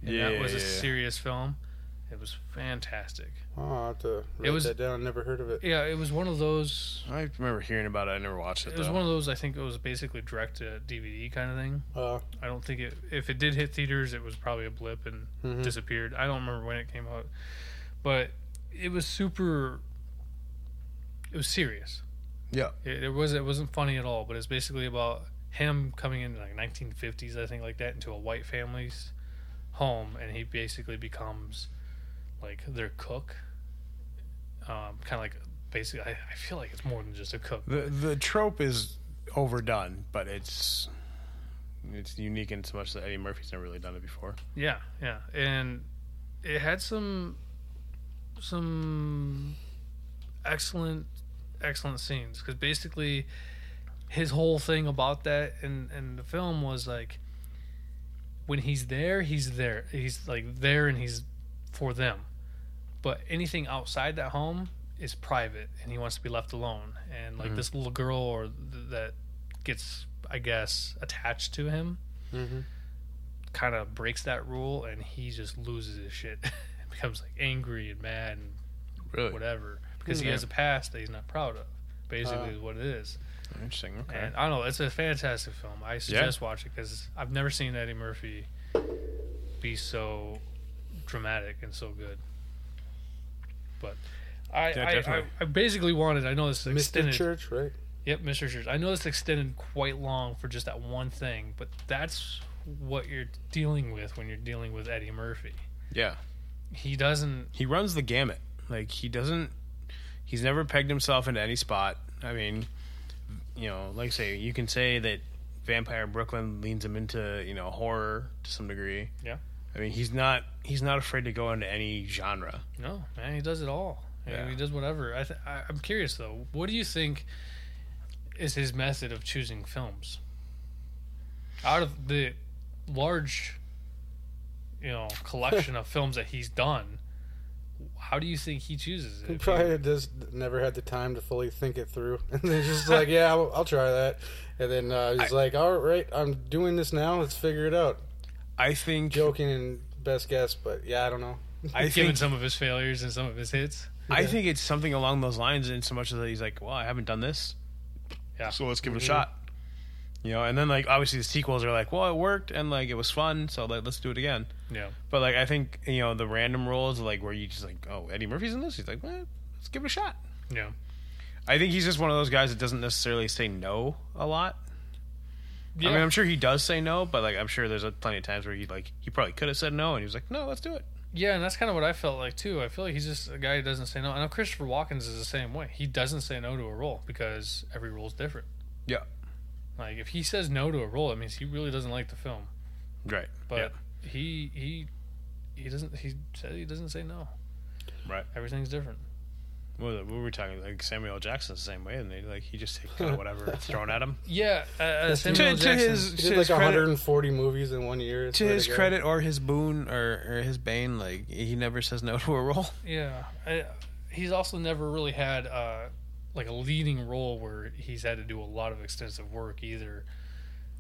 Speaker 1: And that was a serious film. It was fantastic.
Speaker 3: Oh, I'll have to write
Speaker 1: was-
Speaker 3: that down. Never heard of it.
Speaker 1: Yeah, it was one of those
Speaker 2: I remember hearing about it. I never watched it.
Speaker 1: it was
Speaker 2: though.
Speaker 1: one of those I think it was basically direct to DVD kind of thing.
Speaker 3: Uh,
Speaker 1: I don't think it if it did hit theaters it was probably a blip and
Speaker 3: mhm.
Speaker 1: disappeared. I don't remember when it came out, but it was super. It was serious.
Speaker 2: Yeah.
Speaker 1: It, it was. It wasn't funny at all. But it's basically about him coming in like 1950s, I think, like that, into a white family's home, and he basically becomes like their cook. Um, kind of like basically, I, I feel like it's more than just a cook.
Speaker 2: The the trope is overdone, but it's it's unique in so much that Eddie Murphy's never really done it before.
Speaker 1: Yeah, yeah, and it had some some excellent excellent scenes because basically his whole thing about that and and the film was like when he's there he's there he's like there and he's for them but anything outside that home is private and he wants to be left alone and like
Speaker 2: Mhm.
Speaker 1: this little girl or th- that gets i guess attached to him
Speaker 3: Mhm.
Speaker 1: kind of breaks that rule and he just loses his shit and becomes like angry and mad and
Speaker 2: Really
Speaker 1: whatever because he
Speaker 2: Yeah.
Speaker 1: has a past that he's not proud of basically
Speaker 3: Uh,
Speaker 1: is what it is
Speaker 2: interesting. Okay,
Speaker 1: and i don't know it's a fantastic film i suggest watch it because i've never seen eddie murphy be so dramatic and so good but I,
Speaker 2: Yeah,
Speaker 1: I- I, I,
Speaker 2: definitely.
Speaker 1: basically wanted. I know this is
Speaker 3: Mr.
Speaker 1: extended.
Speaker 3: Church, right?
Speaker 1: Yep, Mr. Church. I know this extended quite long for just that one thing, but that's what you're dealing with when you're dealing with Eddie Murphy.
Speaker 2: yeah,
Speaker 1: He doesn't.
Speaker 2: he runs the gamut. Like he doesn't. He's never pegged himself into any spot. I mean, you know, like I say, you can say that Vampire Brooklyn leans him into you know horror to some degree.
Speaker 1: Yeah.
Speaker 2: I mean, he's not he's not afraid to go into any genre.
Speaker 1: No, man, he does it all. I mean,
Speaker 2: Yeah.
Speaker 1: He does whatever. I th- I, I'm curious though. What do you think is his method of choosing films? Out of the large, you know, collection of films that he's done, how do you think he chooses it?
Speaker 3: He
Speaker 1: If
Speaker 3: probably just never had the time to fully think it through, and then just like, yeah, I'll, I'll try that, and then uh, he's like, all right, I'm doing this now. Let's figure it out.
Speaker 2: I think.
Speaker 3: Joking and best guess, but yeah, I don't know.
Speaker 2: I
Speaker 1: Given
Speaker 2: think
Speaker 1: some of his failures and some of his hits.
Speaker 2: I
Speaker 3: Yeah.
Speaker 2: think it's something along those lines, in so much as that he's like, "Well, I haven't done this,
Speaker 1: Yeah.
Speaker 2: so let's give it a shot." You know, and then like obviously the sequels are like, "Well, it worked, and like it was fun, so like, let's do it again."
Speaker 1: Yeah.
Speaker 2: But like I think you know the random roles like where you just like, "Oh, Eddie Murphy's in this," he's like, well, "Let's give it a shot."
Speaker 1: Yeah.
Speaker 2: I think he's just one of those guys that doesn't necessarily say no a lot.
Speaker 1: Yeah.
Speaker 2: I mean, I'm sure he does say no, but like I'm sure there's uh, plenty of times where he like he probably could have said no, and he was like, "No, let's do it."
Speaker 1: Yeah, and that's kind of what I felt like too. I feel like he's just a guy who doesn't say no. I know Christopher Walken is the same way. He doesn't say no to a role because every role's different.
Speaker 2: Yeah.
Speaker 1: Like if he says no to a role, it means he really doesn't like the film.
Speaker 2: Right.
Speaker 1: But he he he doesn't he said he doesn't say no.
Speaker 2: Right.
Speaker 1: Everything's different.
Speaker 2: What was it- what were we talking? Like Samuel L. Jackson's the same way, and they like he just take kind of whatever it's thrown at him.
Speaker 1: Yeah, uh, uh, Samuel
Speaker 2: to, to
Speaker 1: Jackson.
Speaker 2: his,
Speaker 3: He
Speaker 2: to
Speaker 3: did
Speaker 2: his
Speaker 3: like
Speaker 2: credit,
Speaker 3: 140 movies in one year. I
Speaker 2: to
Speaker 3: swear
Speaker 2: his
Speaker 3: God.
Speaker 2: credit or his boon or, or his bane, like he never says no to a role.
Speaker 1: Yeah, I, he's also never really had uh, like a leading role where he's had to do a lot of extensive work either.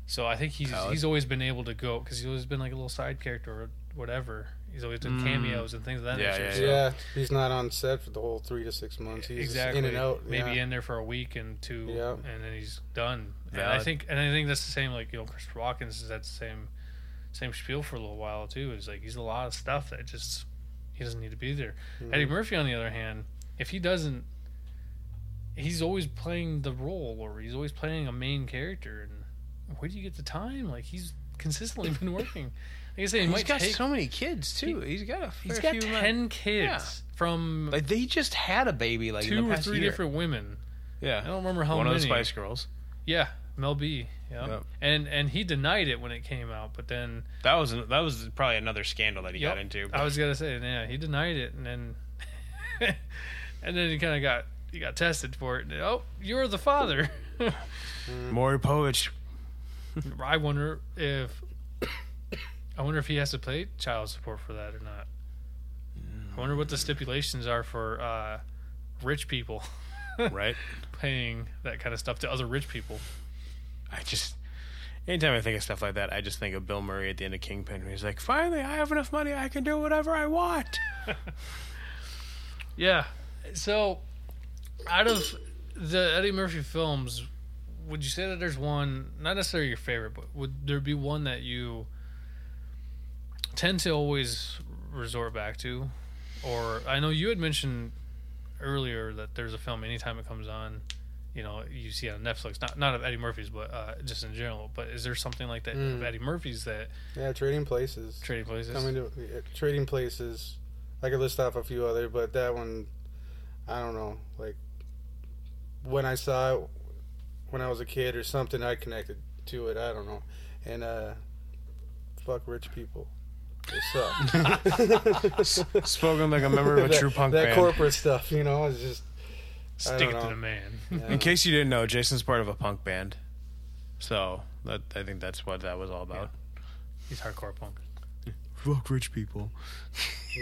Speaker 1: So I think he's
Speaker 2: Valid.
Speaker 1: he's always been able to go because he's always been like a little side character or whatever. He's always done
Speaker 2: Mm.
Speaker 1: cameos and things of that
Speaker 2: Yeah,
Speaker 1: nature.
Speaker 2: yeah,
Speaker 1: so-
Speaker 3: Yeah, he's not on set for the whole three to six months. He's
Speaker 1: exactly
Speaker 3: in and out.
Speaker 1: Maybe
Speaker 3: yeah.
Speaker 1: in there for a week and two,
Speaker 3: Yeah.
Speaker 1: and then he's done. And I
Speaker 2: Valid.
Speaker 1: think, and I think that's the same. Like you know, Christopher Watkins is that same, same spiel for a little while too. Is like he's a lot of stuff that just he doesn't need to be there.
Speaker 3: Mhm.
Speaker 1: Eddie Murphy, on the other hand, if he doesn't, he's always playing the role or he's always playing a main character. And where do you get the time? Like he's consistently been working. Like I say, he
Speaker 2: He's
Speaker 1: might
Speaker 2: got
Speaker 1: take.
Speaker 2: so many kids too. He, has got a fair
Speaker 1: he's got
Speaker 2: few
Speaker 1: ten
Speaker 2: amount-
Speaker 1: kids from
Speaker 2: Like they just had a baby like in
Speaker 1: two
Speaker 2: the
Speaker 1: or
Speaker 2: past
Speaker 1: three
Speaker 2: year.
Speaker 1: different women. I
Speaker 2: yeah.
Speaker 1: don't remember how
Speaker 2: One
Speaker 1: many.
Speaker 2: of the Spice Girls.
Speaker 1: Yeah, Mel B. Yeah,
Speaker 2: Yep.
Speaker 1: and and he denied it when it came out, but then
Speaker 2: That was that was probably another scandal that he
Speaker 1: Yep.
Speaker 2: got into.
Speaker 1: I was gonna say, yeah, he denied it, and then and then he kind of got he got tested for it. And, oh, you're the father.
Speaker 2: Maury Povich.
Speaker 1: I wonder if I wonder if he has to pay child support for that or not. I wonder what the stipulations are for uh, rich people
Speaker 2: right.
Speaker 1: paying that kind of stuff to other rich people.
Speaker 2: I just anytime I think of stuff like that, I just think of Bill Murray at the end of Kingpin. Where he's like, "Finally, I have enough money. I can do whatever I want."
Speaker 1: Yeah. So, out of the Eddie Murphy films, would you say that there's one, not necessarily your favorite, but would there be one that you tend to always resort back to? Or I know you had mentioned earlier that there's a film anytime it comes on, you know, you see it on Netflix, not not of Eddie Murphy's, but uh, just in general. But is there something like that of
Speaker 3: Mm.
Speaker 1: Eddie Murphy's that
Speaker 3: Yeah, Trading Places.
Speaker 1: Trading Places?
Speaker 3: Coming to yeah, Trading Places. I could list off a few other, but that one, I don't know. Like when I saw it when I was a kid or something, I connected to it. I don't know. And uh, fuck rich people. They suck.
Speaker 2: Spoken like a member of a
Speaker 3: That-
Speaker 2: true punk
Speaker 3: that
Speaker 2: band.
Speaker 3: corporate stuff, you know, is just. I
Speaker 1: Stick
Speaker 3: don't
Speaker 1: it to
Speaker 3: know.
Speaker 1: the man.
Speaker 3: yeah.
Speaker 2: In case you didn't know, Jason's part of a punk band, so that, I think that's what that was all about.
Speaker 1: He's hardcore punk.
Speaker 2: Fuck rich people.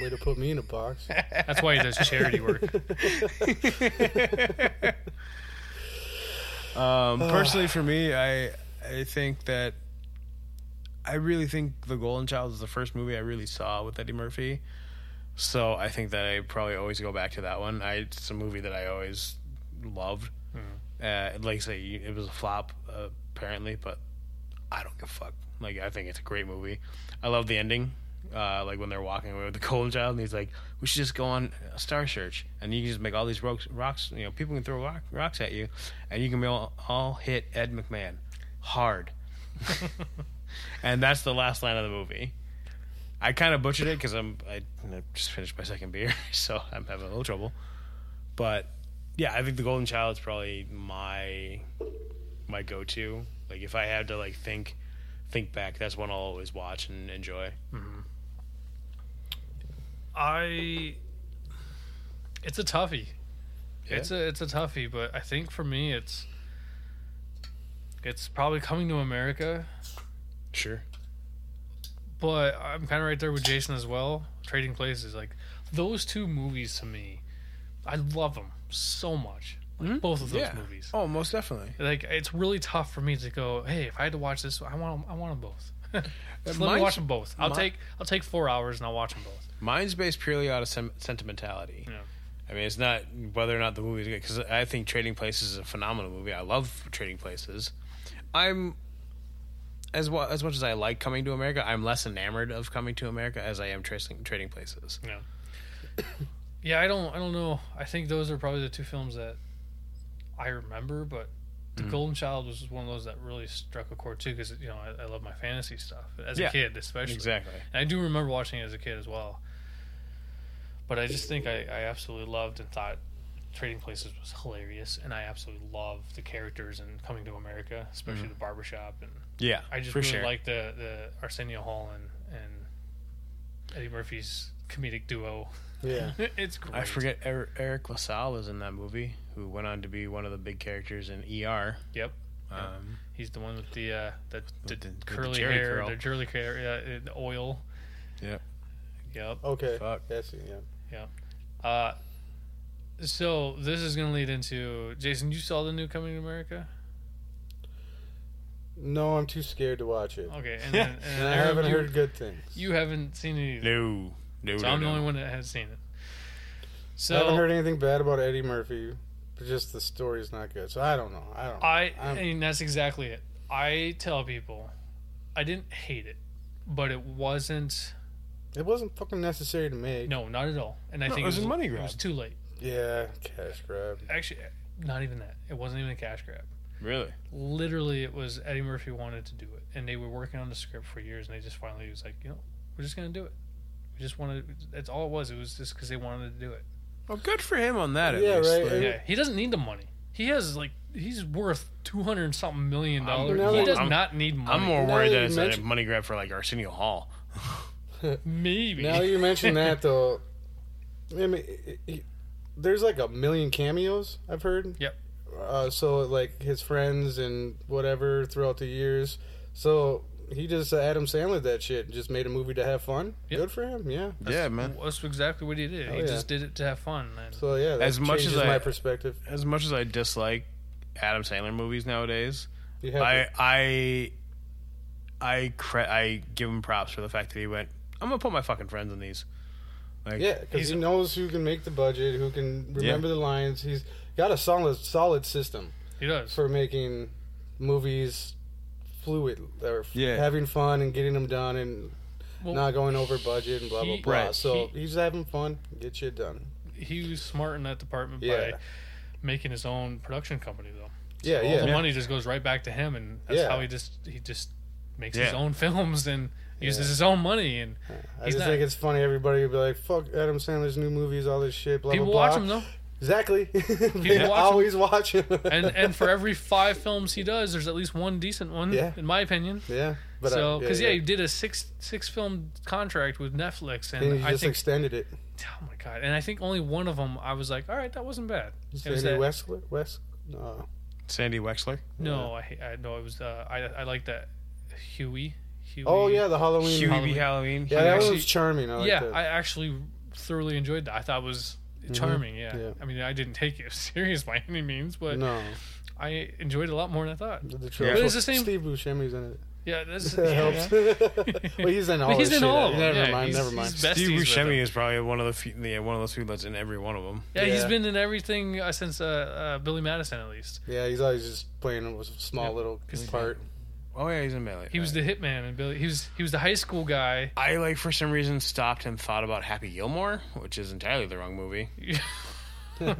Speaker 3: Way to put me in a box.
Speaker 1: That's why he does charity work.
Speaker 2: Um, personally, for me, I I think that I really think The Golden Child is the first movie I really saw with Eddie Murphy. So I think that I probably always go back to that one. I, it's a movie that I always loved. Uh, like I say, you- it was a flop uh, apparently, but I don't give a fuck. Like I think it's a great movie. I love the ending. Uh, like when they're walking away with the Golden Child, and he's like, "We should just go on a Star Search, and you can just make all these rocks. rocks you know, people can throw rock, rocks at you, and you can be all, all hit Ed McMahon hard." and that's the last line of the movie. I kind of butchered it because I'm I, I just finished my second beer, so I'm having a little trouble. But yeah, I think the Golden Child is probably my my go to. Like if I had to like think think back, that's one I'll always watch and enjoy.
Speaker 1: I it's a toughie.
Speaker 2: Yeah.
Speaker 1: It's a it's a toughie, but I think for me it's it's probably coming to America,
Speaker 2: Sure.
Speaker 1: but I'm kind of right there with Jason as well. Trading Places, like those two movies to me, I love them so much. Like
Speaker 2: Mhm.
Speaker 1: both of those
Speaker 2: Yeah.
Speaker 1: movies.
Speaker 2: Oh, most definitely.
Speaker 1: Like it's really tough for me to go. Hey, if I had to watch this, I want 'em- I want them both. Just let me
Speaker 2: Uh, mine's-
Speaker 1: watch them both. I'll
Speaker 2: mi-
Speaker 1: take I'll take four hours and I'll watch them both.
Speaker 2: Mine's based purely out of sem- sentimentality.
Speaker 1: Yeah.
Speaker 2: I mean, it's not whether or not the movie's good because I think Trading Places is a phenomenal movie. I love Trading Places. I'm as well as much as I like Coming to America, I'm less enamored of Coming to America as I am tracing, Trading Places.
Speaker 1: Yeah, I don't I don't know. I think those are probably the two films that I remember, but The
Speaker 2: Mm.
Speaker 1: Golden Child was one of those that really struck a chord too because you know I, I love my fantasy stuff as
Speaker 2: Yeah.
Speaker 1: a kid especially.
Speaker 2: Exactly.
Speaker 1: And I do remember watching it as a kid as well. But I just think I, I absolutely loved and thought Trading Places was hilarious, and I absolutely love the characters and Coming to America, especially the barbershop. And
Speaker 2: Yeah.
Speaker 1: I just
Speaker 2: Mm. for
Speaker 1: really
Speaker 2: sure.
Speaker 1: like the the Arsenio Hall and and Eddie Murphy's comedic duo.
Speaker 3: Yeah.
Speaker 1: it's great.
Speaker 2: I forget er- Eric LaSalle was in that movie, who went on to be one of the big characters in ER.
Speaker 1: Yep.
Speaker 2: Um,
Speaker 1: He's the one with the uh, the, the,
Speaker 2: With the- with the
Speaker 1: curly
Speaker 2: Jerry
Speaker 1: hair,
Speaker 2: curl.
Speaker 1: the curly hair, yeah, uh, the oil.
Speaker 2: Yep.
Speaker 1: Yep.
Speaker 3: Okay.
Speaker 2: Fuck.
Speaker 3: That's yeah.
Speaker 1: Uh, So this is going to lead into Jason. You saw the new Coming to America,
Speaker 3: No, I'm too scared to watch
Speaker 2: Uh,
Speaker 3: it.
Speaker 1: okay? And, then, and
Speaker 3: And
Speaker 1: then
Speaker 3: I
Speaker 1: Aaron,
Speaker 3: haven't
Speaker 1: you,
Speaker 3: heard good things.
Speaker 1: You haven't seen it either.
Speaker 2: No, no,
Speaker 1: so
Speaker 2: no,
Speaker 1: I'm the
Speaker 2: no.
Speaker 1: only one that has seen it.
Speaker 3: I haven't
Speaker 1: So
Speaker 3: heard anything bad about Eddie Murphy, but just the story's not good. So I don't know. I don't. Know.
Speaker 1: I, I
Speaker 3: I'm-
Speaker 1: mean, that's exactly it. I tell people, I didn't hate it, but it wasn't.
Speaker 3: it wasn't fucking necessary to make.
Speaker 1: No, not at all. And I
Speaker 2: No,
Speaker 1: think
Speaker 2: it was a money
Speaker 1: It was
Speaker 2: grab.
Speaker 1: too late.
Speaker 3: Yeah, cash grab.
Speaker 1: Actually, not even that. It wasn't even a cash grab.
Speaker 2: Really?
Speaker 1: literally it was Eddie Murphy wanted to do it and they were working on the script for years and they just finally was like, you know, we're just going to do it. We just wanted that's all it was. It was just cuz they wanted to do it.
Speaker 2: Well, good for him on that. At
Speaker 3: Yeah,
Speaker 2: least.
Speaker 3: right.
Speaker 2: Like,
Speaker 3: It-
Speaker 1: Yeah, he doesn't need the money. He has like he's worth 200 and something million
Speaker 2: I'm-
Speaker 1: dollars.
Speaker 3: No,
Speaker 1: he does
Speaker 2: I'm-
Speaker 1: not need money.
Speaker 2: I'm more
Speaker 3: Now
Speaker 2: worried
Speaker 3: that
Speaker 2: that
Speaker 3: you
Speaker 2: it's a
Speaker 3: mention-
Speaker 2: money grab for like Arsenio Hall.
Speaker 1: maybe.
Speaker 3: Now that you mention that though, I mean, it- it- there's like a million cameos I've heard.
Speaker 1: Yep.
Speaker 3: Uh, so like his friends and whatever throughout the years. So he just uh, Adam Sandler that shit and just made a movie to have fun.
Speaker 1: Yep.
Speaker 3: Good for him. Yeah.
Speaker 2: yeah,
Speaker 1: That's exactly what he did. he
Speaker 3: yeah.
Speaker 1: just did it to have fun. And
Speaker 3: So yeah, that
Speaker 2: As much as
Speaker 3: changes
Speaker 2: I-
Speaker 3: my perspective,
Speaker 2: As much as I dislike Adam Sandler movies nowadays,
Speaker 3: you have
Speaker 2: I I I cre- I give him props for the fact that he went. I'm gonna put my fucking friends in these. Like,
Speaker 3: Yeah, because
Speaker 1: He's-
Speaker 3: he knows who can make the budget, who can remember the lines. He's got a solid, solid system
Speaker 1: he does.
Speaker 3: for making movies fluid, or f-
Speaker 2: Yeah.
Speaker 3: having fun and getting them done, and
Speaker 1: Well,
Speaker 3: not going over budget and blah blah
Speaker 1: he-
Speaker 3: blah.
Speaker 2: Right.
Speaker 3: So
Speaker 1: he-
Speaker 3: he's having fun, get shit done.
Speaker 1: He was smart in that department
Speaker 3: Yeah.
Speaker 1: by making his own production company though.
Speaker 3: Yeah,
Speaker 1: all the
Speaker 3: yeah,
Speaker 1: money just goes right back to him, and that's
Speaker 3: Yeah.
Speaker 1: how he just he just makes his
Speaker 2: Yeah.
Speaker 1: own films and uses
Speaker 3: Yeah.
Speaker 1: his own money. And
Speaker 3: I
Speaker 1: he's
Speaker 3: just
Speaker 1: not-
Speaker 3: think it's funny. Everybody would be like, "Fuck Adam Sandler's new movies, all this shit." Blah
Speaker 1: people
Speaker 3: blah
Speaker 1: watch
Speaker 3: blah.
Speaker 1: him though,
Speaker 3: Exactly. They
Speaker 1: watch 'em.
Speaker 3: always watch him.
Speaker 1: and and for every five films he does, there's at least one decent one,
Speaker 3: Yeah.
Speaker 1: in my opinion.
Speaker 3: yeah, but I-
Speaker 1: so because yeah, he did a six six film contract with Netflix, and,
Speaker 3: and he
Speaker 1: I
Speaker 3: just
Speaker 1: think
Speaker 3: extended it.
Speaker 1: oh my god, and I think only one of them I was like, all right, that wasn't bad. It was
Speaker 3: Sandy
Speaker 1: that-
Speaker 3: Westler, West, uh, no.
Speaker 2: Sandy Wexler.
Speaker 1: No, I hate- I no, it was uh, I I like that Huey. Huey.
Speaker 3: Oh yeah, the Halloween.
Speaker 2: Huey
Speaker 1: Halloween.
Speaker 2: B. Halloween.
Speaker 3: Yeah, that
Speaker 1: actually-
Speaker 3: was charming. I liked
Speaker 1: yeah,
Speaker 3: it.
Speaker 1: I actually thoroughly enjoyed that. I thought it was charming. Yeah.
Speaker 3: Mm-hmm. Yeah.
Speaker 1: I mean, I didn't take it serious by any means, but
Speaker 3: no,
Speaker 1: I enjoyed it a lot more than I thought.
Speaker 3: the
Speaker 2: Yeah.
Speaker 1: But it's the same-
Speaker 3: Steve Buscemi's in it.
Speaker 1: Yeah, that's
Speaker 3: That
Speaker 1: yeah.
Speaker 3: helps. well, he's in all.
Speaker 1: But he's
Speaker 3: this
Speaker 1: in
Speaker 3: shit.
Speaker 1: all. of them.
Speaker 3: Never
Speaker 1: yeah,
Speaker 3: mind.
Speaker 1: he's-
Speaker 3: Never mind.
Speaker 1: He's besties
Speaker 2: Steve
Speaker 1: with
Speaker 2: Buscemi
Speaker 1: them.
Speaker 2: is probably one of the few, yeah, one of those people that's in every one of them.
Speaker 1: Yeah, he's
Speaker 3: Yeah.
Speaker 1: been in everything uh, since uh, uh, Billy Madison, at least.
Speaker 3: yeah, he's always just playing a small
Speaker 1: Yeah.
Speaker 3: little
Speaker 1: He's-
Speaker 3: part.
Speaker 2: Oh yeah, he's in Melee.
Speaker 1: He was the hitman, and Billy. He was he was the high school guy.
Speaker 2: I like for some reason stopped and thought about Happy Gilmore, which is entirely the wrong movie.
Speaker 1: yeah.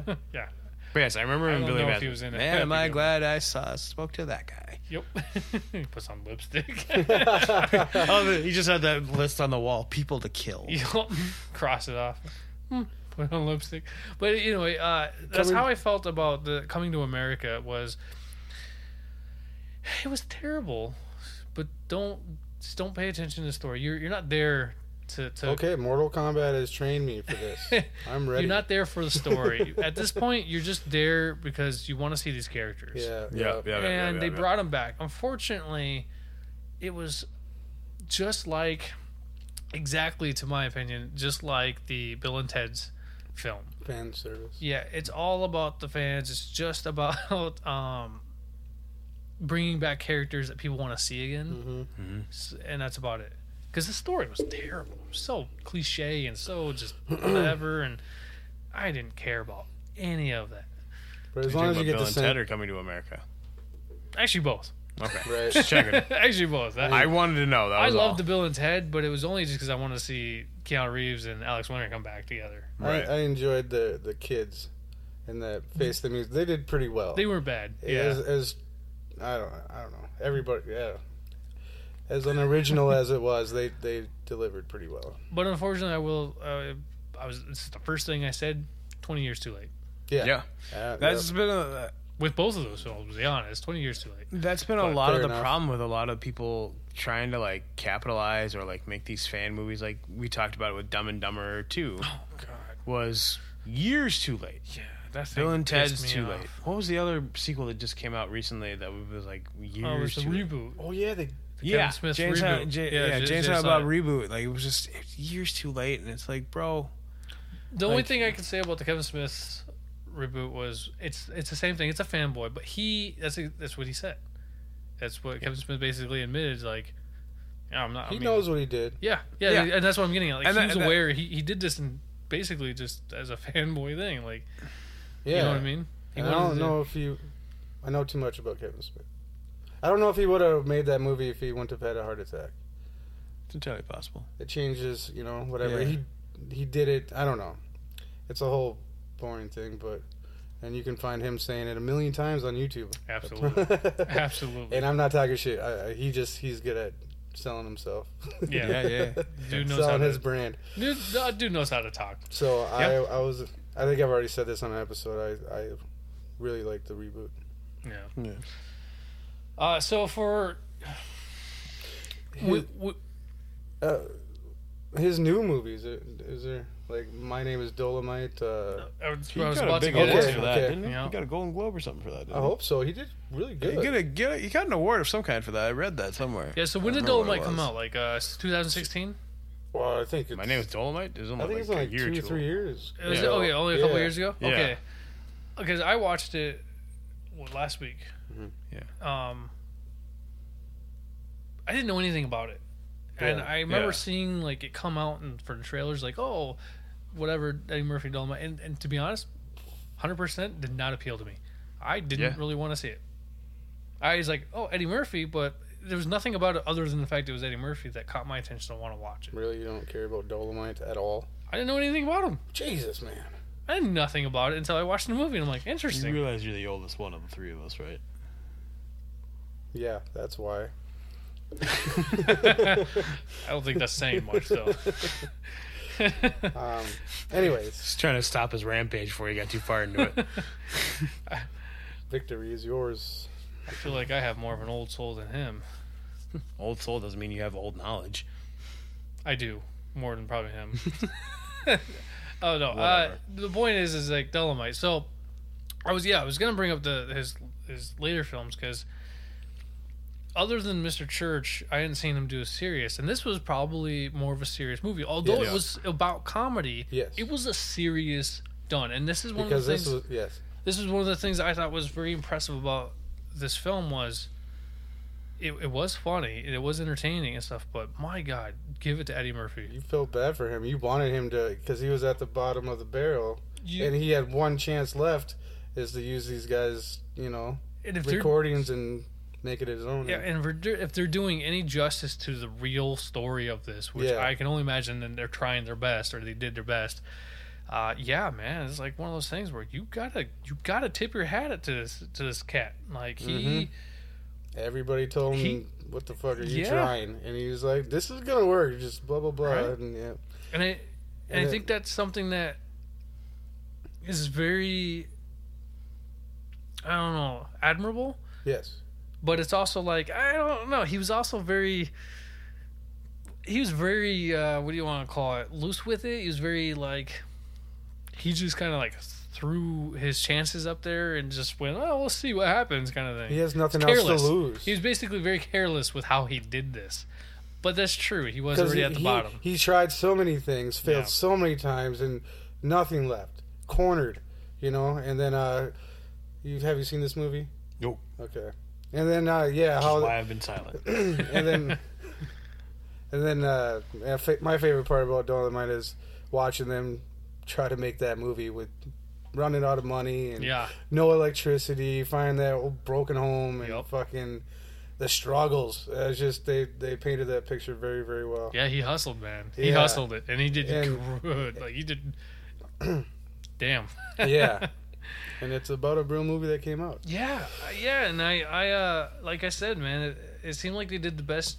Speaker 2: But yes, I remember
Speaker 1: I
Speaker 2: him
Speaker 1: don't
Speaker 2: Billy
Speaker 1: know if
Speaker 2: Madison.
Speaker 1: he was in it.
Speaker 2: Man, am
Speaker 1: Happy
Speaker 2: I
Speaker 1: Gilmore.
Speaker 2: glad I saw spoke to that guy.
Speaker 1: Yep. he puts on lipstick.
Speaker 2: oh, the- he just had that list on the wall, people to kill.
Speaker 1: Yup. Cross it off. Hmm. Put on lipstick. But anyway, uh, that's
Speaker 3: Coming-
Speaker 1: how I felt about the coming to America was it was terrible. But don't just don't pay attention to the story. You're you're not there to, to
Speaker 3: Okay, Mortal Kombat has trained me for this. I'm ready.
Speaker 1: uh, you're not there for the story. At this point, you're just there because you want to see these characters.
Speaker 3: Yeah,
Speaker 2: Yeah, yeah, yeah.
Speaker 1: and
Speaker 2: yeah,
Speaker 1: they
Speaker 2: yeah.
Speaker 1: brought him back. Unfortunately, it was just like exactly to my opinion, just like the Bill and Ted's film.
Speaker 3: Fan service.
Speaker 1: Yeah, it's all about the fans. It's just about um bringing back characters that people want to see again,
Speaker 3: hmm
Speaker 1: S- and that's about it. Because the story was terrible, so cliche and so just whatever, and I didn't care about any of that.
Speaker 3: But as
Speaker 2: You're
Speaker 3: long as you
Speaker 2: talking
Speaker 3: get
Speaker 2: about
Speaker 3: the
Speaker 2: Bill and Ted
Speaker 3: same,
Speaker 2: are coming to America.
Speaker 1: Actually, both.
Speaker 2: Okay,
Speaker 3: Right.
Speaker 2: just checking.
Speaker 1: Actually, both. That-
Speaker 2: I wanted to know. That
Speaker 1: I
Speaker 2: was all.
Speaker 1: loved the Bill and Ted, but it was only just because I want to see Keanu Reeves and Alex Winter come back together.
Speaker 3: I,
Speaker 2: Right.
Speaker 3: I enjoyed the the kids and the face the music. They did pretty well.
Speaker 1: Mm-hmm. They weren't bad.
Speaker 3: as,
Speaker 1: Yeah,
Speaker 3: as I don't I don't know everybody yeah as unoriginal as it was they they delivered pretty well
Speaker 1: but unfortunately, I will. Uh, I was. This is the first thing I said. Twenty years too late
Speaker 3: yeah
Speaker 2: Yeah,
Speaker 3: Uh,
Speaker 2: that's been a
Speaker 1: with both of those films. To be honest, twenty years too late.
Speaker 2: that's been a
Speaker 3: But
Speaker 2: lot
Speaker 3: fair
Speaker 2: of the
Speaker 3: enough.
Speaker 2: problem with a lot of people trying to like capitalize or like make these fan movies. Like we talked about it with Dumb and Dumber too,
Speaker 1: Oh, God,
Speaker 2: was years too late.
Speaker 1: yeah, that's
Speaker 2: Bill and Ted's too late. What was the other sequel that just came out recently that was like years?
Speaker 1: Oh, it was the
Speaker 2: too late?
Speaker 1: reboot.
Speaker 3: oh yeah they
Speaker 2: yeah,
Speaker 1: Kevin Smith's
Speaker 2: James
Speaker 1: reboot.
Speaker 2: Had, J-
Speaker 1: Yeah,
Speaker 2: yeah,
Speaker 1: J-
Speaker 2: James
Speaker 1: Jay
Speaker 2: had about
Speaker 1: Silent.
Speaker 2: reboot. Like it was just it was years too late, and it's like, bro,
Speaker 1: The only
Speaker 2: Like-
Speaker 1: thing I can say about the Kevin Smith reboot was it's it's the same thing. It's a fanboy, but he that's that's what he said. That's what Kevin Smith basically admitted. Like, yeah, I'm not.
Speaker 3: He
Speaker 1: I mean,
Speaker 3: knows what he did.
Speaker 1: Yeah, yeah,
Speaker 2: Yeah.
Speaker 1: and that's what I'm getting at. Like,
Speaker 2: And
Speaker 1: he
Speaker 2: that-
Speaker 1: was
Speaker 2: and that-
Speaker 1: aware he, he did this and basically just as a fanboy thing. Like,
Speaker 3: Yeah.
Speaker 1: you know what I mean? He
Speaker 3: And I
Speaker 1: wanted
Speaker 3: don't
Speaker 1: to-
Speaker 3: know if you. I know too much about Kevin Smith. I don't know if he would have made that movie if he wouldn't have had a heart attack.
Speaker 2: It's entirely possible.
Speaker 3: It changes, you know, whatever
Speaker 2: Yeah.
Speaker 3: he he did it. I don't know. It's a whole boring thing, but and you can find him saying it a million times on YouTube.
Speaker 1: Absolutely, absolutely.
Speaker 3: and I'm not talking shit. I, I, he just he's good at selling himself.
Speaker 1: Yeah.
Speaker 2: Yeah, yeah.
Speaker 1: Dude knows how
Speaker 3: selling
Speaker 1: to.
Speaker 3: his brand.
Speaker 1: dude, uh, dude knows how to talk.
Speaker 3: So
Speaker 1: Yeah.
Speaker 3: I, I was, I think I've already said this on an episode. I, I really like the reboot.
Speaker 1: Yeah.
Speaker 2: Yeah.
Speaker 1: Uh, so for we, we,
Speaker 3: Uh, his new movies, i- is there like My Name Is Dolomite? Uh,
Speaker 1: I was,
Speaker 2: He
Speaker 1: I was
Speaker 2: got a
Speaker 1: about to
Speaker 2: big
Speaker 1: get
Speaker 2: award
Speaker 3: Okay,
Speaker 2: for
Speaker 1: into.
Speaker 2: that,
Speaker 3: okay.
Speaker 2: didn't he?
Speaker 1: Yeah.
Speaker 2: He got a Golden Globe or something for that. Didn't
Speaker 1: Oh,
Speaker 3: I hope so. He did really
Speaker 2: he? He,
Speaker 3: good.
Speaker 2: get a, get a, he got an award of some kind for that. I read that somewhere.
Speaker 1: Yeah. So when
Speaker 2: I
Speaker 1: did
Speaker 2: don't remember
Speaker 1: Dolomite
Speaker 2: what it
Speaker 1: come
Speaker 2: was.
Speaker 1: out? Like uh, 2016.
Speaker 3: Well, I think it's,
Speaker 2: My name is Dolomite. It was only
Speaker 3: I think
Speaker 2: like,
Speaker 3: it's like
Speaker 2: a year
Speaker 3: two
Speaker 2: or
Speaker 3: or
Speaker 2: two.
Speaker 3: three years.
Speaker 1: It was,
Speaker 2: Yeah.
Speaker 1: Okay, only a couple
Speaker 3: Yeah.
Speaker 1: years ago.
Speaker 2: Yeah.
Speaker 1: Okay, because I watched it what, last week.
Speaker 3: Mhm.
Speaker 1: Yeah. Um, I didn't know anything about it, and
Speaker 3: Yeah.
Speaker 1: I remember
Speaker 2: Yeah.
Speaker 1: seeing like it come out and for the trailers, like oh, whatever Eddie Murphy Dolomite, and, and to be honest, hundred percent did not appeal to me. I didn't
Speaker 2: Yeah.
Speaker 1: really want to see it. I was like, oh Eddie Murphy, but there was nothing about it other than the fact it was Eddie Murphy that caught my attention to want to watch it.
Speaker 3: Really, you don't care about Dolomite at all?
Speaker 1: I didn't know anything about him.
Speaker 3: Jesus, man.
Speaker 1: I knew nothing about it until I watched the movie, and I'm like,
Speaker 2: You
Speaker 1: interesting.
Speaker 2: realize you're the oldest one of the three of us, right?
Speaker 3: Yeah, that's why.
Speaker 1: I don't think that's saying much, though.
Speaker 3: Um, anyways,
Speaker 2: Just trying to stop his rampage before he got too far into it.
Speaker 3: victory is yours.
Speaker 1: I feel like I have more of an old soul than him.
Speaker 2: old soul doesn't mean you have old knowledge.
Speaker 1: I do more than probably him. oh no. Uh,
Speaker 2: Whatever.
Speaker 1: the point is, is like Dolomite. So I was, yeah, I was gonna bring up the his his later films because other than Mr. Church, I hadn't seen him do a serious, and this was probably more of a serious movie. Although
Speaker 3: Yeah.
Speaker 1: it was about comedy,
Speaker 3: Yes.
Speaker 1: it was a serious done, and this is one
Speaker 3: Because
Speaker 1: of the
Speaker 3: this
Speaker 1: things.
Speaker 3: was yes,
Speaker 1: this is one of the things I thought was very impressive about this film was it, it was funny and it was entertaining and stuff, but my god, give it to Eddie Murphy.
Speaker 3: you felt bad for him. You wanted him to because he was at the bottom of the barrel. and he had one chance left is to use these guys you know
Speaker 1: and if they're
Speaker 3: recordings and make it his own
Speaker 1: yeah, and if we're do- if they're doing any justice to the real story of this, which
Speaker 3: Yeah.
Speaker 1: I can only imagine, then they're trying their best or they did their best. Uh, yeah, man, it's like one of those things where you gotta you gotta tip your hat to this to this cat. Like he.
Speaker 3: Mm-hmm. everybody told him
Speaker 1: He-
Speaker 3: what the fuck are you
Speaker 1: Yeah.
Speaker 3: trying and he was like this is gonna work just blah blah blah
Speaker 1: Right.
Speaker 3: and yeah
Speaker 1: and I and,
Speaker 3: And
Speaker 1: I
Speaker 3: it-
Speaker 1: think that's something that is very I don't know admirable,
Speaker 3: yes
Speaker 1: but it's also like I don't know. He was also very he was very uh, what do you want to call it loose with it. He was very like he just kind of like threw his chances up there and just went oh we'll see what happens kind of thing.
Speaker 3: he has nothing
Speaker 1: It's
Speaker 3: else
Speaker 1: careless.
Speaker 3: to lose
Speaker 1: He was basically very careless with how he did this. But that's true. He was
Speaker 3: 'Cause
Speaker 1: already
Speaker 3: he,
Speaker 1: at the
Speaker 3: he-
Speaker 1: bottom.
Speaker 3: he tried so many things failed
Speaker 1: Yeah.
Speaker 3: so many times and nothing left cornered you know and then uh you have you seen this movie
Speaker 2: Nope.
Speaker 3: okay and then uh yeah
Speaker 2: Which is
Speaker 3: how
Speaker 2: why I've been silent.
Speaker 3: and then and then uh, my fa- my favorite part about Dolomite is watching them try to make that movie with running out of money and
Speaker 1: Yeah.
Speaker 3: no electricity, find that old broken home and
Speaker 1: Yep.
Speaker 3: fucking the struggles. Uh, It's just they they painted that picture very very well.
Speaker 1: Yeah, he hustled, man. He
Speaker 3: Yeah.
Speaker 1: hustled it, and he did
Speaker 3: And-
Speaker 1: good. Like he did. Damn.
Speaker 3: Yeah. and it's about a real movie that came out.
Speaker 1: Yeah, uh, yeah, and I, I, uh, like I said, man, it, it seemed like they did the best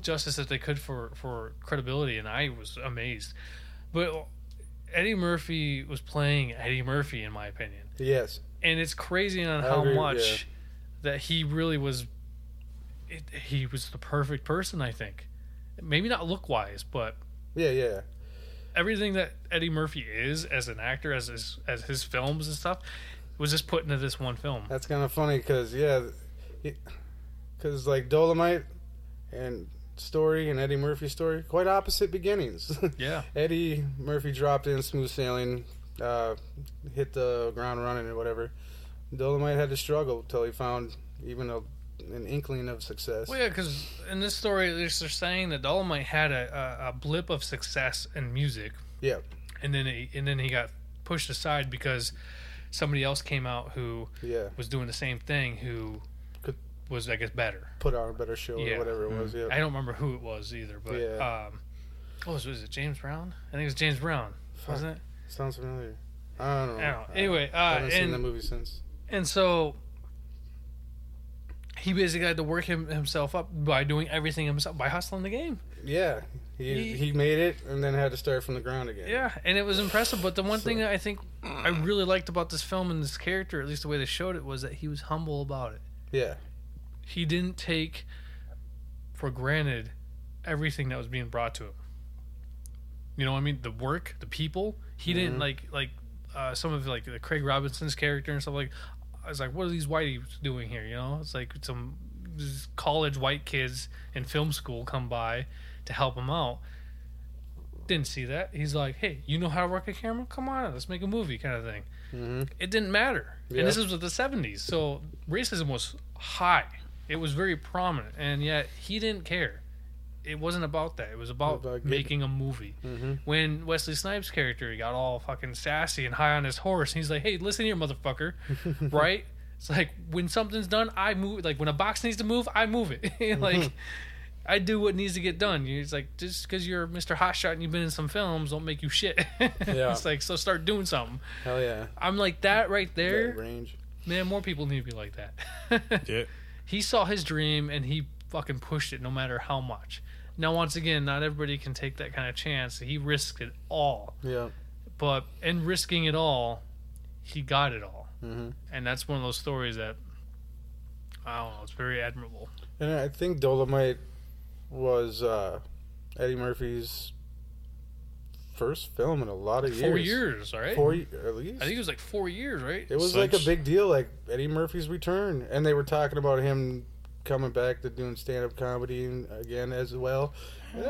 Speaker 1: justice that they could for for credibility, and I was amazed. But Eddie Murphy was playing Eddie Murphy, in my opinion,
Speaker 3: Yes.
Speaker 1: and it's crazy on
Speaker 3: I
Speaker 1: how
Speaker 3: agree,
Speaker 1: much that he really was. It, he was the perfect person, I think. Maybe not look wise, but
Speaker 3: Yeah, yeah.
Speaker 1: everything that Eddie Murphy is as an actor, as his, as his films and stuff, was just put into this one film.
Speaker 3: That's kind of funny because yeah, because like Dolomite and story and Eddie Murphy story quite opposite beginnings.
Speaker 1: Yeah,
Speaker 3: Eddie Murphy dropped in smooth sailing. uh, hit the ground running or whatever. Dolomite had to struggle till he found even a, an inkling of success.
Speaker 1: Well, yeah, because in this story, they're they're saying that Dolomite had a, a, a blip of success in music,
Speaker 3: Yeah,
Speaker 1: and then he, and then he got pushed aside because somebody else came out who
Speaker 3: yeah.
Speaker 1: was doing the same thing who
Speaker 3: Could-
Speaker 1: was, I guess, better.
Speaker 3: Put on a better show
Speaker 1: Yeah.
Speaker 3: or whatever it was.
Speaker 1: I
Speaker 3: Yeah.
Speaker 1: don't remember who it was either, but
Speaker 3: Yeah.
Speaker 1: um, what was, was it? James Brown? I think it was James Brown, wasn't it?
Speaker 3: Sounds familiar. Oh, I don't know.
Speaker 1: I don't know. Anyway, uh,
Speaker 3: haven't seen
Speaker 1: and
Speaker 3: the movie since.
Speaker 1: and so he basically had to work him, himself up by doing everything himself by hustling the game.
Speaker 3: Yeah, he,
Speaker 1: He-
Speaker 3: he made it and then had to start from the ground again.
Speaker 1: Yeah, and it was impressive. But the one thing
Speaker 3: So-
Speaker 1: that I think I really liked about this film and this character, at least the way they showed it, was that he was humble about it.
Speaker 3: yeah,
Speaker 1: He didn't take for granted everything that was being brought to him. You know what I mean? The work, the people. He didn't
Speaker 3: Mhm.
Speaker 1: like like uh, some of like the Craig Robinson's character and stuff like. I was like, what are these whiteies doing here? You know, it's like some these college white kids in film school come by to help him out. Didn't see that. He's like, hey, you know how to work a camera? Come on, let's make a movie, kind of thing.
Speaker 3: Mhm.
Speaker 1: It didn't matter, and this
Speaker 3: Yeah.
Speaker 1: was the '70s, so racism was high. It was very prominent, and yet he didn't care. It wasn't about that. It was about,
Speaker 3: About getting-
Speaker 1: making a movie.
Speaker 3: Mhm.
Speaker 1: When Wesley Snipes' character he got all fucking sassy and high on his horse, and he's like, "Hey, listen here, motherfucker, right? It's like when something's done, I move. Like when a box needs to move, I move it. like I do what needs to get done. You- It's like just because you're Mr. Hotshot and you've been in some films, don't make you shit.
Speaker 3: Yeah.
Speaker 1: It's like so start doing something.
Speaker 3: hell yeah.
Speaker 1: I'm like that right
Speaker 3: That
Speaker 1: there.
Speaker 3: range.
Speaker 1: Man, more people need to be like that.
Speaker 2: Yeah.
Speaker 1: he saw his dream and he fucking pushed it, no matter how much. Now, once again, not everybody can take that kind of chance. He risked it all,
Speaker 3: Yeah.
Speaker 1: but in risking it all, he got it all,
Speaker 3: hmm
Speaker 1: and that's one of those stories that I don't know. It's very admirable.
Speaker 3: And I think Dolomite was uh, Eddie Murphy's first film in a lot of years.
Speaker 1: Four years, all right.
Speaker 3: Four ye- at least.
Speaker 1: I think it was like four years, right?
Speaker 3: it was
Speaker 2: So
Speaker 3: like a
Speaker 2: it's-
Speaker 3: big deal, like Eddie Murphy's return, and they were talking about him coming back to doing stand-up comedy and- again as well. I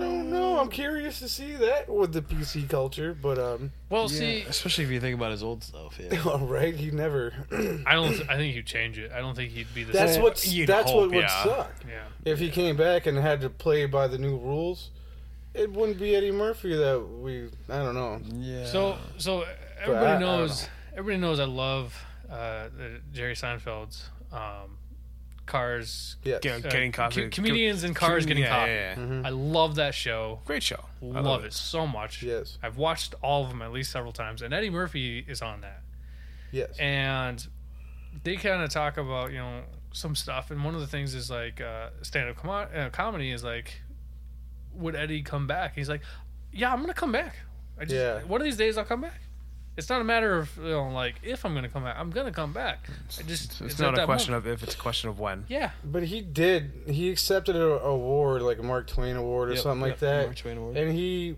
Speaker 3: don't know. I'm curious to see that with the PC culture, but um,
Speaker 1: Well,
Speaker 2: Yeah,
Speaker 1: see,
Speaker 2: especially if you think about his old stuff. Yeah.
Speaker 3: all right, he never.
Speaker 1: I don't. I think he'd change it. I don't think he'd be the
Speaker 3: that's
Speaker 1: same.
Speaker 3: what.
Speaker 2: you'd
Speaker 3: That's
Speaker 2: hope,
Speaker 3: what would
Speaker 2: yeah.
Speaker 3: suck.
Speaker 1: Yeah.
Speaker 3: if he came back and had to play by the new rules, it wouldn't be Eddie Murphy that we. I don't know.
Speaker 2: yeah.
Speaker 1: So, so
Speaker 3: I-
Speaker 1: everybody
Speaker 3: I don't
Speaker 1: knows. Everybody knows. I love uh, the- Jerry Seinfeld's um, Cars.
Speaker 3: Yeah.
Speaker 2: Get-
Speaker 1: uh,
Speaker 2: getting coffee.
Speaker 1: co- comedians and cars getting
Speaker 2: yeah,
Speaker 1: coffee.
Speaker 2: Yeah, yeah.
Speaker 3: Mhm.
Speaker 1: I love that show.
Speaker 2: Great show. I
Speaker 1: Love, it. so much.
Speaker 3: Yes.
Speaker 1: I've watched all of them at least several times, and Eddie Murphy is on that.
Speaker 3: Yes.
Speaker 1: and they kind of talk about you know some stuff and one of the things is like uh, stand-up com- uh, comedy is like would eddie come back he's like yeah i'm gonna come back I just,
Speaker 3: Yeah.
Speaker 1: one of these days i'll come back it's not a matter of you know like if i'm gonna come back i'm gonna come back i just
Speaker 2: It's, it's
Speaker 1: at
Speaker 2: not a
Speaker 1: that
Speaker 2: question
Speaker 1: moment.
Speaker 2: of if; it's a question of when.
Speaker 1: yeah
Speaker 3: But he did. He accepted an award, like a Mark Twain award or something like that, and he.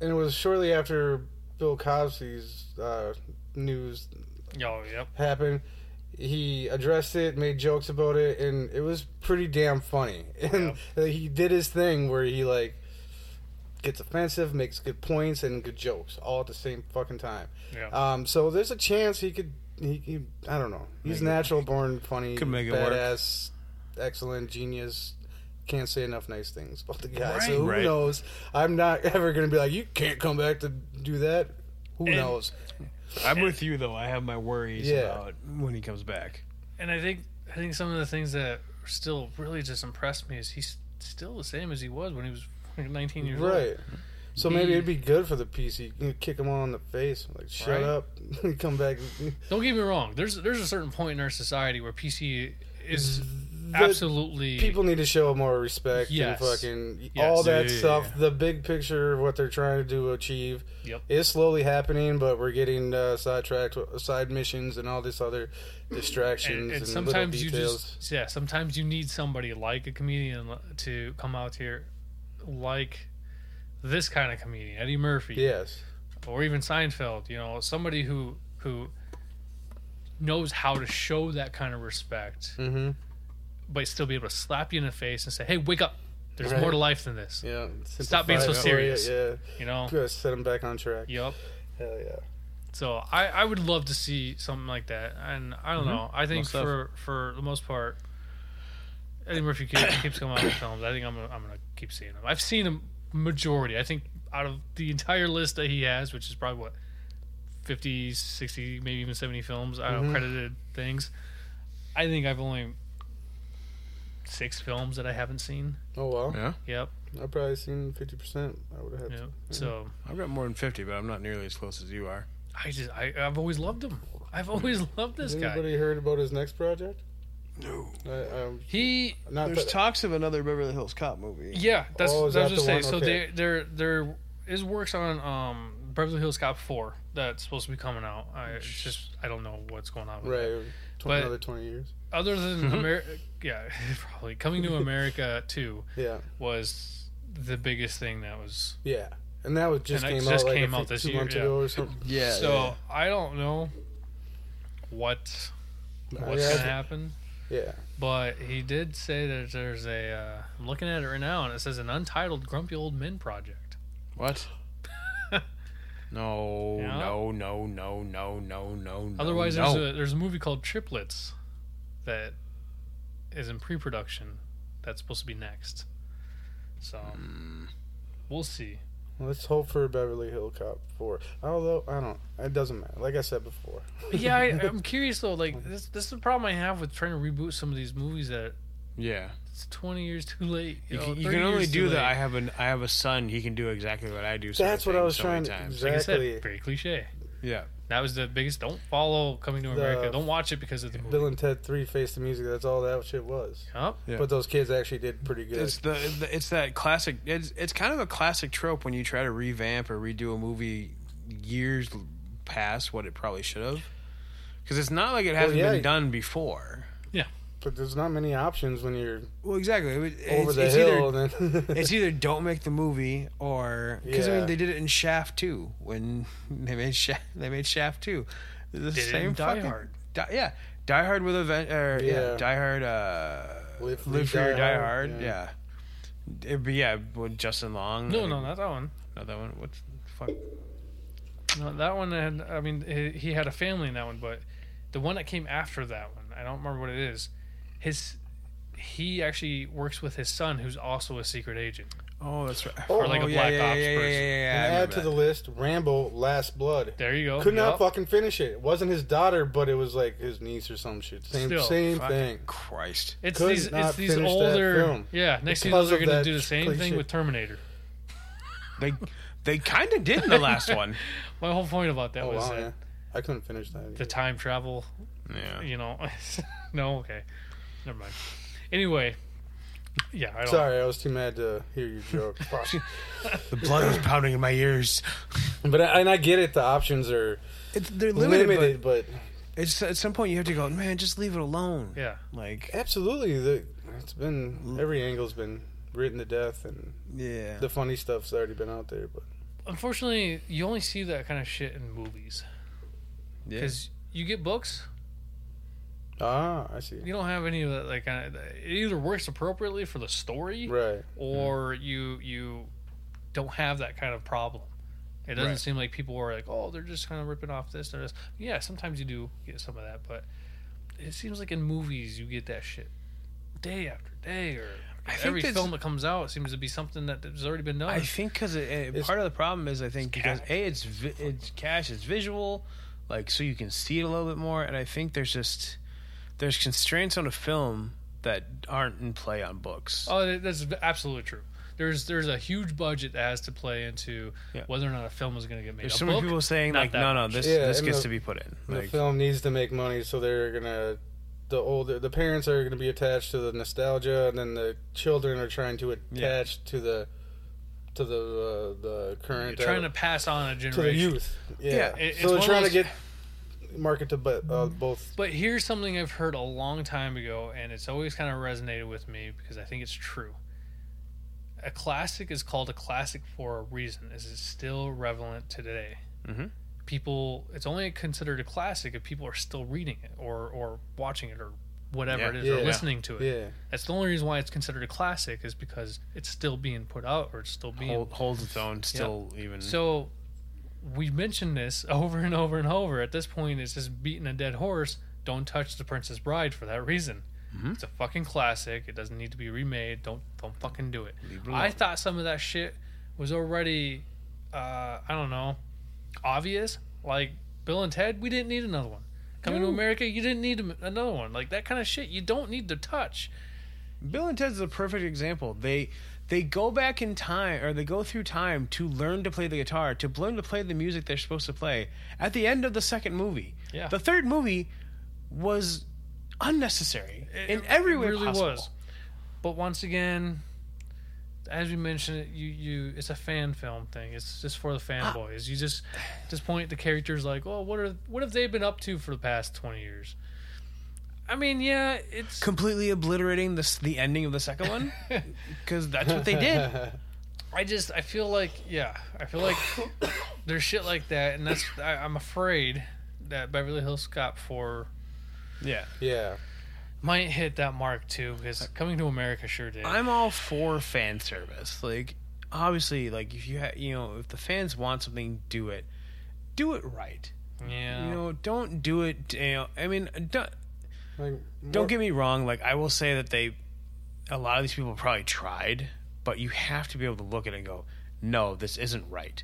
Speaker 3: And it was shortly after Bill Cosby's uh, news
Speaker 1: yo yep
Speaker 3: happened. He addressed it, made jokes about it, and it was pretty damn funny. And he did his thing where he like gets offensive, makes good points and good jokes all at the same fucking time.
Speaker 1: yeah
Speaker 3: Um, so there's a chance he could. He, he I don't know. He's natural born funny,
Speaker 2: Could make it work.
Speaker 3: badass, excellent, genius. Can't say enough nice things about the guy.
Speaker 1: Right.
Speaker 3: So who
Speaker 2: Right.
Speaker 3: knows? I'm not ever gonna be like, you can't come back to do that. Who
Speaker 1: And-
Speaker 3: knows?
Speaker 2: I'm with you though. I have my worries
Speaker 3: Yeah.
Speaker 2: about when he comes back.
Speaker 1: and i think i think some of the things that still really just impressed me is he's still the same as he was when he was 19 years old
Speaker 3: Right. So maybe
Speaker 1: Be-
Speaker 3: it'd be good for the PC. You can kick him all in the face. Like, shut
Speaker 1: Right.
Speaker 3: up. Come back.
Speaker 1: Don't get me wrong. There's there's a certain point in our society where PC
Speaker 2: Mm-hmm.
Speaker 1: is absolutely
Speaker 3: People need to show more respect
Speaker 1: Yes.
Speaker 3: and fucking
Speaker 1: Yes.
Speaker 3: all that
Speaker 2: Yeah, yeah,
Speaker 3: stuff. The big picture of what they're trying to achieve
Speaker 1: Yep.
Speaker 3: is slowly happening, but we're getting uh, sidetracked, with side missions, and all this other distractions
Speaker 1: And,
Speaker 3: and,
Speaker 1: and sometimes
Speaker 3: little
Speaker 1: you
Speaker 3: details.
Speaker 1: just yeah. Sometimes you need somebody like a comedian to come out here, like this kind of comedian, Eddie Murphy,
Speaker 3: yes.
Speaker 1: or even Seinfeld. You know, somebody who who knows how to show that kind of respect,
Speaker 3: Mm-hmm.
Speaker 1: but still be able to slap you in the face and say, "Hey, wake up! There's
Speaker 3: Right.
Speaker 1: more to life than this."
Speaker 3: Yeah.
Speaker 1: Stop being so
Speaker 3: Simplify it for you,
Speaker 1: serious. You know.
Speaker 3: Yeah. Just set him back on track.
Speaker 1: Yup.
Speaker 3: Hell yeah.
Speaker 1: So I, I would love to see something like that, and I don't know. I think
Speaker 2: Most def-
Speaker 1: for for the most part, Eddie Murphy keeps, keeps coming out with films. I think I'm gonna, I'm gonna keep seeing him. I've seen a majority. I think out of the entire list that he has, which is probably what 50, 60, maybe even 70 films, I don't know,
Speaker 3: Mhm.
Speaker 1: credited things. I think I've only six films that I haven't seen.
Speaker 3: Oh wow.
Speaker 2: Yeah,
Speaker 1: Yep.
Speaker 3: I've probably seen fifty percent. I would have.
Speaker 1: Yep.
Speaker 3: to.
Speaker 1: So
Speaker 2: I've got more than fifty, but I'm not nearly as close as you are.
Speaker 1: I just I, I've always loved him. I've always loved this
Speaker 3: Has
Speaker 1: guy.
Speaker 3: anybody heard about his next project?
Speaker 2: No,
Speaker 3: I, I'm
Speaker 1: He
Speaker 3: not
Speaker 2: there's
Speaker 3: that-
Speaker 2: talks of another Beverly Hills Cop movie.
Speaker 1: Yeah, that's
Speaker 3: Oh, is
Speaker 1: that's
Speaker 3: that
Speaker 1: what
Speaker 3: the
Speaker 1: I
Speaker 3: one?
Speaker 1: was gonna say.
Speaker 3: Okay.
Speaker 1: So there there there is works on um Beverly Hills Cop four that's supposed to be coming out. I it's just I don't know what's going on. With
Speaker 3: right.
Speaker 1: That.
Speaker 3: Tw-
Speaker 1: But-
Speaker 3: another twenty years.
Speaker 1: Other than America, yeah, probably coming to America too
Speaker 3: Yeah.
Speaker 1: was the biggest thing that was.
Speaker 3: Yeah. And that was just
Speaker 1: And it
Speaker 3: came
Speaker 1: just
Speaker 3: out like
Speaker 1: came
Speaker 3: I
Speaker 1: out this
Speaker 3: think, two
Speaker 1: year,
Speaker 3: months
Speaker 1: yeah.
Speaker 3: ago or something.
Speaker 2: yeah.
Speaker 1: so I don't know what what's
Speaker 3: yeah,
Speaker 1: gonna
Speaker 3: I-
Speaker 1: happen.
Speaker 3: yeah.
Speaker 1: But he did say that there's a. Uh, I'm looking at it right now, and it says an untitled Grumpy Old Men project.
Speaker 2: What? no,
Speaker 1: Yeah.
Speaker 2: no, no, no, no, no, no, no.
Speaker 1: Otherwise,
Speaker 2: no.
Speaker 1: there's a there's a movie called Triplets that is in pre-production that's supposed to be next. So
Speaker 2: Hmm. Mm,
Speaker 1: we'll see.
Speaker 3: Let's hope for Beverly Hill Cop four. Although I don't, it doesn't matter. Like I said before.
Speaker 1: yeah, I, I'm curious though. Like this this is the problem I have with trying to reboot some of these movies that
Speaker 2: yeah.
Speaker 1: it's 20 years too late.
Speaker 2: You,
Speaker 1: know,
Speaker 2: can, you
Speaker 1: 30
Speaker 2: can only
Speaker 1: years too
Speaker 2: do that.
Speaker 1: late.
Speaker 2: I have an I have a son. He can do exactly what I do. sort of
Speaker 3: That's what I
Speaker 2: thing
Speaker 3: was
Speaker 2: so
Speaker 3: trying
Speaker 2: many
Speaker 3: to
Speaker 2: times.
Speaker 1: like I
Speaker 3: exactly.
Speaker 1: said, pretty cliche.
Speaker 2: Yeah.
Speaker 1: That was the biggest. Don't follow Coming to America. don't watch it because of the movie.
Speaker 3: Bill and Ted Three Face the Music. That's all that shit was.
Speaker 1: Yup.
Speaker 2: Yeah.
Speaker 3: But those kids actually did pretty good.
Speaker 2: It's the the- it's that classic. It's it's kind of a classic trope when you try to revamp or redo a movie years l- past what it probably should have, because it's not like it hasn't
Speaker 3: yeah,
Speaker 2: been
Speaker 3: you-
Speaker 2: done before.
Speaker 3: but there's not many options when you're
Speaker 2: Well, exactly. It was-
Speaker 3: over
Speaker 2: it's,
Speaker 3: the
Speaker 2: it's
Speaker 3: hill.
Speaker 2: Either,
Speaker 3: and then
Speaker 2: it's either don't make the movie or because I
Speaker 3: Yeah.
Speaker 2: mean they did it in Shaft too when they made Shaft they made Shaft too. The
Speaker 1: Did it
Speaker 2: same
Speaker 1: in Die
Speaker 2: fucking-
Speaker 1: Hard.
Speaker 2: Di- yeah, Die Hard with a ven- or, yeah.
Speaker 3: Yeah.
Speaker 2: Die Hard. Uh,
Speaker 3: Live Free,
Speaker 2: Live Free or
Speaker 3: Die
Speaker 2: Die
Speaker 3: Hard,
Speaker 2: Hard.
Speaker 3: yeah.
Speaker 2: Yeah. It'd be, yeah, with Justin Long.
Speaker 1: No,
Speaker 2: I
Speaker 1: no,
Speaker 2: think-
Speaker 1: not that one.
Speaker 2: not that one. What's the fuck?
Speaker 1: No, that one had. I mean, he, he had a family in that one, but the one that came after that one, I don't remember what it is. His he actually works with his son, who's also a secret agent.
Speaker 2: Oh, that's right.
Speaker 3: Or like
Speaker 1: a
Speaker 2: yeah,
Speaker 1: Black
Speaker 2: yeah,
Speaker 1: Ops
Speaker 2: yeah, yeah,
Speaker 1: person.
Speaker 2: Yeah, yeah, yeah, I
Speaker 3: and add
Speaker 2: remember
Speaker 3: to the
Speaker 2: that.
Speaker 3: list Rambo Last Blood.
Speaker 1: There you go.
Speaker 3: Could not
Speaker 1: Oh, Yup.
Speaker 3: fucking finish it. It wasn't his daughter, but it was like his niece or some shit. Same
Speaker 1: Still,
Speaker 3: same
Speaker 2: Fucking
Speaker 3: thing.
Speaker 2: Christ.
Speaker 1: It's
Speaker 3: could
Speaker 1: these.
Speaker 3: not
Speaker 1: It's these
Speaker 3: finish that
Speaker 1: older.
Speaker 3: film
Speaker 1: Yeah, next thing you know,
Speaker 3: because
Speaker 1: they're
Speaker 3: of
Speaker 1: gonna
Speaker 3: that
Speaker 1: do the same
Speaker 3: cliche.
Speaker 1: thing with Terminator.
Speaker 2: They they kind of did in the last one.
Speaker 1: My whole point about that
Speaker 3: Oh
Speaker 1: was
Speaker 3: wow,
Speaker 1: that
Speaker 3: yeah. I couldn't finish that. either.
Speaker 1: the time travel.
Speaker 2: Yeah.
Speaker 1: You know, no, okay, never mind. Anyway, yeah, I don't.
Speaker 3: Sorry, I was too mad to hear your joke. Fuck.
Speaker 2: The blood was pounding in my ears.
Speaker 3: but I, and I get it. The options are
Speaker 2: It's, they're
Speaker 3: limited,
Speaker 2: limited,
Speaker 3: but,
Speaker 2: but it's, at some point you have to go, man, just leave it alone.
Speaker 1: Yeah,
Speaker 2: Like,
Speaker 3: absolutely, the, it's been every angle's been written to death, and
Speaker 2: yeah.
Speaker 3: the funny stuff's already been out there. But
Speaker 1: unfortunately, you only see that kind of shit in movies
Speaker 2: yeah.
Speaker 1: because you get books.
Speaker 3: ah, I see.
Speaker 1: you don't have any of that like kind of, it either works appropriately for the story
Speaker 3: Right.
Speaker 2: Mm-hmm.
Speaker 1: or you you don't have that kind of problem it doesn't
Speaker 2: Right.
Speaker 1: seem like people are like oh they're just kind of ripping off this or this yeah sometimes you do get some of that but it seems like in movies you get that shit day after day or
Speaker 2: I think
Speaker 1: every
Speaker 2: that's-
Speaker 1: film that comes out seems to be something that has already been done
Speaker 2: I think because it, it,
Speaker 3: It's-
Speaker 2: part of the problem is I think because
Speaker 1: cash.
Speaker 2: a it's vi- it's cash it's visual, like so you can see it a little bit more, and I think there's just there's constraints on a film that aren't in play on books.
Speaker 1: Oh, that- that's absolutely true. There's there's a huge budget that has to play into
Speaker 2: Yeah.
Speaker 1: whether or not a film is going to get made.
Speaker 2: there's
Speaker 1: a
Speaker 2: so many
Speaker 1: book,
Speaker 2: people saying
Speaker 1: not
Speaker 2: like,
Speaker 1: that
Speaker 2: no, no, this
Speaker 3: Yeah,
Speaker 2: this
Speaker 3: and
Speaker 2: gets
Speaker 3: the-
Speaker 2: to be put in.
Speaker 3: the
Speaker 2: Like,
Speaker 3: film needs to make money, so they're gonna. The older the parents are gonna be attached to the nostalgia, and then the children are trying to attach to the to the uh, the
Speaker 1: You're
Speaker 3: current
Speaker 1: trying
Speaker 3: uh,
Speaker 1: to pass on a
Speaker 3: to the
Speaker 1: generation.
Speaker 3: youth. Yeah.
Speaker 2: Yeah,
Speaker 1: it- it's
Speaker 3: so
Speaker 1: one
Speaker 3: they're
Speaker 1: of
Speaker 3: trying to
Speaker 1: those-
Speaker 3: get market to bu- uh, both
Speaker 1: But here's something I've heard a long time ago, and it's always kind of resonated with me because I think it's true. A classic is called a classic for a reason, is it's still relevant today.
Speaker 2: Mhm.
Speaker 1: People, it's only considered a classic if people are still reading it or or watching it or whatever
Speaker 2: Yeah.
Speaker 1: it is
Speaker 3: Yeah.
Speaker 1: or listening to it.
Speaker 3: Yeah,
Speaker 1: That's the only reason why it's considered a classic is because it's still being put out or it's still being
Speaker 2: hold, holds its own still even.
Speaker 1: so we mentioned this over and over and over. At this point, it's just beating a dead horse. Don't touch The Princess Bride for that reason.
Speaker 2: Mm-hmm.
Speaker 1: It's a fucking classic. It doesn't need to be remade. Don't don't fucking do it.
Speaker 2: Leave it
Speaker 1: I
Speaker 2: alone.
Speaker 1: thought some of that shit was already, uh, I don't know, obvious. Like Bill and Ted, we didn't need another one. Coming to America, you didn't need am- another one. Like that kind of shit, you don't need to touch.
Speaker 2: Bill and Ted's is a perfect example. They they go back in time or they go through time to learn to play the guitar, to learn to play the music they're supposed to play at the end of the second movie.
Speaker 1: Yeah.
Speaker 2: The third movie was unnecessary
Speaker 1: It-
Speaker 2: in every
Speaker 1: it
Speaker 2: way
Speaker 1: really
Speaker 2: possible.
Speaker 1: was. But once again, as we mentioned, you you it's a fan film thing. It's just for the fanboys. You just at this point the characters like, oh, what are what have they been up to for the past twenty years? I mean, yeah, it's
Speaker 2: Completely obliterating this the ending of the second one because that's what they did.
Speaker 1: I just I feel like yeah I feel like there's shit like that, and that's I, I'm afraid that Beverly Hills Cop Four
Speaker 2: Yeah.
Speaker 3: yeah.
Speaker 1: might hit that mark too because Coming to America sure did.
Speaker 2: I'm all for fan service. Like, obviously, like if you ha- you know if the fans want something, do it. Do it right.
Speaker 1: yeah,
Speaker 2: You know, don't do it. You know, I mean, don't,
Speaker 3: Like,
Speaker 2: don't get me wrong. Like, I will say that they, a lot of these people probably tried, but you have to be able to look at it and go, no, this isn't right.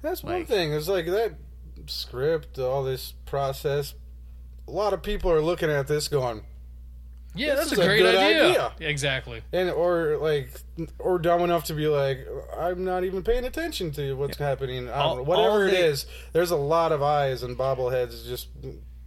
Speaker 3: That's one
Speaker 2: Like-
Speaker 3: thing. It's like that script, all this process. A lot of people are looking at this going,
Speaker 1: yeah, that's
Speaker 3: this
Speaker 1: a
Speaker 3: is a
Speaker 1: great
Speaker 3: good
Speaker 1: idea.
Speaker 3: idea.
Speaker 1: Yeah, exactly.
Speaker 3: and or like, or dumb enough to be like, I'm not even paying attention to what's happening. I
Speaker 2: All-
Speaker 3: don't, know. whatever
Speaker 2: all
Speaker 3: it
Speaker 2: they-
Speaker 3: is, there's a lot of eyes and bobbleheads just,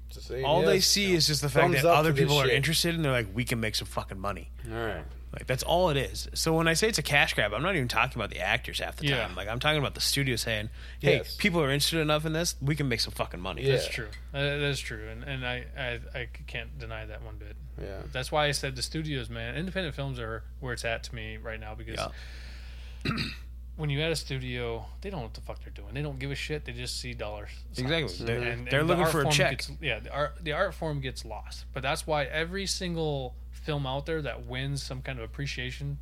Speaker 3: just saying.
Speaker 2: All they
Speaker 3: yes.
Speaker 2: see is just the fact
Speaker 3: Thumbs
Speaker 2: that
Speaker 3: up
Speaker 2: other
Speaker 3: to this
Speaker 2: people are
Speaker 3: shit.
Speaker 2: interested, and they're like, we can make some fucking money.
Speaker 3: All right.
Speaker 2: Like that's all it is. So when I say it's a cash grab, I'm not even talking about the actors half the
Speaker 1: Yeah.
Speaker 2: time. Like I'm talking about the studio saying, "Hey,
Speaker 3: Yes.
Speaker 2: people are interested enough in this, we can make some fucking money."
Speaker 3: Yeah.
Speaker 1: That's true. Uh, That's true, and and I, I I can't deny that one bit.
Speaker 3: Yeah.
Speaker 1: That's why I said the studios, man. Independent films are where it's at to me right now because
Speaker 2: Yeah.
Speaker 1: when you at a studio, they don't know what the fuck they're doing. They don't give a shit. They just see dollars. signs.
Speaker 2: Exactly. They're,
Speaker 1: And-
Speaker 2: they're
Speaker 1: and the
Speaker 2: looking
Speaker 1: art
Speaker 2: for a
Speaker 1: form
Speaker 2: check.
Speaker 1: Gets, yeah, the art the art form gets lost, but that's why every single film out there that wins some kind of appreciation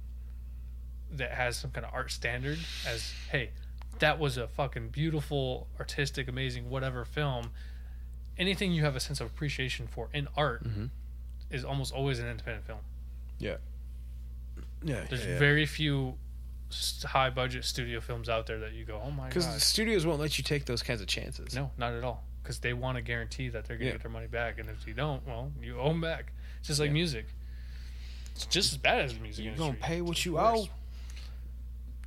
Speaker 1: that has some kind of art standard as hey, that was a fucking beautiful, artistic, amazing, whatever film. Anything you have a sense of appreciation for in art is almost always an independent film.
Speaker 2: yeah.
Speaker 1: There's
Speaker 2: yeah.
Speaker 1: very few high budget studio films out there that you go, oh my god,
Speaker 2: Because the studios won't let you take those kinds of chances.
Speaker 1: No, not at all. Because they want to guarantee that they're going to
Speaker 2: Yeah.
Speaker 1: get their money back, and if you don't, well, you owe them back. It's just like music. It's just as bad as the music
Speaker 2: You're gonna
Speaker 1: industry.
Speaker 2: pay what you
Speaker 1: worse.
Speaker 2: owe.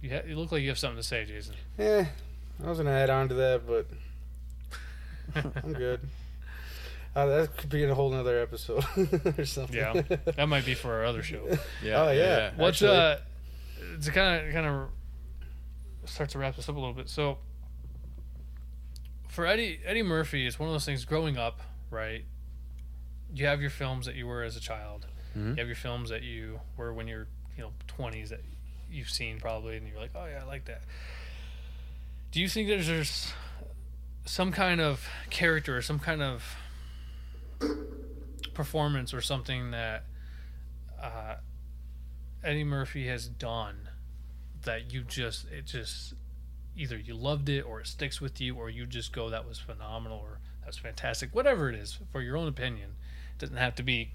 Speaker 1: You, ha- you look like you have something to say, Jason.
Speaker 3: Eh, I was gonna add on to that, but I'm good. Uh, that could be in a whole nother episode or something.
Speaker 1: Yeah, that might be for our other show.
Speaker 2: Yeah.
Speaker 3: Oh, yeah.
Speaker 1: What's
Speaker 3: Actually-
Speaker 1: uh, to kind of kind of start to wrap this up a little bit. So for Eddie Eddie Murphy, it's one of those things. Growing up, right? You have your films that you were as a child.
Speaker 3: Mm-hmm.
Speaker 1: You have your films that you were when you're you know twenties that you've seen probably, and you're like, oh yeah, I like that. Do you think there's, there's some kind of character or some kind of performance or something that uh, Eddie Murphy has done that you just it just either you loved it or it sticks with you or you just go that was phenomenal or that's fantastic whatever it is for your own opinion it doesn't have to be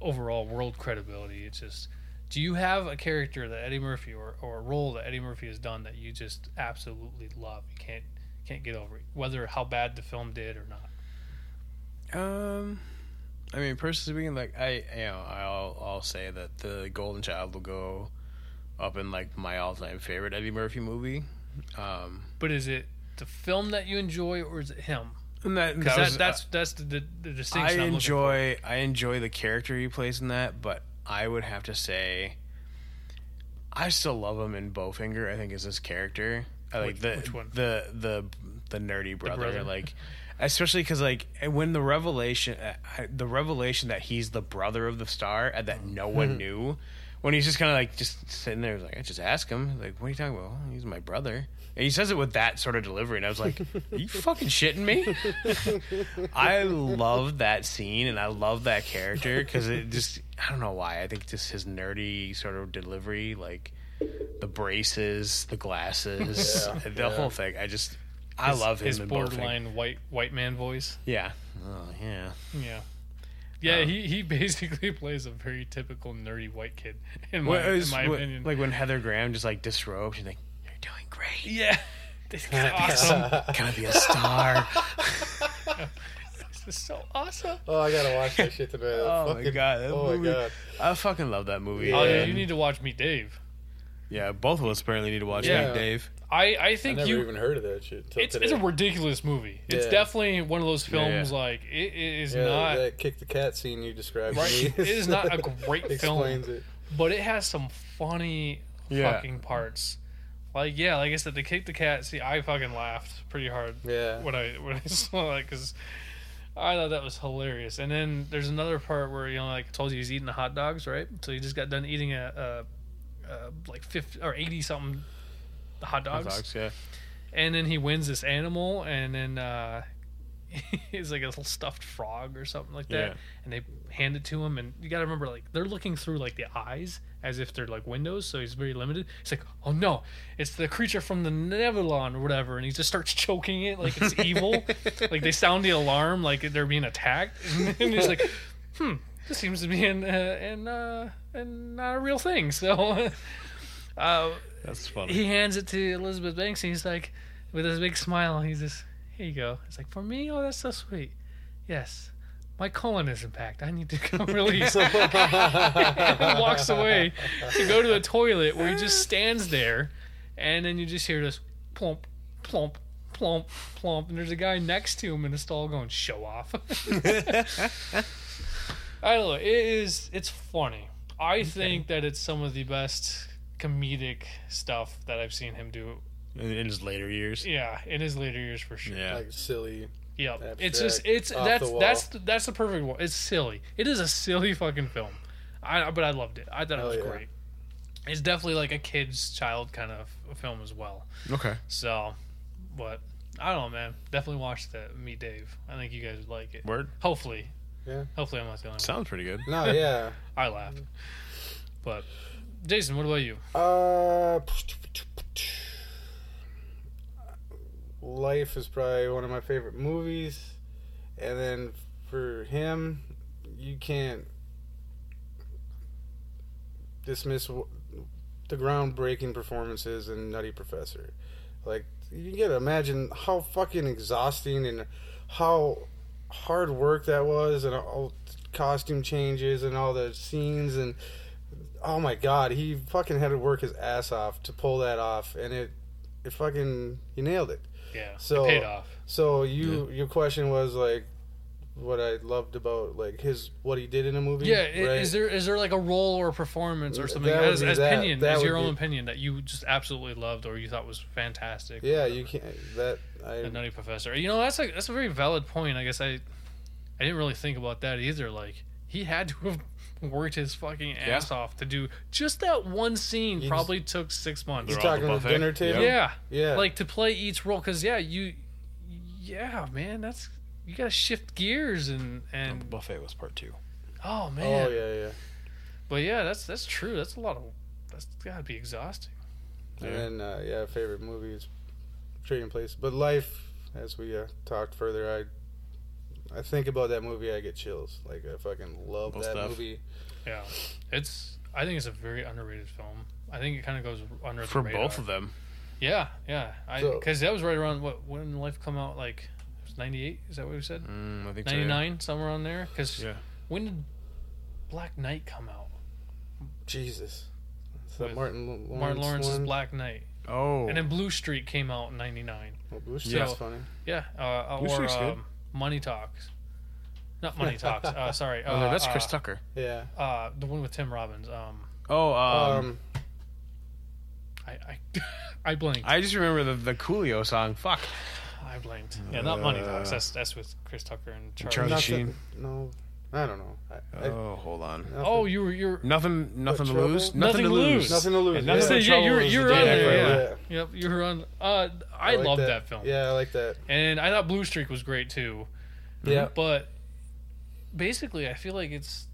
Speaker 1: overall world credibility it's just do you have a character that Eddie Murphy or, or a role that Eddie Murphy has done that you just absolutely love you can't can't get over it whether how bad the film did or not
Speaker 2: Um, I mean, personally speaking, like I, you know, I'll I'll say that the Golden Child will go up in like my all-time favorite Eddie Murphy movie. Um,
Speaker 1: but is it the film that you enjoy or is it him
Speaker 2: and that,
Speaker 1: because
Speaker 2: that was- uh,
Speaker 1: that's that's the, the, the
Speaker 2: I
Speaker 1: distinction I'm looking for.
Speaker 2: enjoy I enjoy the character he plays in that, but I would have to say I still love him in Bowfinger. I think is his character. I like
Speaker 1: Which-
Speaker 2: the
Speaker 1: which one?
Speaker 2: the the the nerdy brother,
Speaker 1: brother.
Speaker 2: like especially because like when the revelation uh, I- the revelation that he's the brother of the star and that no
Speaker 1: Mm-hmm.
Speaker 2: one knew when he's just kind of like just sitting there like I just ask him like what are you talking about he's my brother and he says it with that sort of delivery and I was like are you fucking shitting me I love that scene and I love that character because it just I don't know why I think just his nerdy sort of delivery like the braces the glasses
Speaker 3: Yeah,
Speaker 2: the
Speaker 3: yeah.
Speaker 2: whole thing I just I love him.
Speaker 1: his
Speaker 2: in Bowfinger.
Speaker 1: borderline white white man voice.
Speaker 2: Yeah. Oh yeah.
Speaker 1: Yeah. Yeah,
Speaker 2: Um,
Speaker 1: he, he basically plays a very typical nerdy white kid in my,
Speaker 2: Well, it was
Speaker 1: in my
Speaker 2: wh-
Speaker 1: opinion.
Speaker 2: Like when Heather Graham just like disrobes, she's like, "You're doing great.
Speaker 1: yeah, this is awesome.
Speaker 2: Gonna be a star."
Speaker 1: this is so awesome.
Speaker 3: Oh, I gotta watch that shit today.
Speaker 2: Oh my
Speaker 3: Fucking-
Speaker 2: God, that
Speaker 3: oh my
Speaker 2: movie-
Speaker 3: god.
Speaker 2: I fucking love that movie.
Speaker 1: Oh, yeah,
Speaker 2: and-
Speaker 1: you need to watch me, Dave.
Speaker 2: yeah, both of us apparently need to watch
Speaker 1: Yeah.
Speaker 2: Big Dave.
Speaker 1: I I
Speaker 3: I
Speaker 1: think
Speaker 3: never
Speaker 1: you.
Speaker 3: even heard of that shit. Until
Speaker 1: It's,
Speaker 3: today.
Speaker 1: it's a ridiculous movie. It's
Speaker 3: Yeah.
Speaker 1: definitely one of those films
Speaker 2: Yeah.
Speaker 1: like it, it is
Speaker 3: yeah,
Speaker 1: not
Speaker 3: that kick the cat scene you described. to
Speaker 1: Right?
Speaker 3: me
Speaker 1: It is not a great film.
Speaker 3: Explains it.
Speaker 1: but it has some funny
Speaker 2: Yeah.
Speaker 1: fucking parts. Like yeah, like I said, the kick the cat. See, I fucking laughed pretty hard
Speaker 3: Yeah.
Speaker 1: when I when I saw that because I thought that was hilarious. And then there's another part where you know, like I told you, he's eating the hot dogs, right? So he just got done eating a, a, a like fifty or eighty something hot dogs,
Speaker 2: Dogs, yeah.
Speaker 1: and then he wins this animal, and then uh, it's like a little stuffed frog or something like that.
Speaker 2: Yeah.
Speaker 1: And they hand it to him, and you got to remember, like they're looking through like the eyes as if they're like windows, so he's very limited. He's like, "Oh no, it's the creature from the Nevelon or whatever," and he just starts choking it like it's evil. like they sound the alarm, like they're being attacked, and he's like, "Hmm." This seems to be an uh, an, uh, an not a real thing. So, uh,
Speaker 2: That's funny.
Speaker 1: he hands it to Elizabeth Banks and he's like, with this big smile, he's just, here you go. It's like, for me? Oh, that's so sweet. Yes. My colon is intact. I need to go release. and walks away to go to the toilet where he just stands there. And then you just hear this plump, plump, plump, plump. And there's a guy next to him in a stall going, show off. I don't know. It is. It's funny. I think that it's some of the best comedic stuff that I've seen him do.
Speaker 2: in, in his later years.
Speaker 1: Yeah, in his later years for sure.
Speaker 2: Yeah.
Speaker 3: Like silly.
Speaker 1: Yeah,
Speaker 3: Abstract,
Speaker 1: it's just it's
Speaker 3: off
Speaker 1: that's
Speaker 3: the wall.
Speaker 1: that's the, that's the perfect one. It's silly. It is a silly fucking film. I but I loved it. I thought
Speaker 3: Hell
Speaker 1: it was
Speaker 3: yeah.
Speaker 1: great. It's definitely like a kid's child kind of film as well.
Speaker 2: Okay.
Speaker 1: So, but I don't know, man. Definitely watch that. Me, Dave. I think you guys would like it.
Speaker 2: Word.
Speaker 1: Hopefully.
Speaker 3: Yeah.
Speaker 1: Hopefully, I'm not the only one.
Speaker 2: Sounds pretty good.
Speaker 3: No, yeah.
Speaker 1: I laughed.
Speaker 3: Mm-hmm.
Speaker 1: But Jason, what about you?
Speaker 3: Uh, Life is probably one of my favorite movies, and then for him, you can't dismiss w- the groundbreaking performances in Nutty Professor. Like you can imagine how fucking exhausting and how hard work that was, and all costume changes and all the scenes and oh my god, he fucking had to work his ass off to pull that off, and it, it fucking he nailed it.
Speaker 1: Yeah,
Speaker 3: So-
Speaker 1: it paid off.
Speaker 3: So you your question was like, what I loved about like his what he did in a movie.
Speaker 1: Yeah, i-
Speaker 3: right?
Speaker 1: is there is there like a role or a performance or something
Speaker 3: That would
Speaker 1: as,
Speaker 3: be
Speaker 1: as
Speaker 3: that-
Speaker 1: opinion
Speaker 3: that
Speaker 1: as
Speaker 3: would
Speaker 1: your
Speaker 3: be-
Speaker 1: own opinion that you just absolutely loved or you thought was fantastic?
Speaker 3: yeah, you can't that
Speaker 1: The
Speaker 3: I
Speaker 1: Nutty Professor. You know that's a that's a very valid point. I guess I I didn't really think about that either. Like he had to have worked his fucking ass off to do just that one scene.
Speaker 3: He's-
Speaker 1: probably took six months.
Speaker 3: he's
Speaker 2: They're all at
Speaker 3: talking
Speaker 2: the
Speaker 3: to
Speaker 2: buffet.
Speaker 3: dinner table.
Speaker 1: yeah,
Speaker 3: yeah,
Speaker 1: like to play each role because yeah you yeah man that's you gotta shift gears and and
Speaker 2: Buffet was part two.
Speaker 1: oh man
Speaker 3: oh yeah, yeah.
Speaker 1: but yeah that's that's true that's a lot of that's gotta be exhausting
Speaker 2: Yeah.
Speaker 3: And then, uh, yeah, favorite movies, Trading Place. But Life, as we uh, talked further, I I think about that movie, I get chills. Like, I fucking love
Speaker 2: Well,
Speaker 3: that
Speaker 2: stuff.
Speaker 3: movie.
Speaker 1: yeah it's i think it's a very underrated film i think it kind of goes under
Speaker 2: For
Speaker 1: the
Speaker 2: both
Speaker 1: radar.
Speaker 2: of them.
Speaker 1: yeah yeah i
Speaker 3: So-
Speaker 1: because that was right around what when life come out like it was 98 is that what we said
Speaker 2: Mm, I think so, yeah.
Speaker 1: 99 somewhere on there because
Speaker 2: Yeah.
Speaker 1: when did black knight come out
Speaker 3: Jesus. It's that
Speaker 1: With
Speaker 3: Martin L- Lawrence.
Speaker 1: martin lawrence's
Speaker 3: one?
Speaker 1: black knight
Speaker 2: Oh.
Speaker 1: and then blue streak came out in 99
Speaker 3: Oh, Blue
Speaker 2: Yeah.
Speaker 3: Street's funny.
Speaker 1: Yeah, uh,
Speaker 2: Blue
Speaker 1: or
Speaker 2: Streak's good.
Speaker 1: um, Money Talks. Not Money Talks. Uh, sorry, uh,
Speaker 2: Oh, no, that's Chris
Speaker 1: uh,
Speaker 2: Tucker.
Speaker 3: Yeah.
Speaker 1: uh, the one with Tim Robbins. Um,
Speaker 2: Oh, um,
Speaker 3: Um,
Speaker 1: I I, I blinked.
Speaker 2: I just remember the, the Coolio song. Fuck.
Speaker 1: I blinked. Yeah, not Money
Speaker 2: Uh,
Speaker 1: Talks. That's that's with Chris Tucker and Charlie. Uh,
Speaker 2: Charlie
Speaker 3: nothing-
Speaker 2: Sheen.
Speaker 3: No. I don't know. I, I,
Speaker 2: Oh, hold on.
Speaker 3: nothing.
Speaker 1: Oh, you were you're.
Speaker 2: Nothing, nothing to
Speaker 3: trouble?
Speaker 2: lose.
Speaker 1: Nothing to lose.
Speaker 3: Nothing to lose.
Speaker 2: Yeah, nothing
Speaker 1: yeah,
Speaker 2: to-
Speaker 1: yeah,
Speaker 2: Trouble
Speaker 1: you're
Speaker 2: was the
Speaker 1: you're
Speaker 2: day
Speaker 1: on
Speaker 2: after
Speaker 1: there.
Speaker 2: I
Speaker 1: Yeah.
Speaker 3: Yeah.
Speaker 1: Yep, you're on. Uh, I,
Speaker 3: like
Speaker 1: loved that. film,
Speaker 3: Yeah, I like that.
Speaker 1: and I thought Blue Streak was great too. Mm-hmm.
Speaker 3: Yeah.
Speaker 1: But basically, I feel like it's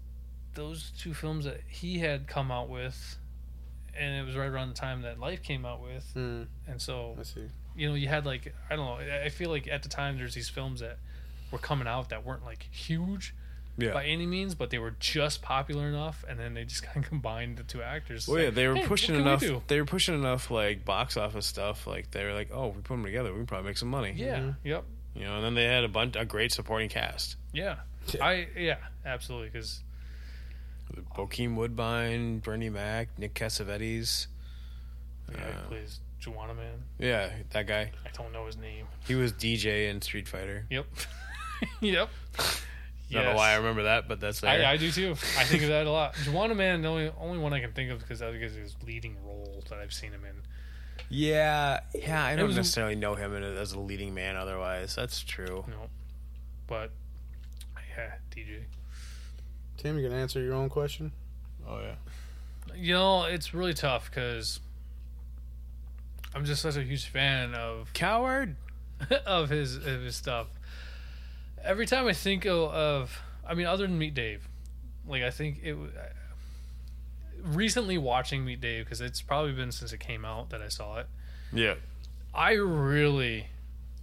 Speaker 1: those two films that he had come out with, and it was right around the time that Life came out with,
Speaker 3: Mm,
Speaker 1: and so
Speaker 3: I see.
Speaker 1: you know, you had like I don't know. I- I feel like at the time there's these films that were coming out that weren't like huge
Speaker 2: Yeah.
Speaker 1: by any means, but they were just popular enough, and then they just kind of combined the two actors.
Speaker 2: Well, yeah, they were
Speaker 1: "Hey, what
Speaker 2: pushing
Speaker 1: can we
Speaker 2: enough.
Speaker 1: do?"
Speaker 2: They were pushing enough like box office stuff. Like they were like, oh, we put them together, we can probably make some money.
Speaker 1: Yeah. Yep.
Speaker 2: You know, and then they had a bunch, a great supporting cast.
Speaker 1: Yeah.
Speaker 3: Yeah.
Speaker 1: I yeah absolutely because
Speaker 2: Bokeem Woodbine, Bernie Mac, Nick Cassavetes.
Speaker 1: yeah,
Speaker 2: Yeah.
Speaker 1: he plays Juana Man.
Speaker 2: Yeah, that guy.
Speaker 1: I don't know his name.
Speaker 2: He was DJ in Street Fighter.
Speaker 1: Yep. yep.
Speaker 2: I don't know
Speaker 1: Yes.
Speaker 2: why I remember that, but that's there.
Speaker 1: I, I do too. I think of that a lot. Juana Man, the only only one I can think of because that was his leading role that I've seen him in.
Speaker 2: yeah, yeah. I don't
Speaker 1: was-
Speaker 2: necessarily know him in a- as a leading man. Otherwise, that's true.
Speaker 1: No, but yeah, DJ.
Speaker 3: Tim, you gonna answer your own question?
Speaker 2: Oh yeah.
Speaker 1: You know, it's really tough because I'm just such a huge fan of
Speaker 2: Coward.
Speaker 1: of his of his stuff. Every time I think of, of I mean, other than Meet Dave, like I think it. w- I- Recently watching Meet Dave because it's probably been since it came out that I saw it.
Speaker 2: Yeah.
Speaker 1: I really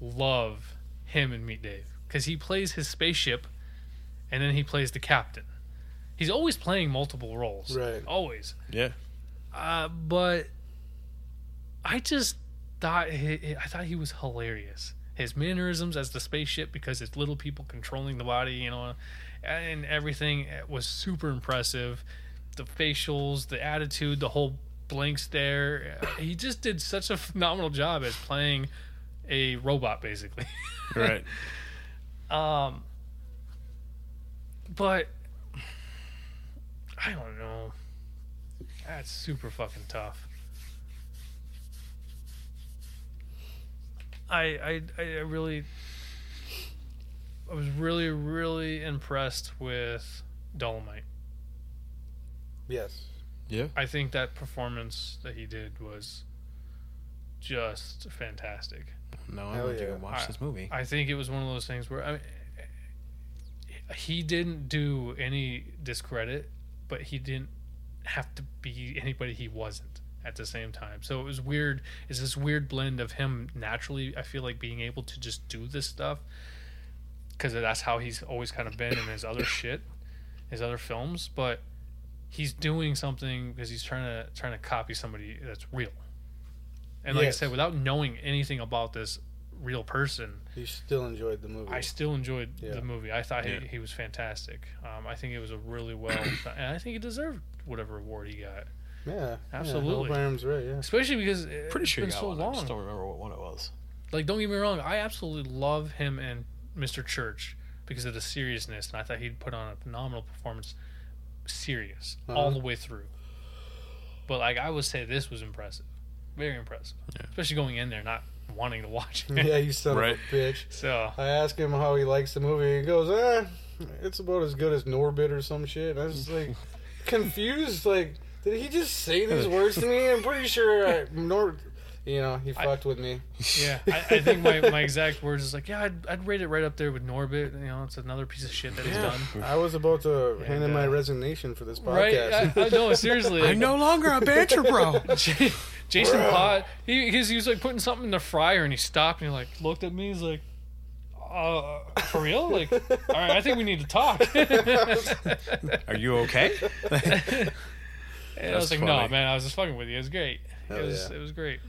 Speaker 1: love him in Meet Dave because he plays his spaceship, and then he plays the captain. He's always playing multiple roles,
Speaker 3: Right.
Speaker 1: Always.
Speaker 2: Yeah.
Speaker 1: Uh, but I just thought he, I thought he was hilarious. His mannerisms as the spaceship, because it's little people controlling the body, you know, and everything was super impressive. The facials, the attitude, the whole blank stare. He just did such a phenomenal job as playing a robot, basically.
Speaker 2: Right.
Speaker 1: Um, but I don't know. That's super fucking tough. I I I really I was really really impressed with Dolomite.
Speaker 3: Yes.
Speaker 2: yeah.
Speaker 1: I think that performance that he did was just fantastic.
Speaker 2: No, I
Speaker 3: Hell
Speaker 2: don't think
Speaker 3: yeah.
Speaker 2: I watched this movie.
Speaker 1: I think it was one of those things where I mean, he didn't do any discredit, but he didn't have to be anybody he wasn't at the same time. So it was weird. It's this weird blend of him naturally. I feel like being able to just do this stuff because that's how he's always kind of been in his other shit, his other films. But he's doing something because he's trying to trying to copy somebody that's real. And like I
Speaker 3: Yes.
Speaker 1: said, without knowing anything about this real person,
Speaker 3: You still enjoyed the movie.
Speaker 1: I still enjoyed
Speaker 3: Yeah.
Speaker 1: the movie. I thought
Speaker 2: Yeah.
Speaker 1: he, he was fantastic. Um, I think it was a really well, and I think he deserved whatever award he got,
Speaker 3: yeah.
Speaker 1: Absolutely.
Speaker 3: Yeah, Hope Iron's right. Yeah.
Speaker 1: especially because it- it's
Speaker 2: Pretty sure
Speaker 1: been
Speaker 2: you got
Speaker 1: so
Speaker 2: one. I
Speaker 1: long.
Speaker 2: just don't remember what one it was.
Speaker 1: Like, don't get me wrong, I absolutely love him and Mr. Church because of the seriousness, and I thought he'd put on a phenomenal performance, serious all
Speaker 3: Uh-huh.
Speaker 1: the way through. But like, I would say this was impressive, very impressive, especially going in there not wanting to watch it.
Speaker 3: Yeah, you son
Speaker 2: Right.
Speaker 3: of a bitch.
Speaker 1: So
Speaker 3: I asked him how he likes the movie. He goes, "Eh, it's about as good as Norbit or some shit." And I was like, confused. Like, did he just say these words to me? I'm pretty sure I, Nor, you know, he fucked with me.
Speaker 1: Yeah, I, I think my, my exact words is like, yeah, I'd, I'd rate it right up there with Norbit. You know, it's another piece of shit that he's done.
Speaker 3: I was about to hand in
Speaker 1: uh,
Speaker 3: my resignation for this
Speaker 1: Right?
Speaker 3: podcast.
Speaker 1: I, I, no, seriously. like,
Speaker 2: longer a banter bro.
Speaker 1: J- Jason Pot, he, he's, he was like putting something in the fryer and he stopped and he like looked at me. He's like, uh, for real? Like, all right, I think we need to talk. and
Speaker 2: Are you okay?
Speaker 1: I was
Speaker 2: That's
Speaker 1: like, no,
Speaker 2: funny.
Speaker 1: man, I was just fucking with you. It was great.
Speaker 3: Hell
Speaker 1: it was
Speaker 3: yeah.
Speaker 1: it was great.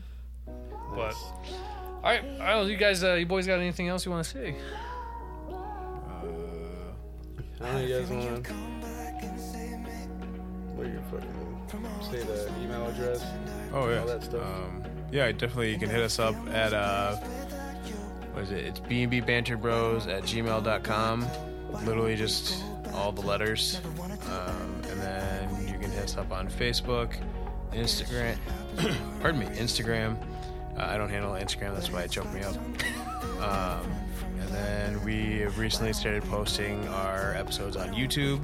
Speaker 1: But
Speaker 3: Nice.
Speaker 1: all right, all right, you guys, uh, you boys got anything else you want to say? Uh,
Speaker 3: I don't know you guys want. What your fucking say the email address?
Speaker 2: oh yeah.
Speaker 3: All that stuff.
Speaker 2: Um, yeah, definitely. You can hit us up at uh, what is it? It's B and B Banter Bros at gmail.com. Literally just all the letters, um, and then you can hit us up on Facebook, Instagram. pardon me, Instagram. Uh, I don't handle Instagram. That's why it choked me up. Um, and then we have recently started posting our episodes on YouTube.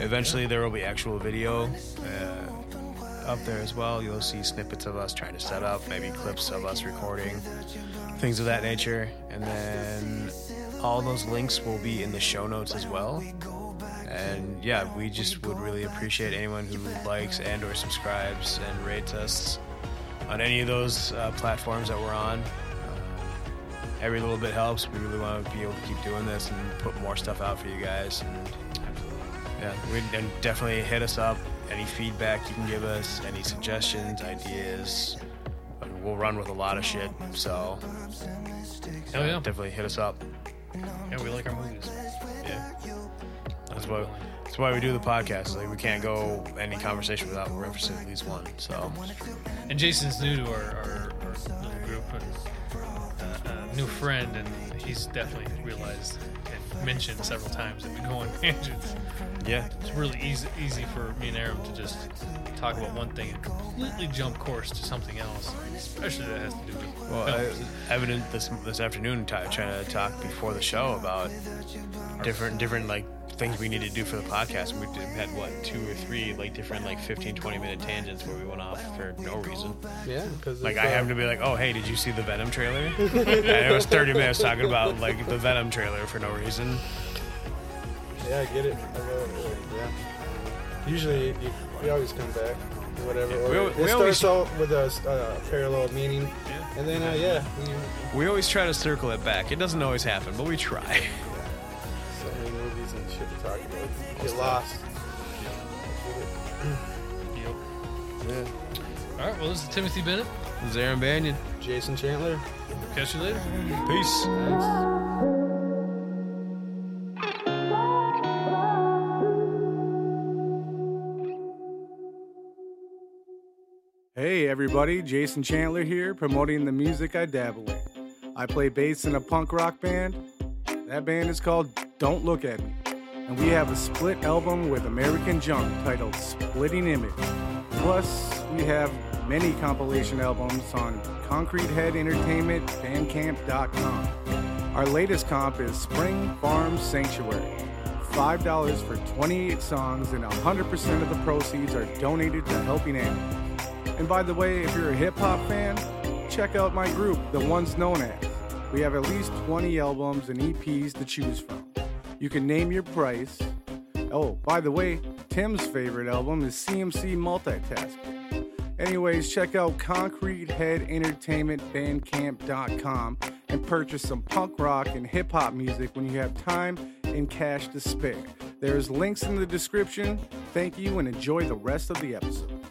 Speaker 2: Eventually, there will be actual video uh, up there as well. You'll see snippets of us trying to set up, maybe clips of us recording, things of that nature. And then all those links will be in the show notes as well. And yeah, we just would really appreciate anyone who likes and/or subscribes and rates us on any of those uh, platforms that we're on. Um, every little bit helps. We really want to be able to keep doing this and put more stuff out for you guys. And yeah, we and definitely hit us up. Any feedback you can give us, any suggestions, ideas. I mean, We'll run with a lot of shit, so
Speaker 1: Hell yeah.
Speaker 2: definitely hit us up.
Speaker 4: Yeah, we like our movies.
Speaker 2: Yeah, that's why that's why we do the podcast. Like we can't go any conversation without referencing at least one. So
Speaker 1: And Jason's new to our, our, our little group and uh, a new friend, and he's definitely realized and mentioned several times that we go on tangents.
Speaker 2: yeah,
Speaker 1: It's really easy, easy for me and Aram to just talk about one thing and completely jump course to something else, especially that has to do with
Speaker 2: Well,
Speaker 1: films.
Speaker 2: I, evident this this afternoon, t- trying to talk before the show about different different like things we need to do for the podcast. We did, had what two or three like different like 15, 20 minute tangents where we went off for no reason.
Speaker 3: Yeah, because
Speaker 2: Like I happen to be like, oh hey, did you see the Venom trailer? and it was thirty minutes talking about like the Venom trailer for no reason.
Speaker 3: Yeah, I get it. I really, really- yeah. Usually, you, we always come back, to whatever.
Speaker 2: we
Speaker 3: or
Speaker 2: al-
Speaker 3: it
Speaker 2: we
Speaker 3: starts
Speaker 2: always-
Speaker 3: out with a uh, parallel meaning, and then uh, yeah, we,
Speaker 2: We always try to circle it back. It doesn't always happen, but we try.
Speaker 3: so many movies and shit to talk about. Get lost.
Speaker 1: Yep. All right, well, this is Timothy Bennett.
Speaker 2: This is Aaron Banyan.
Speaker 3: Jason Chandler.
Speaker 1: Catch you later.
Speaker 2: Peace.
Speaker 3: Thanks.
Speaker 5: Hey everybody, Jason Chandler here, promoting the music I dabble in. I play bass in a punk rock band. That band is called Don't Look At Me. And we have a split album with American Junk titled Splitting Image. Plus, we have many compilation albums on Concrete Head Entertainment Bandcamp.com. Our latest comp is Spring Farm Sanctuary. $5 for 28 songs, and 100% of the proceeds are donated to Helping Animals. And by the way, if you're a hip hop fan, check out my group, The Ones Known As. We have at least 20 albums and EPs to choose from. You can name your price. Oh, by the way, Tim's favorite album is CMC Multitask. Anyways, check out Concrete Head Entertainment Bandcamp.com and purchase some punk rock and hip hop music when you have time and cash to spare. There's links in the description. Thank you and enjoy the rest of the episode.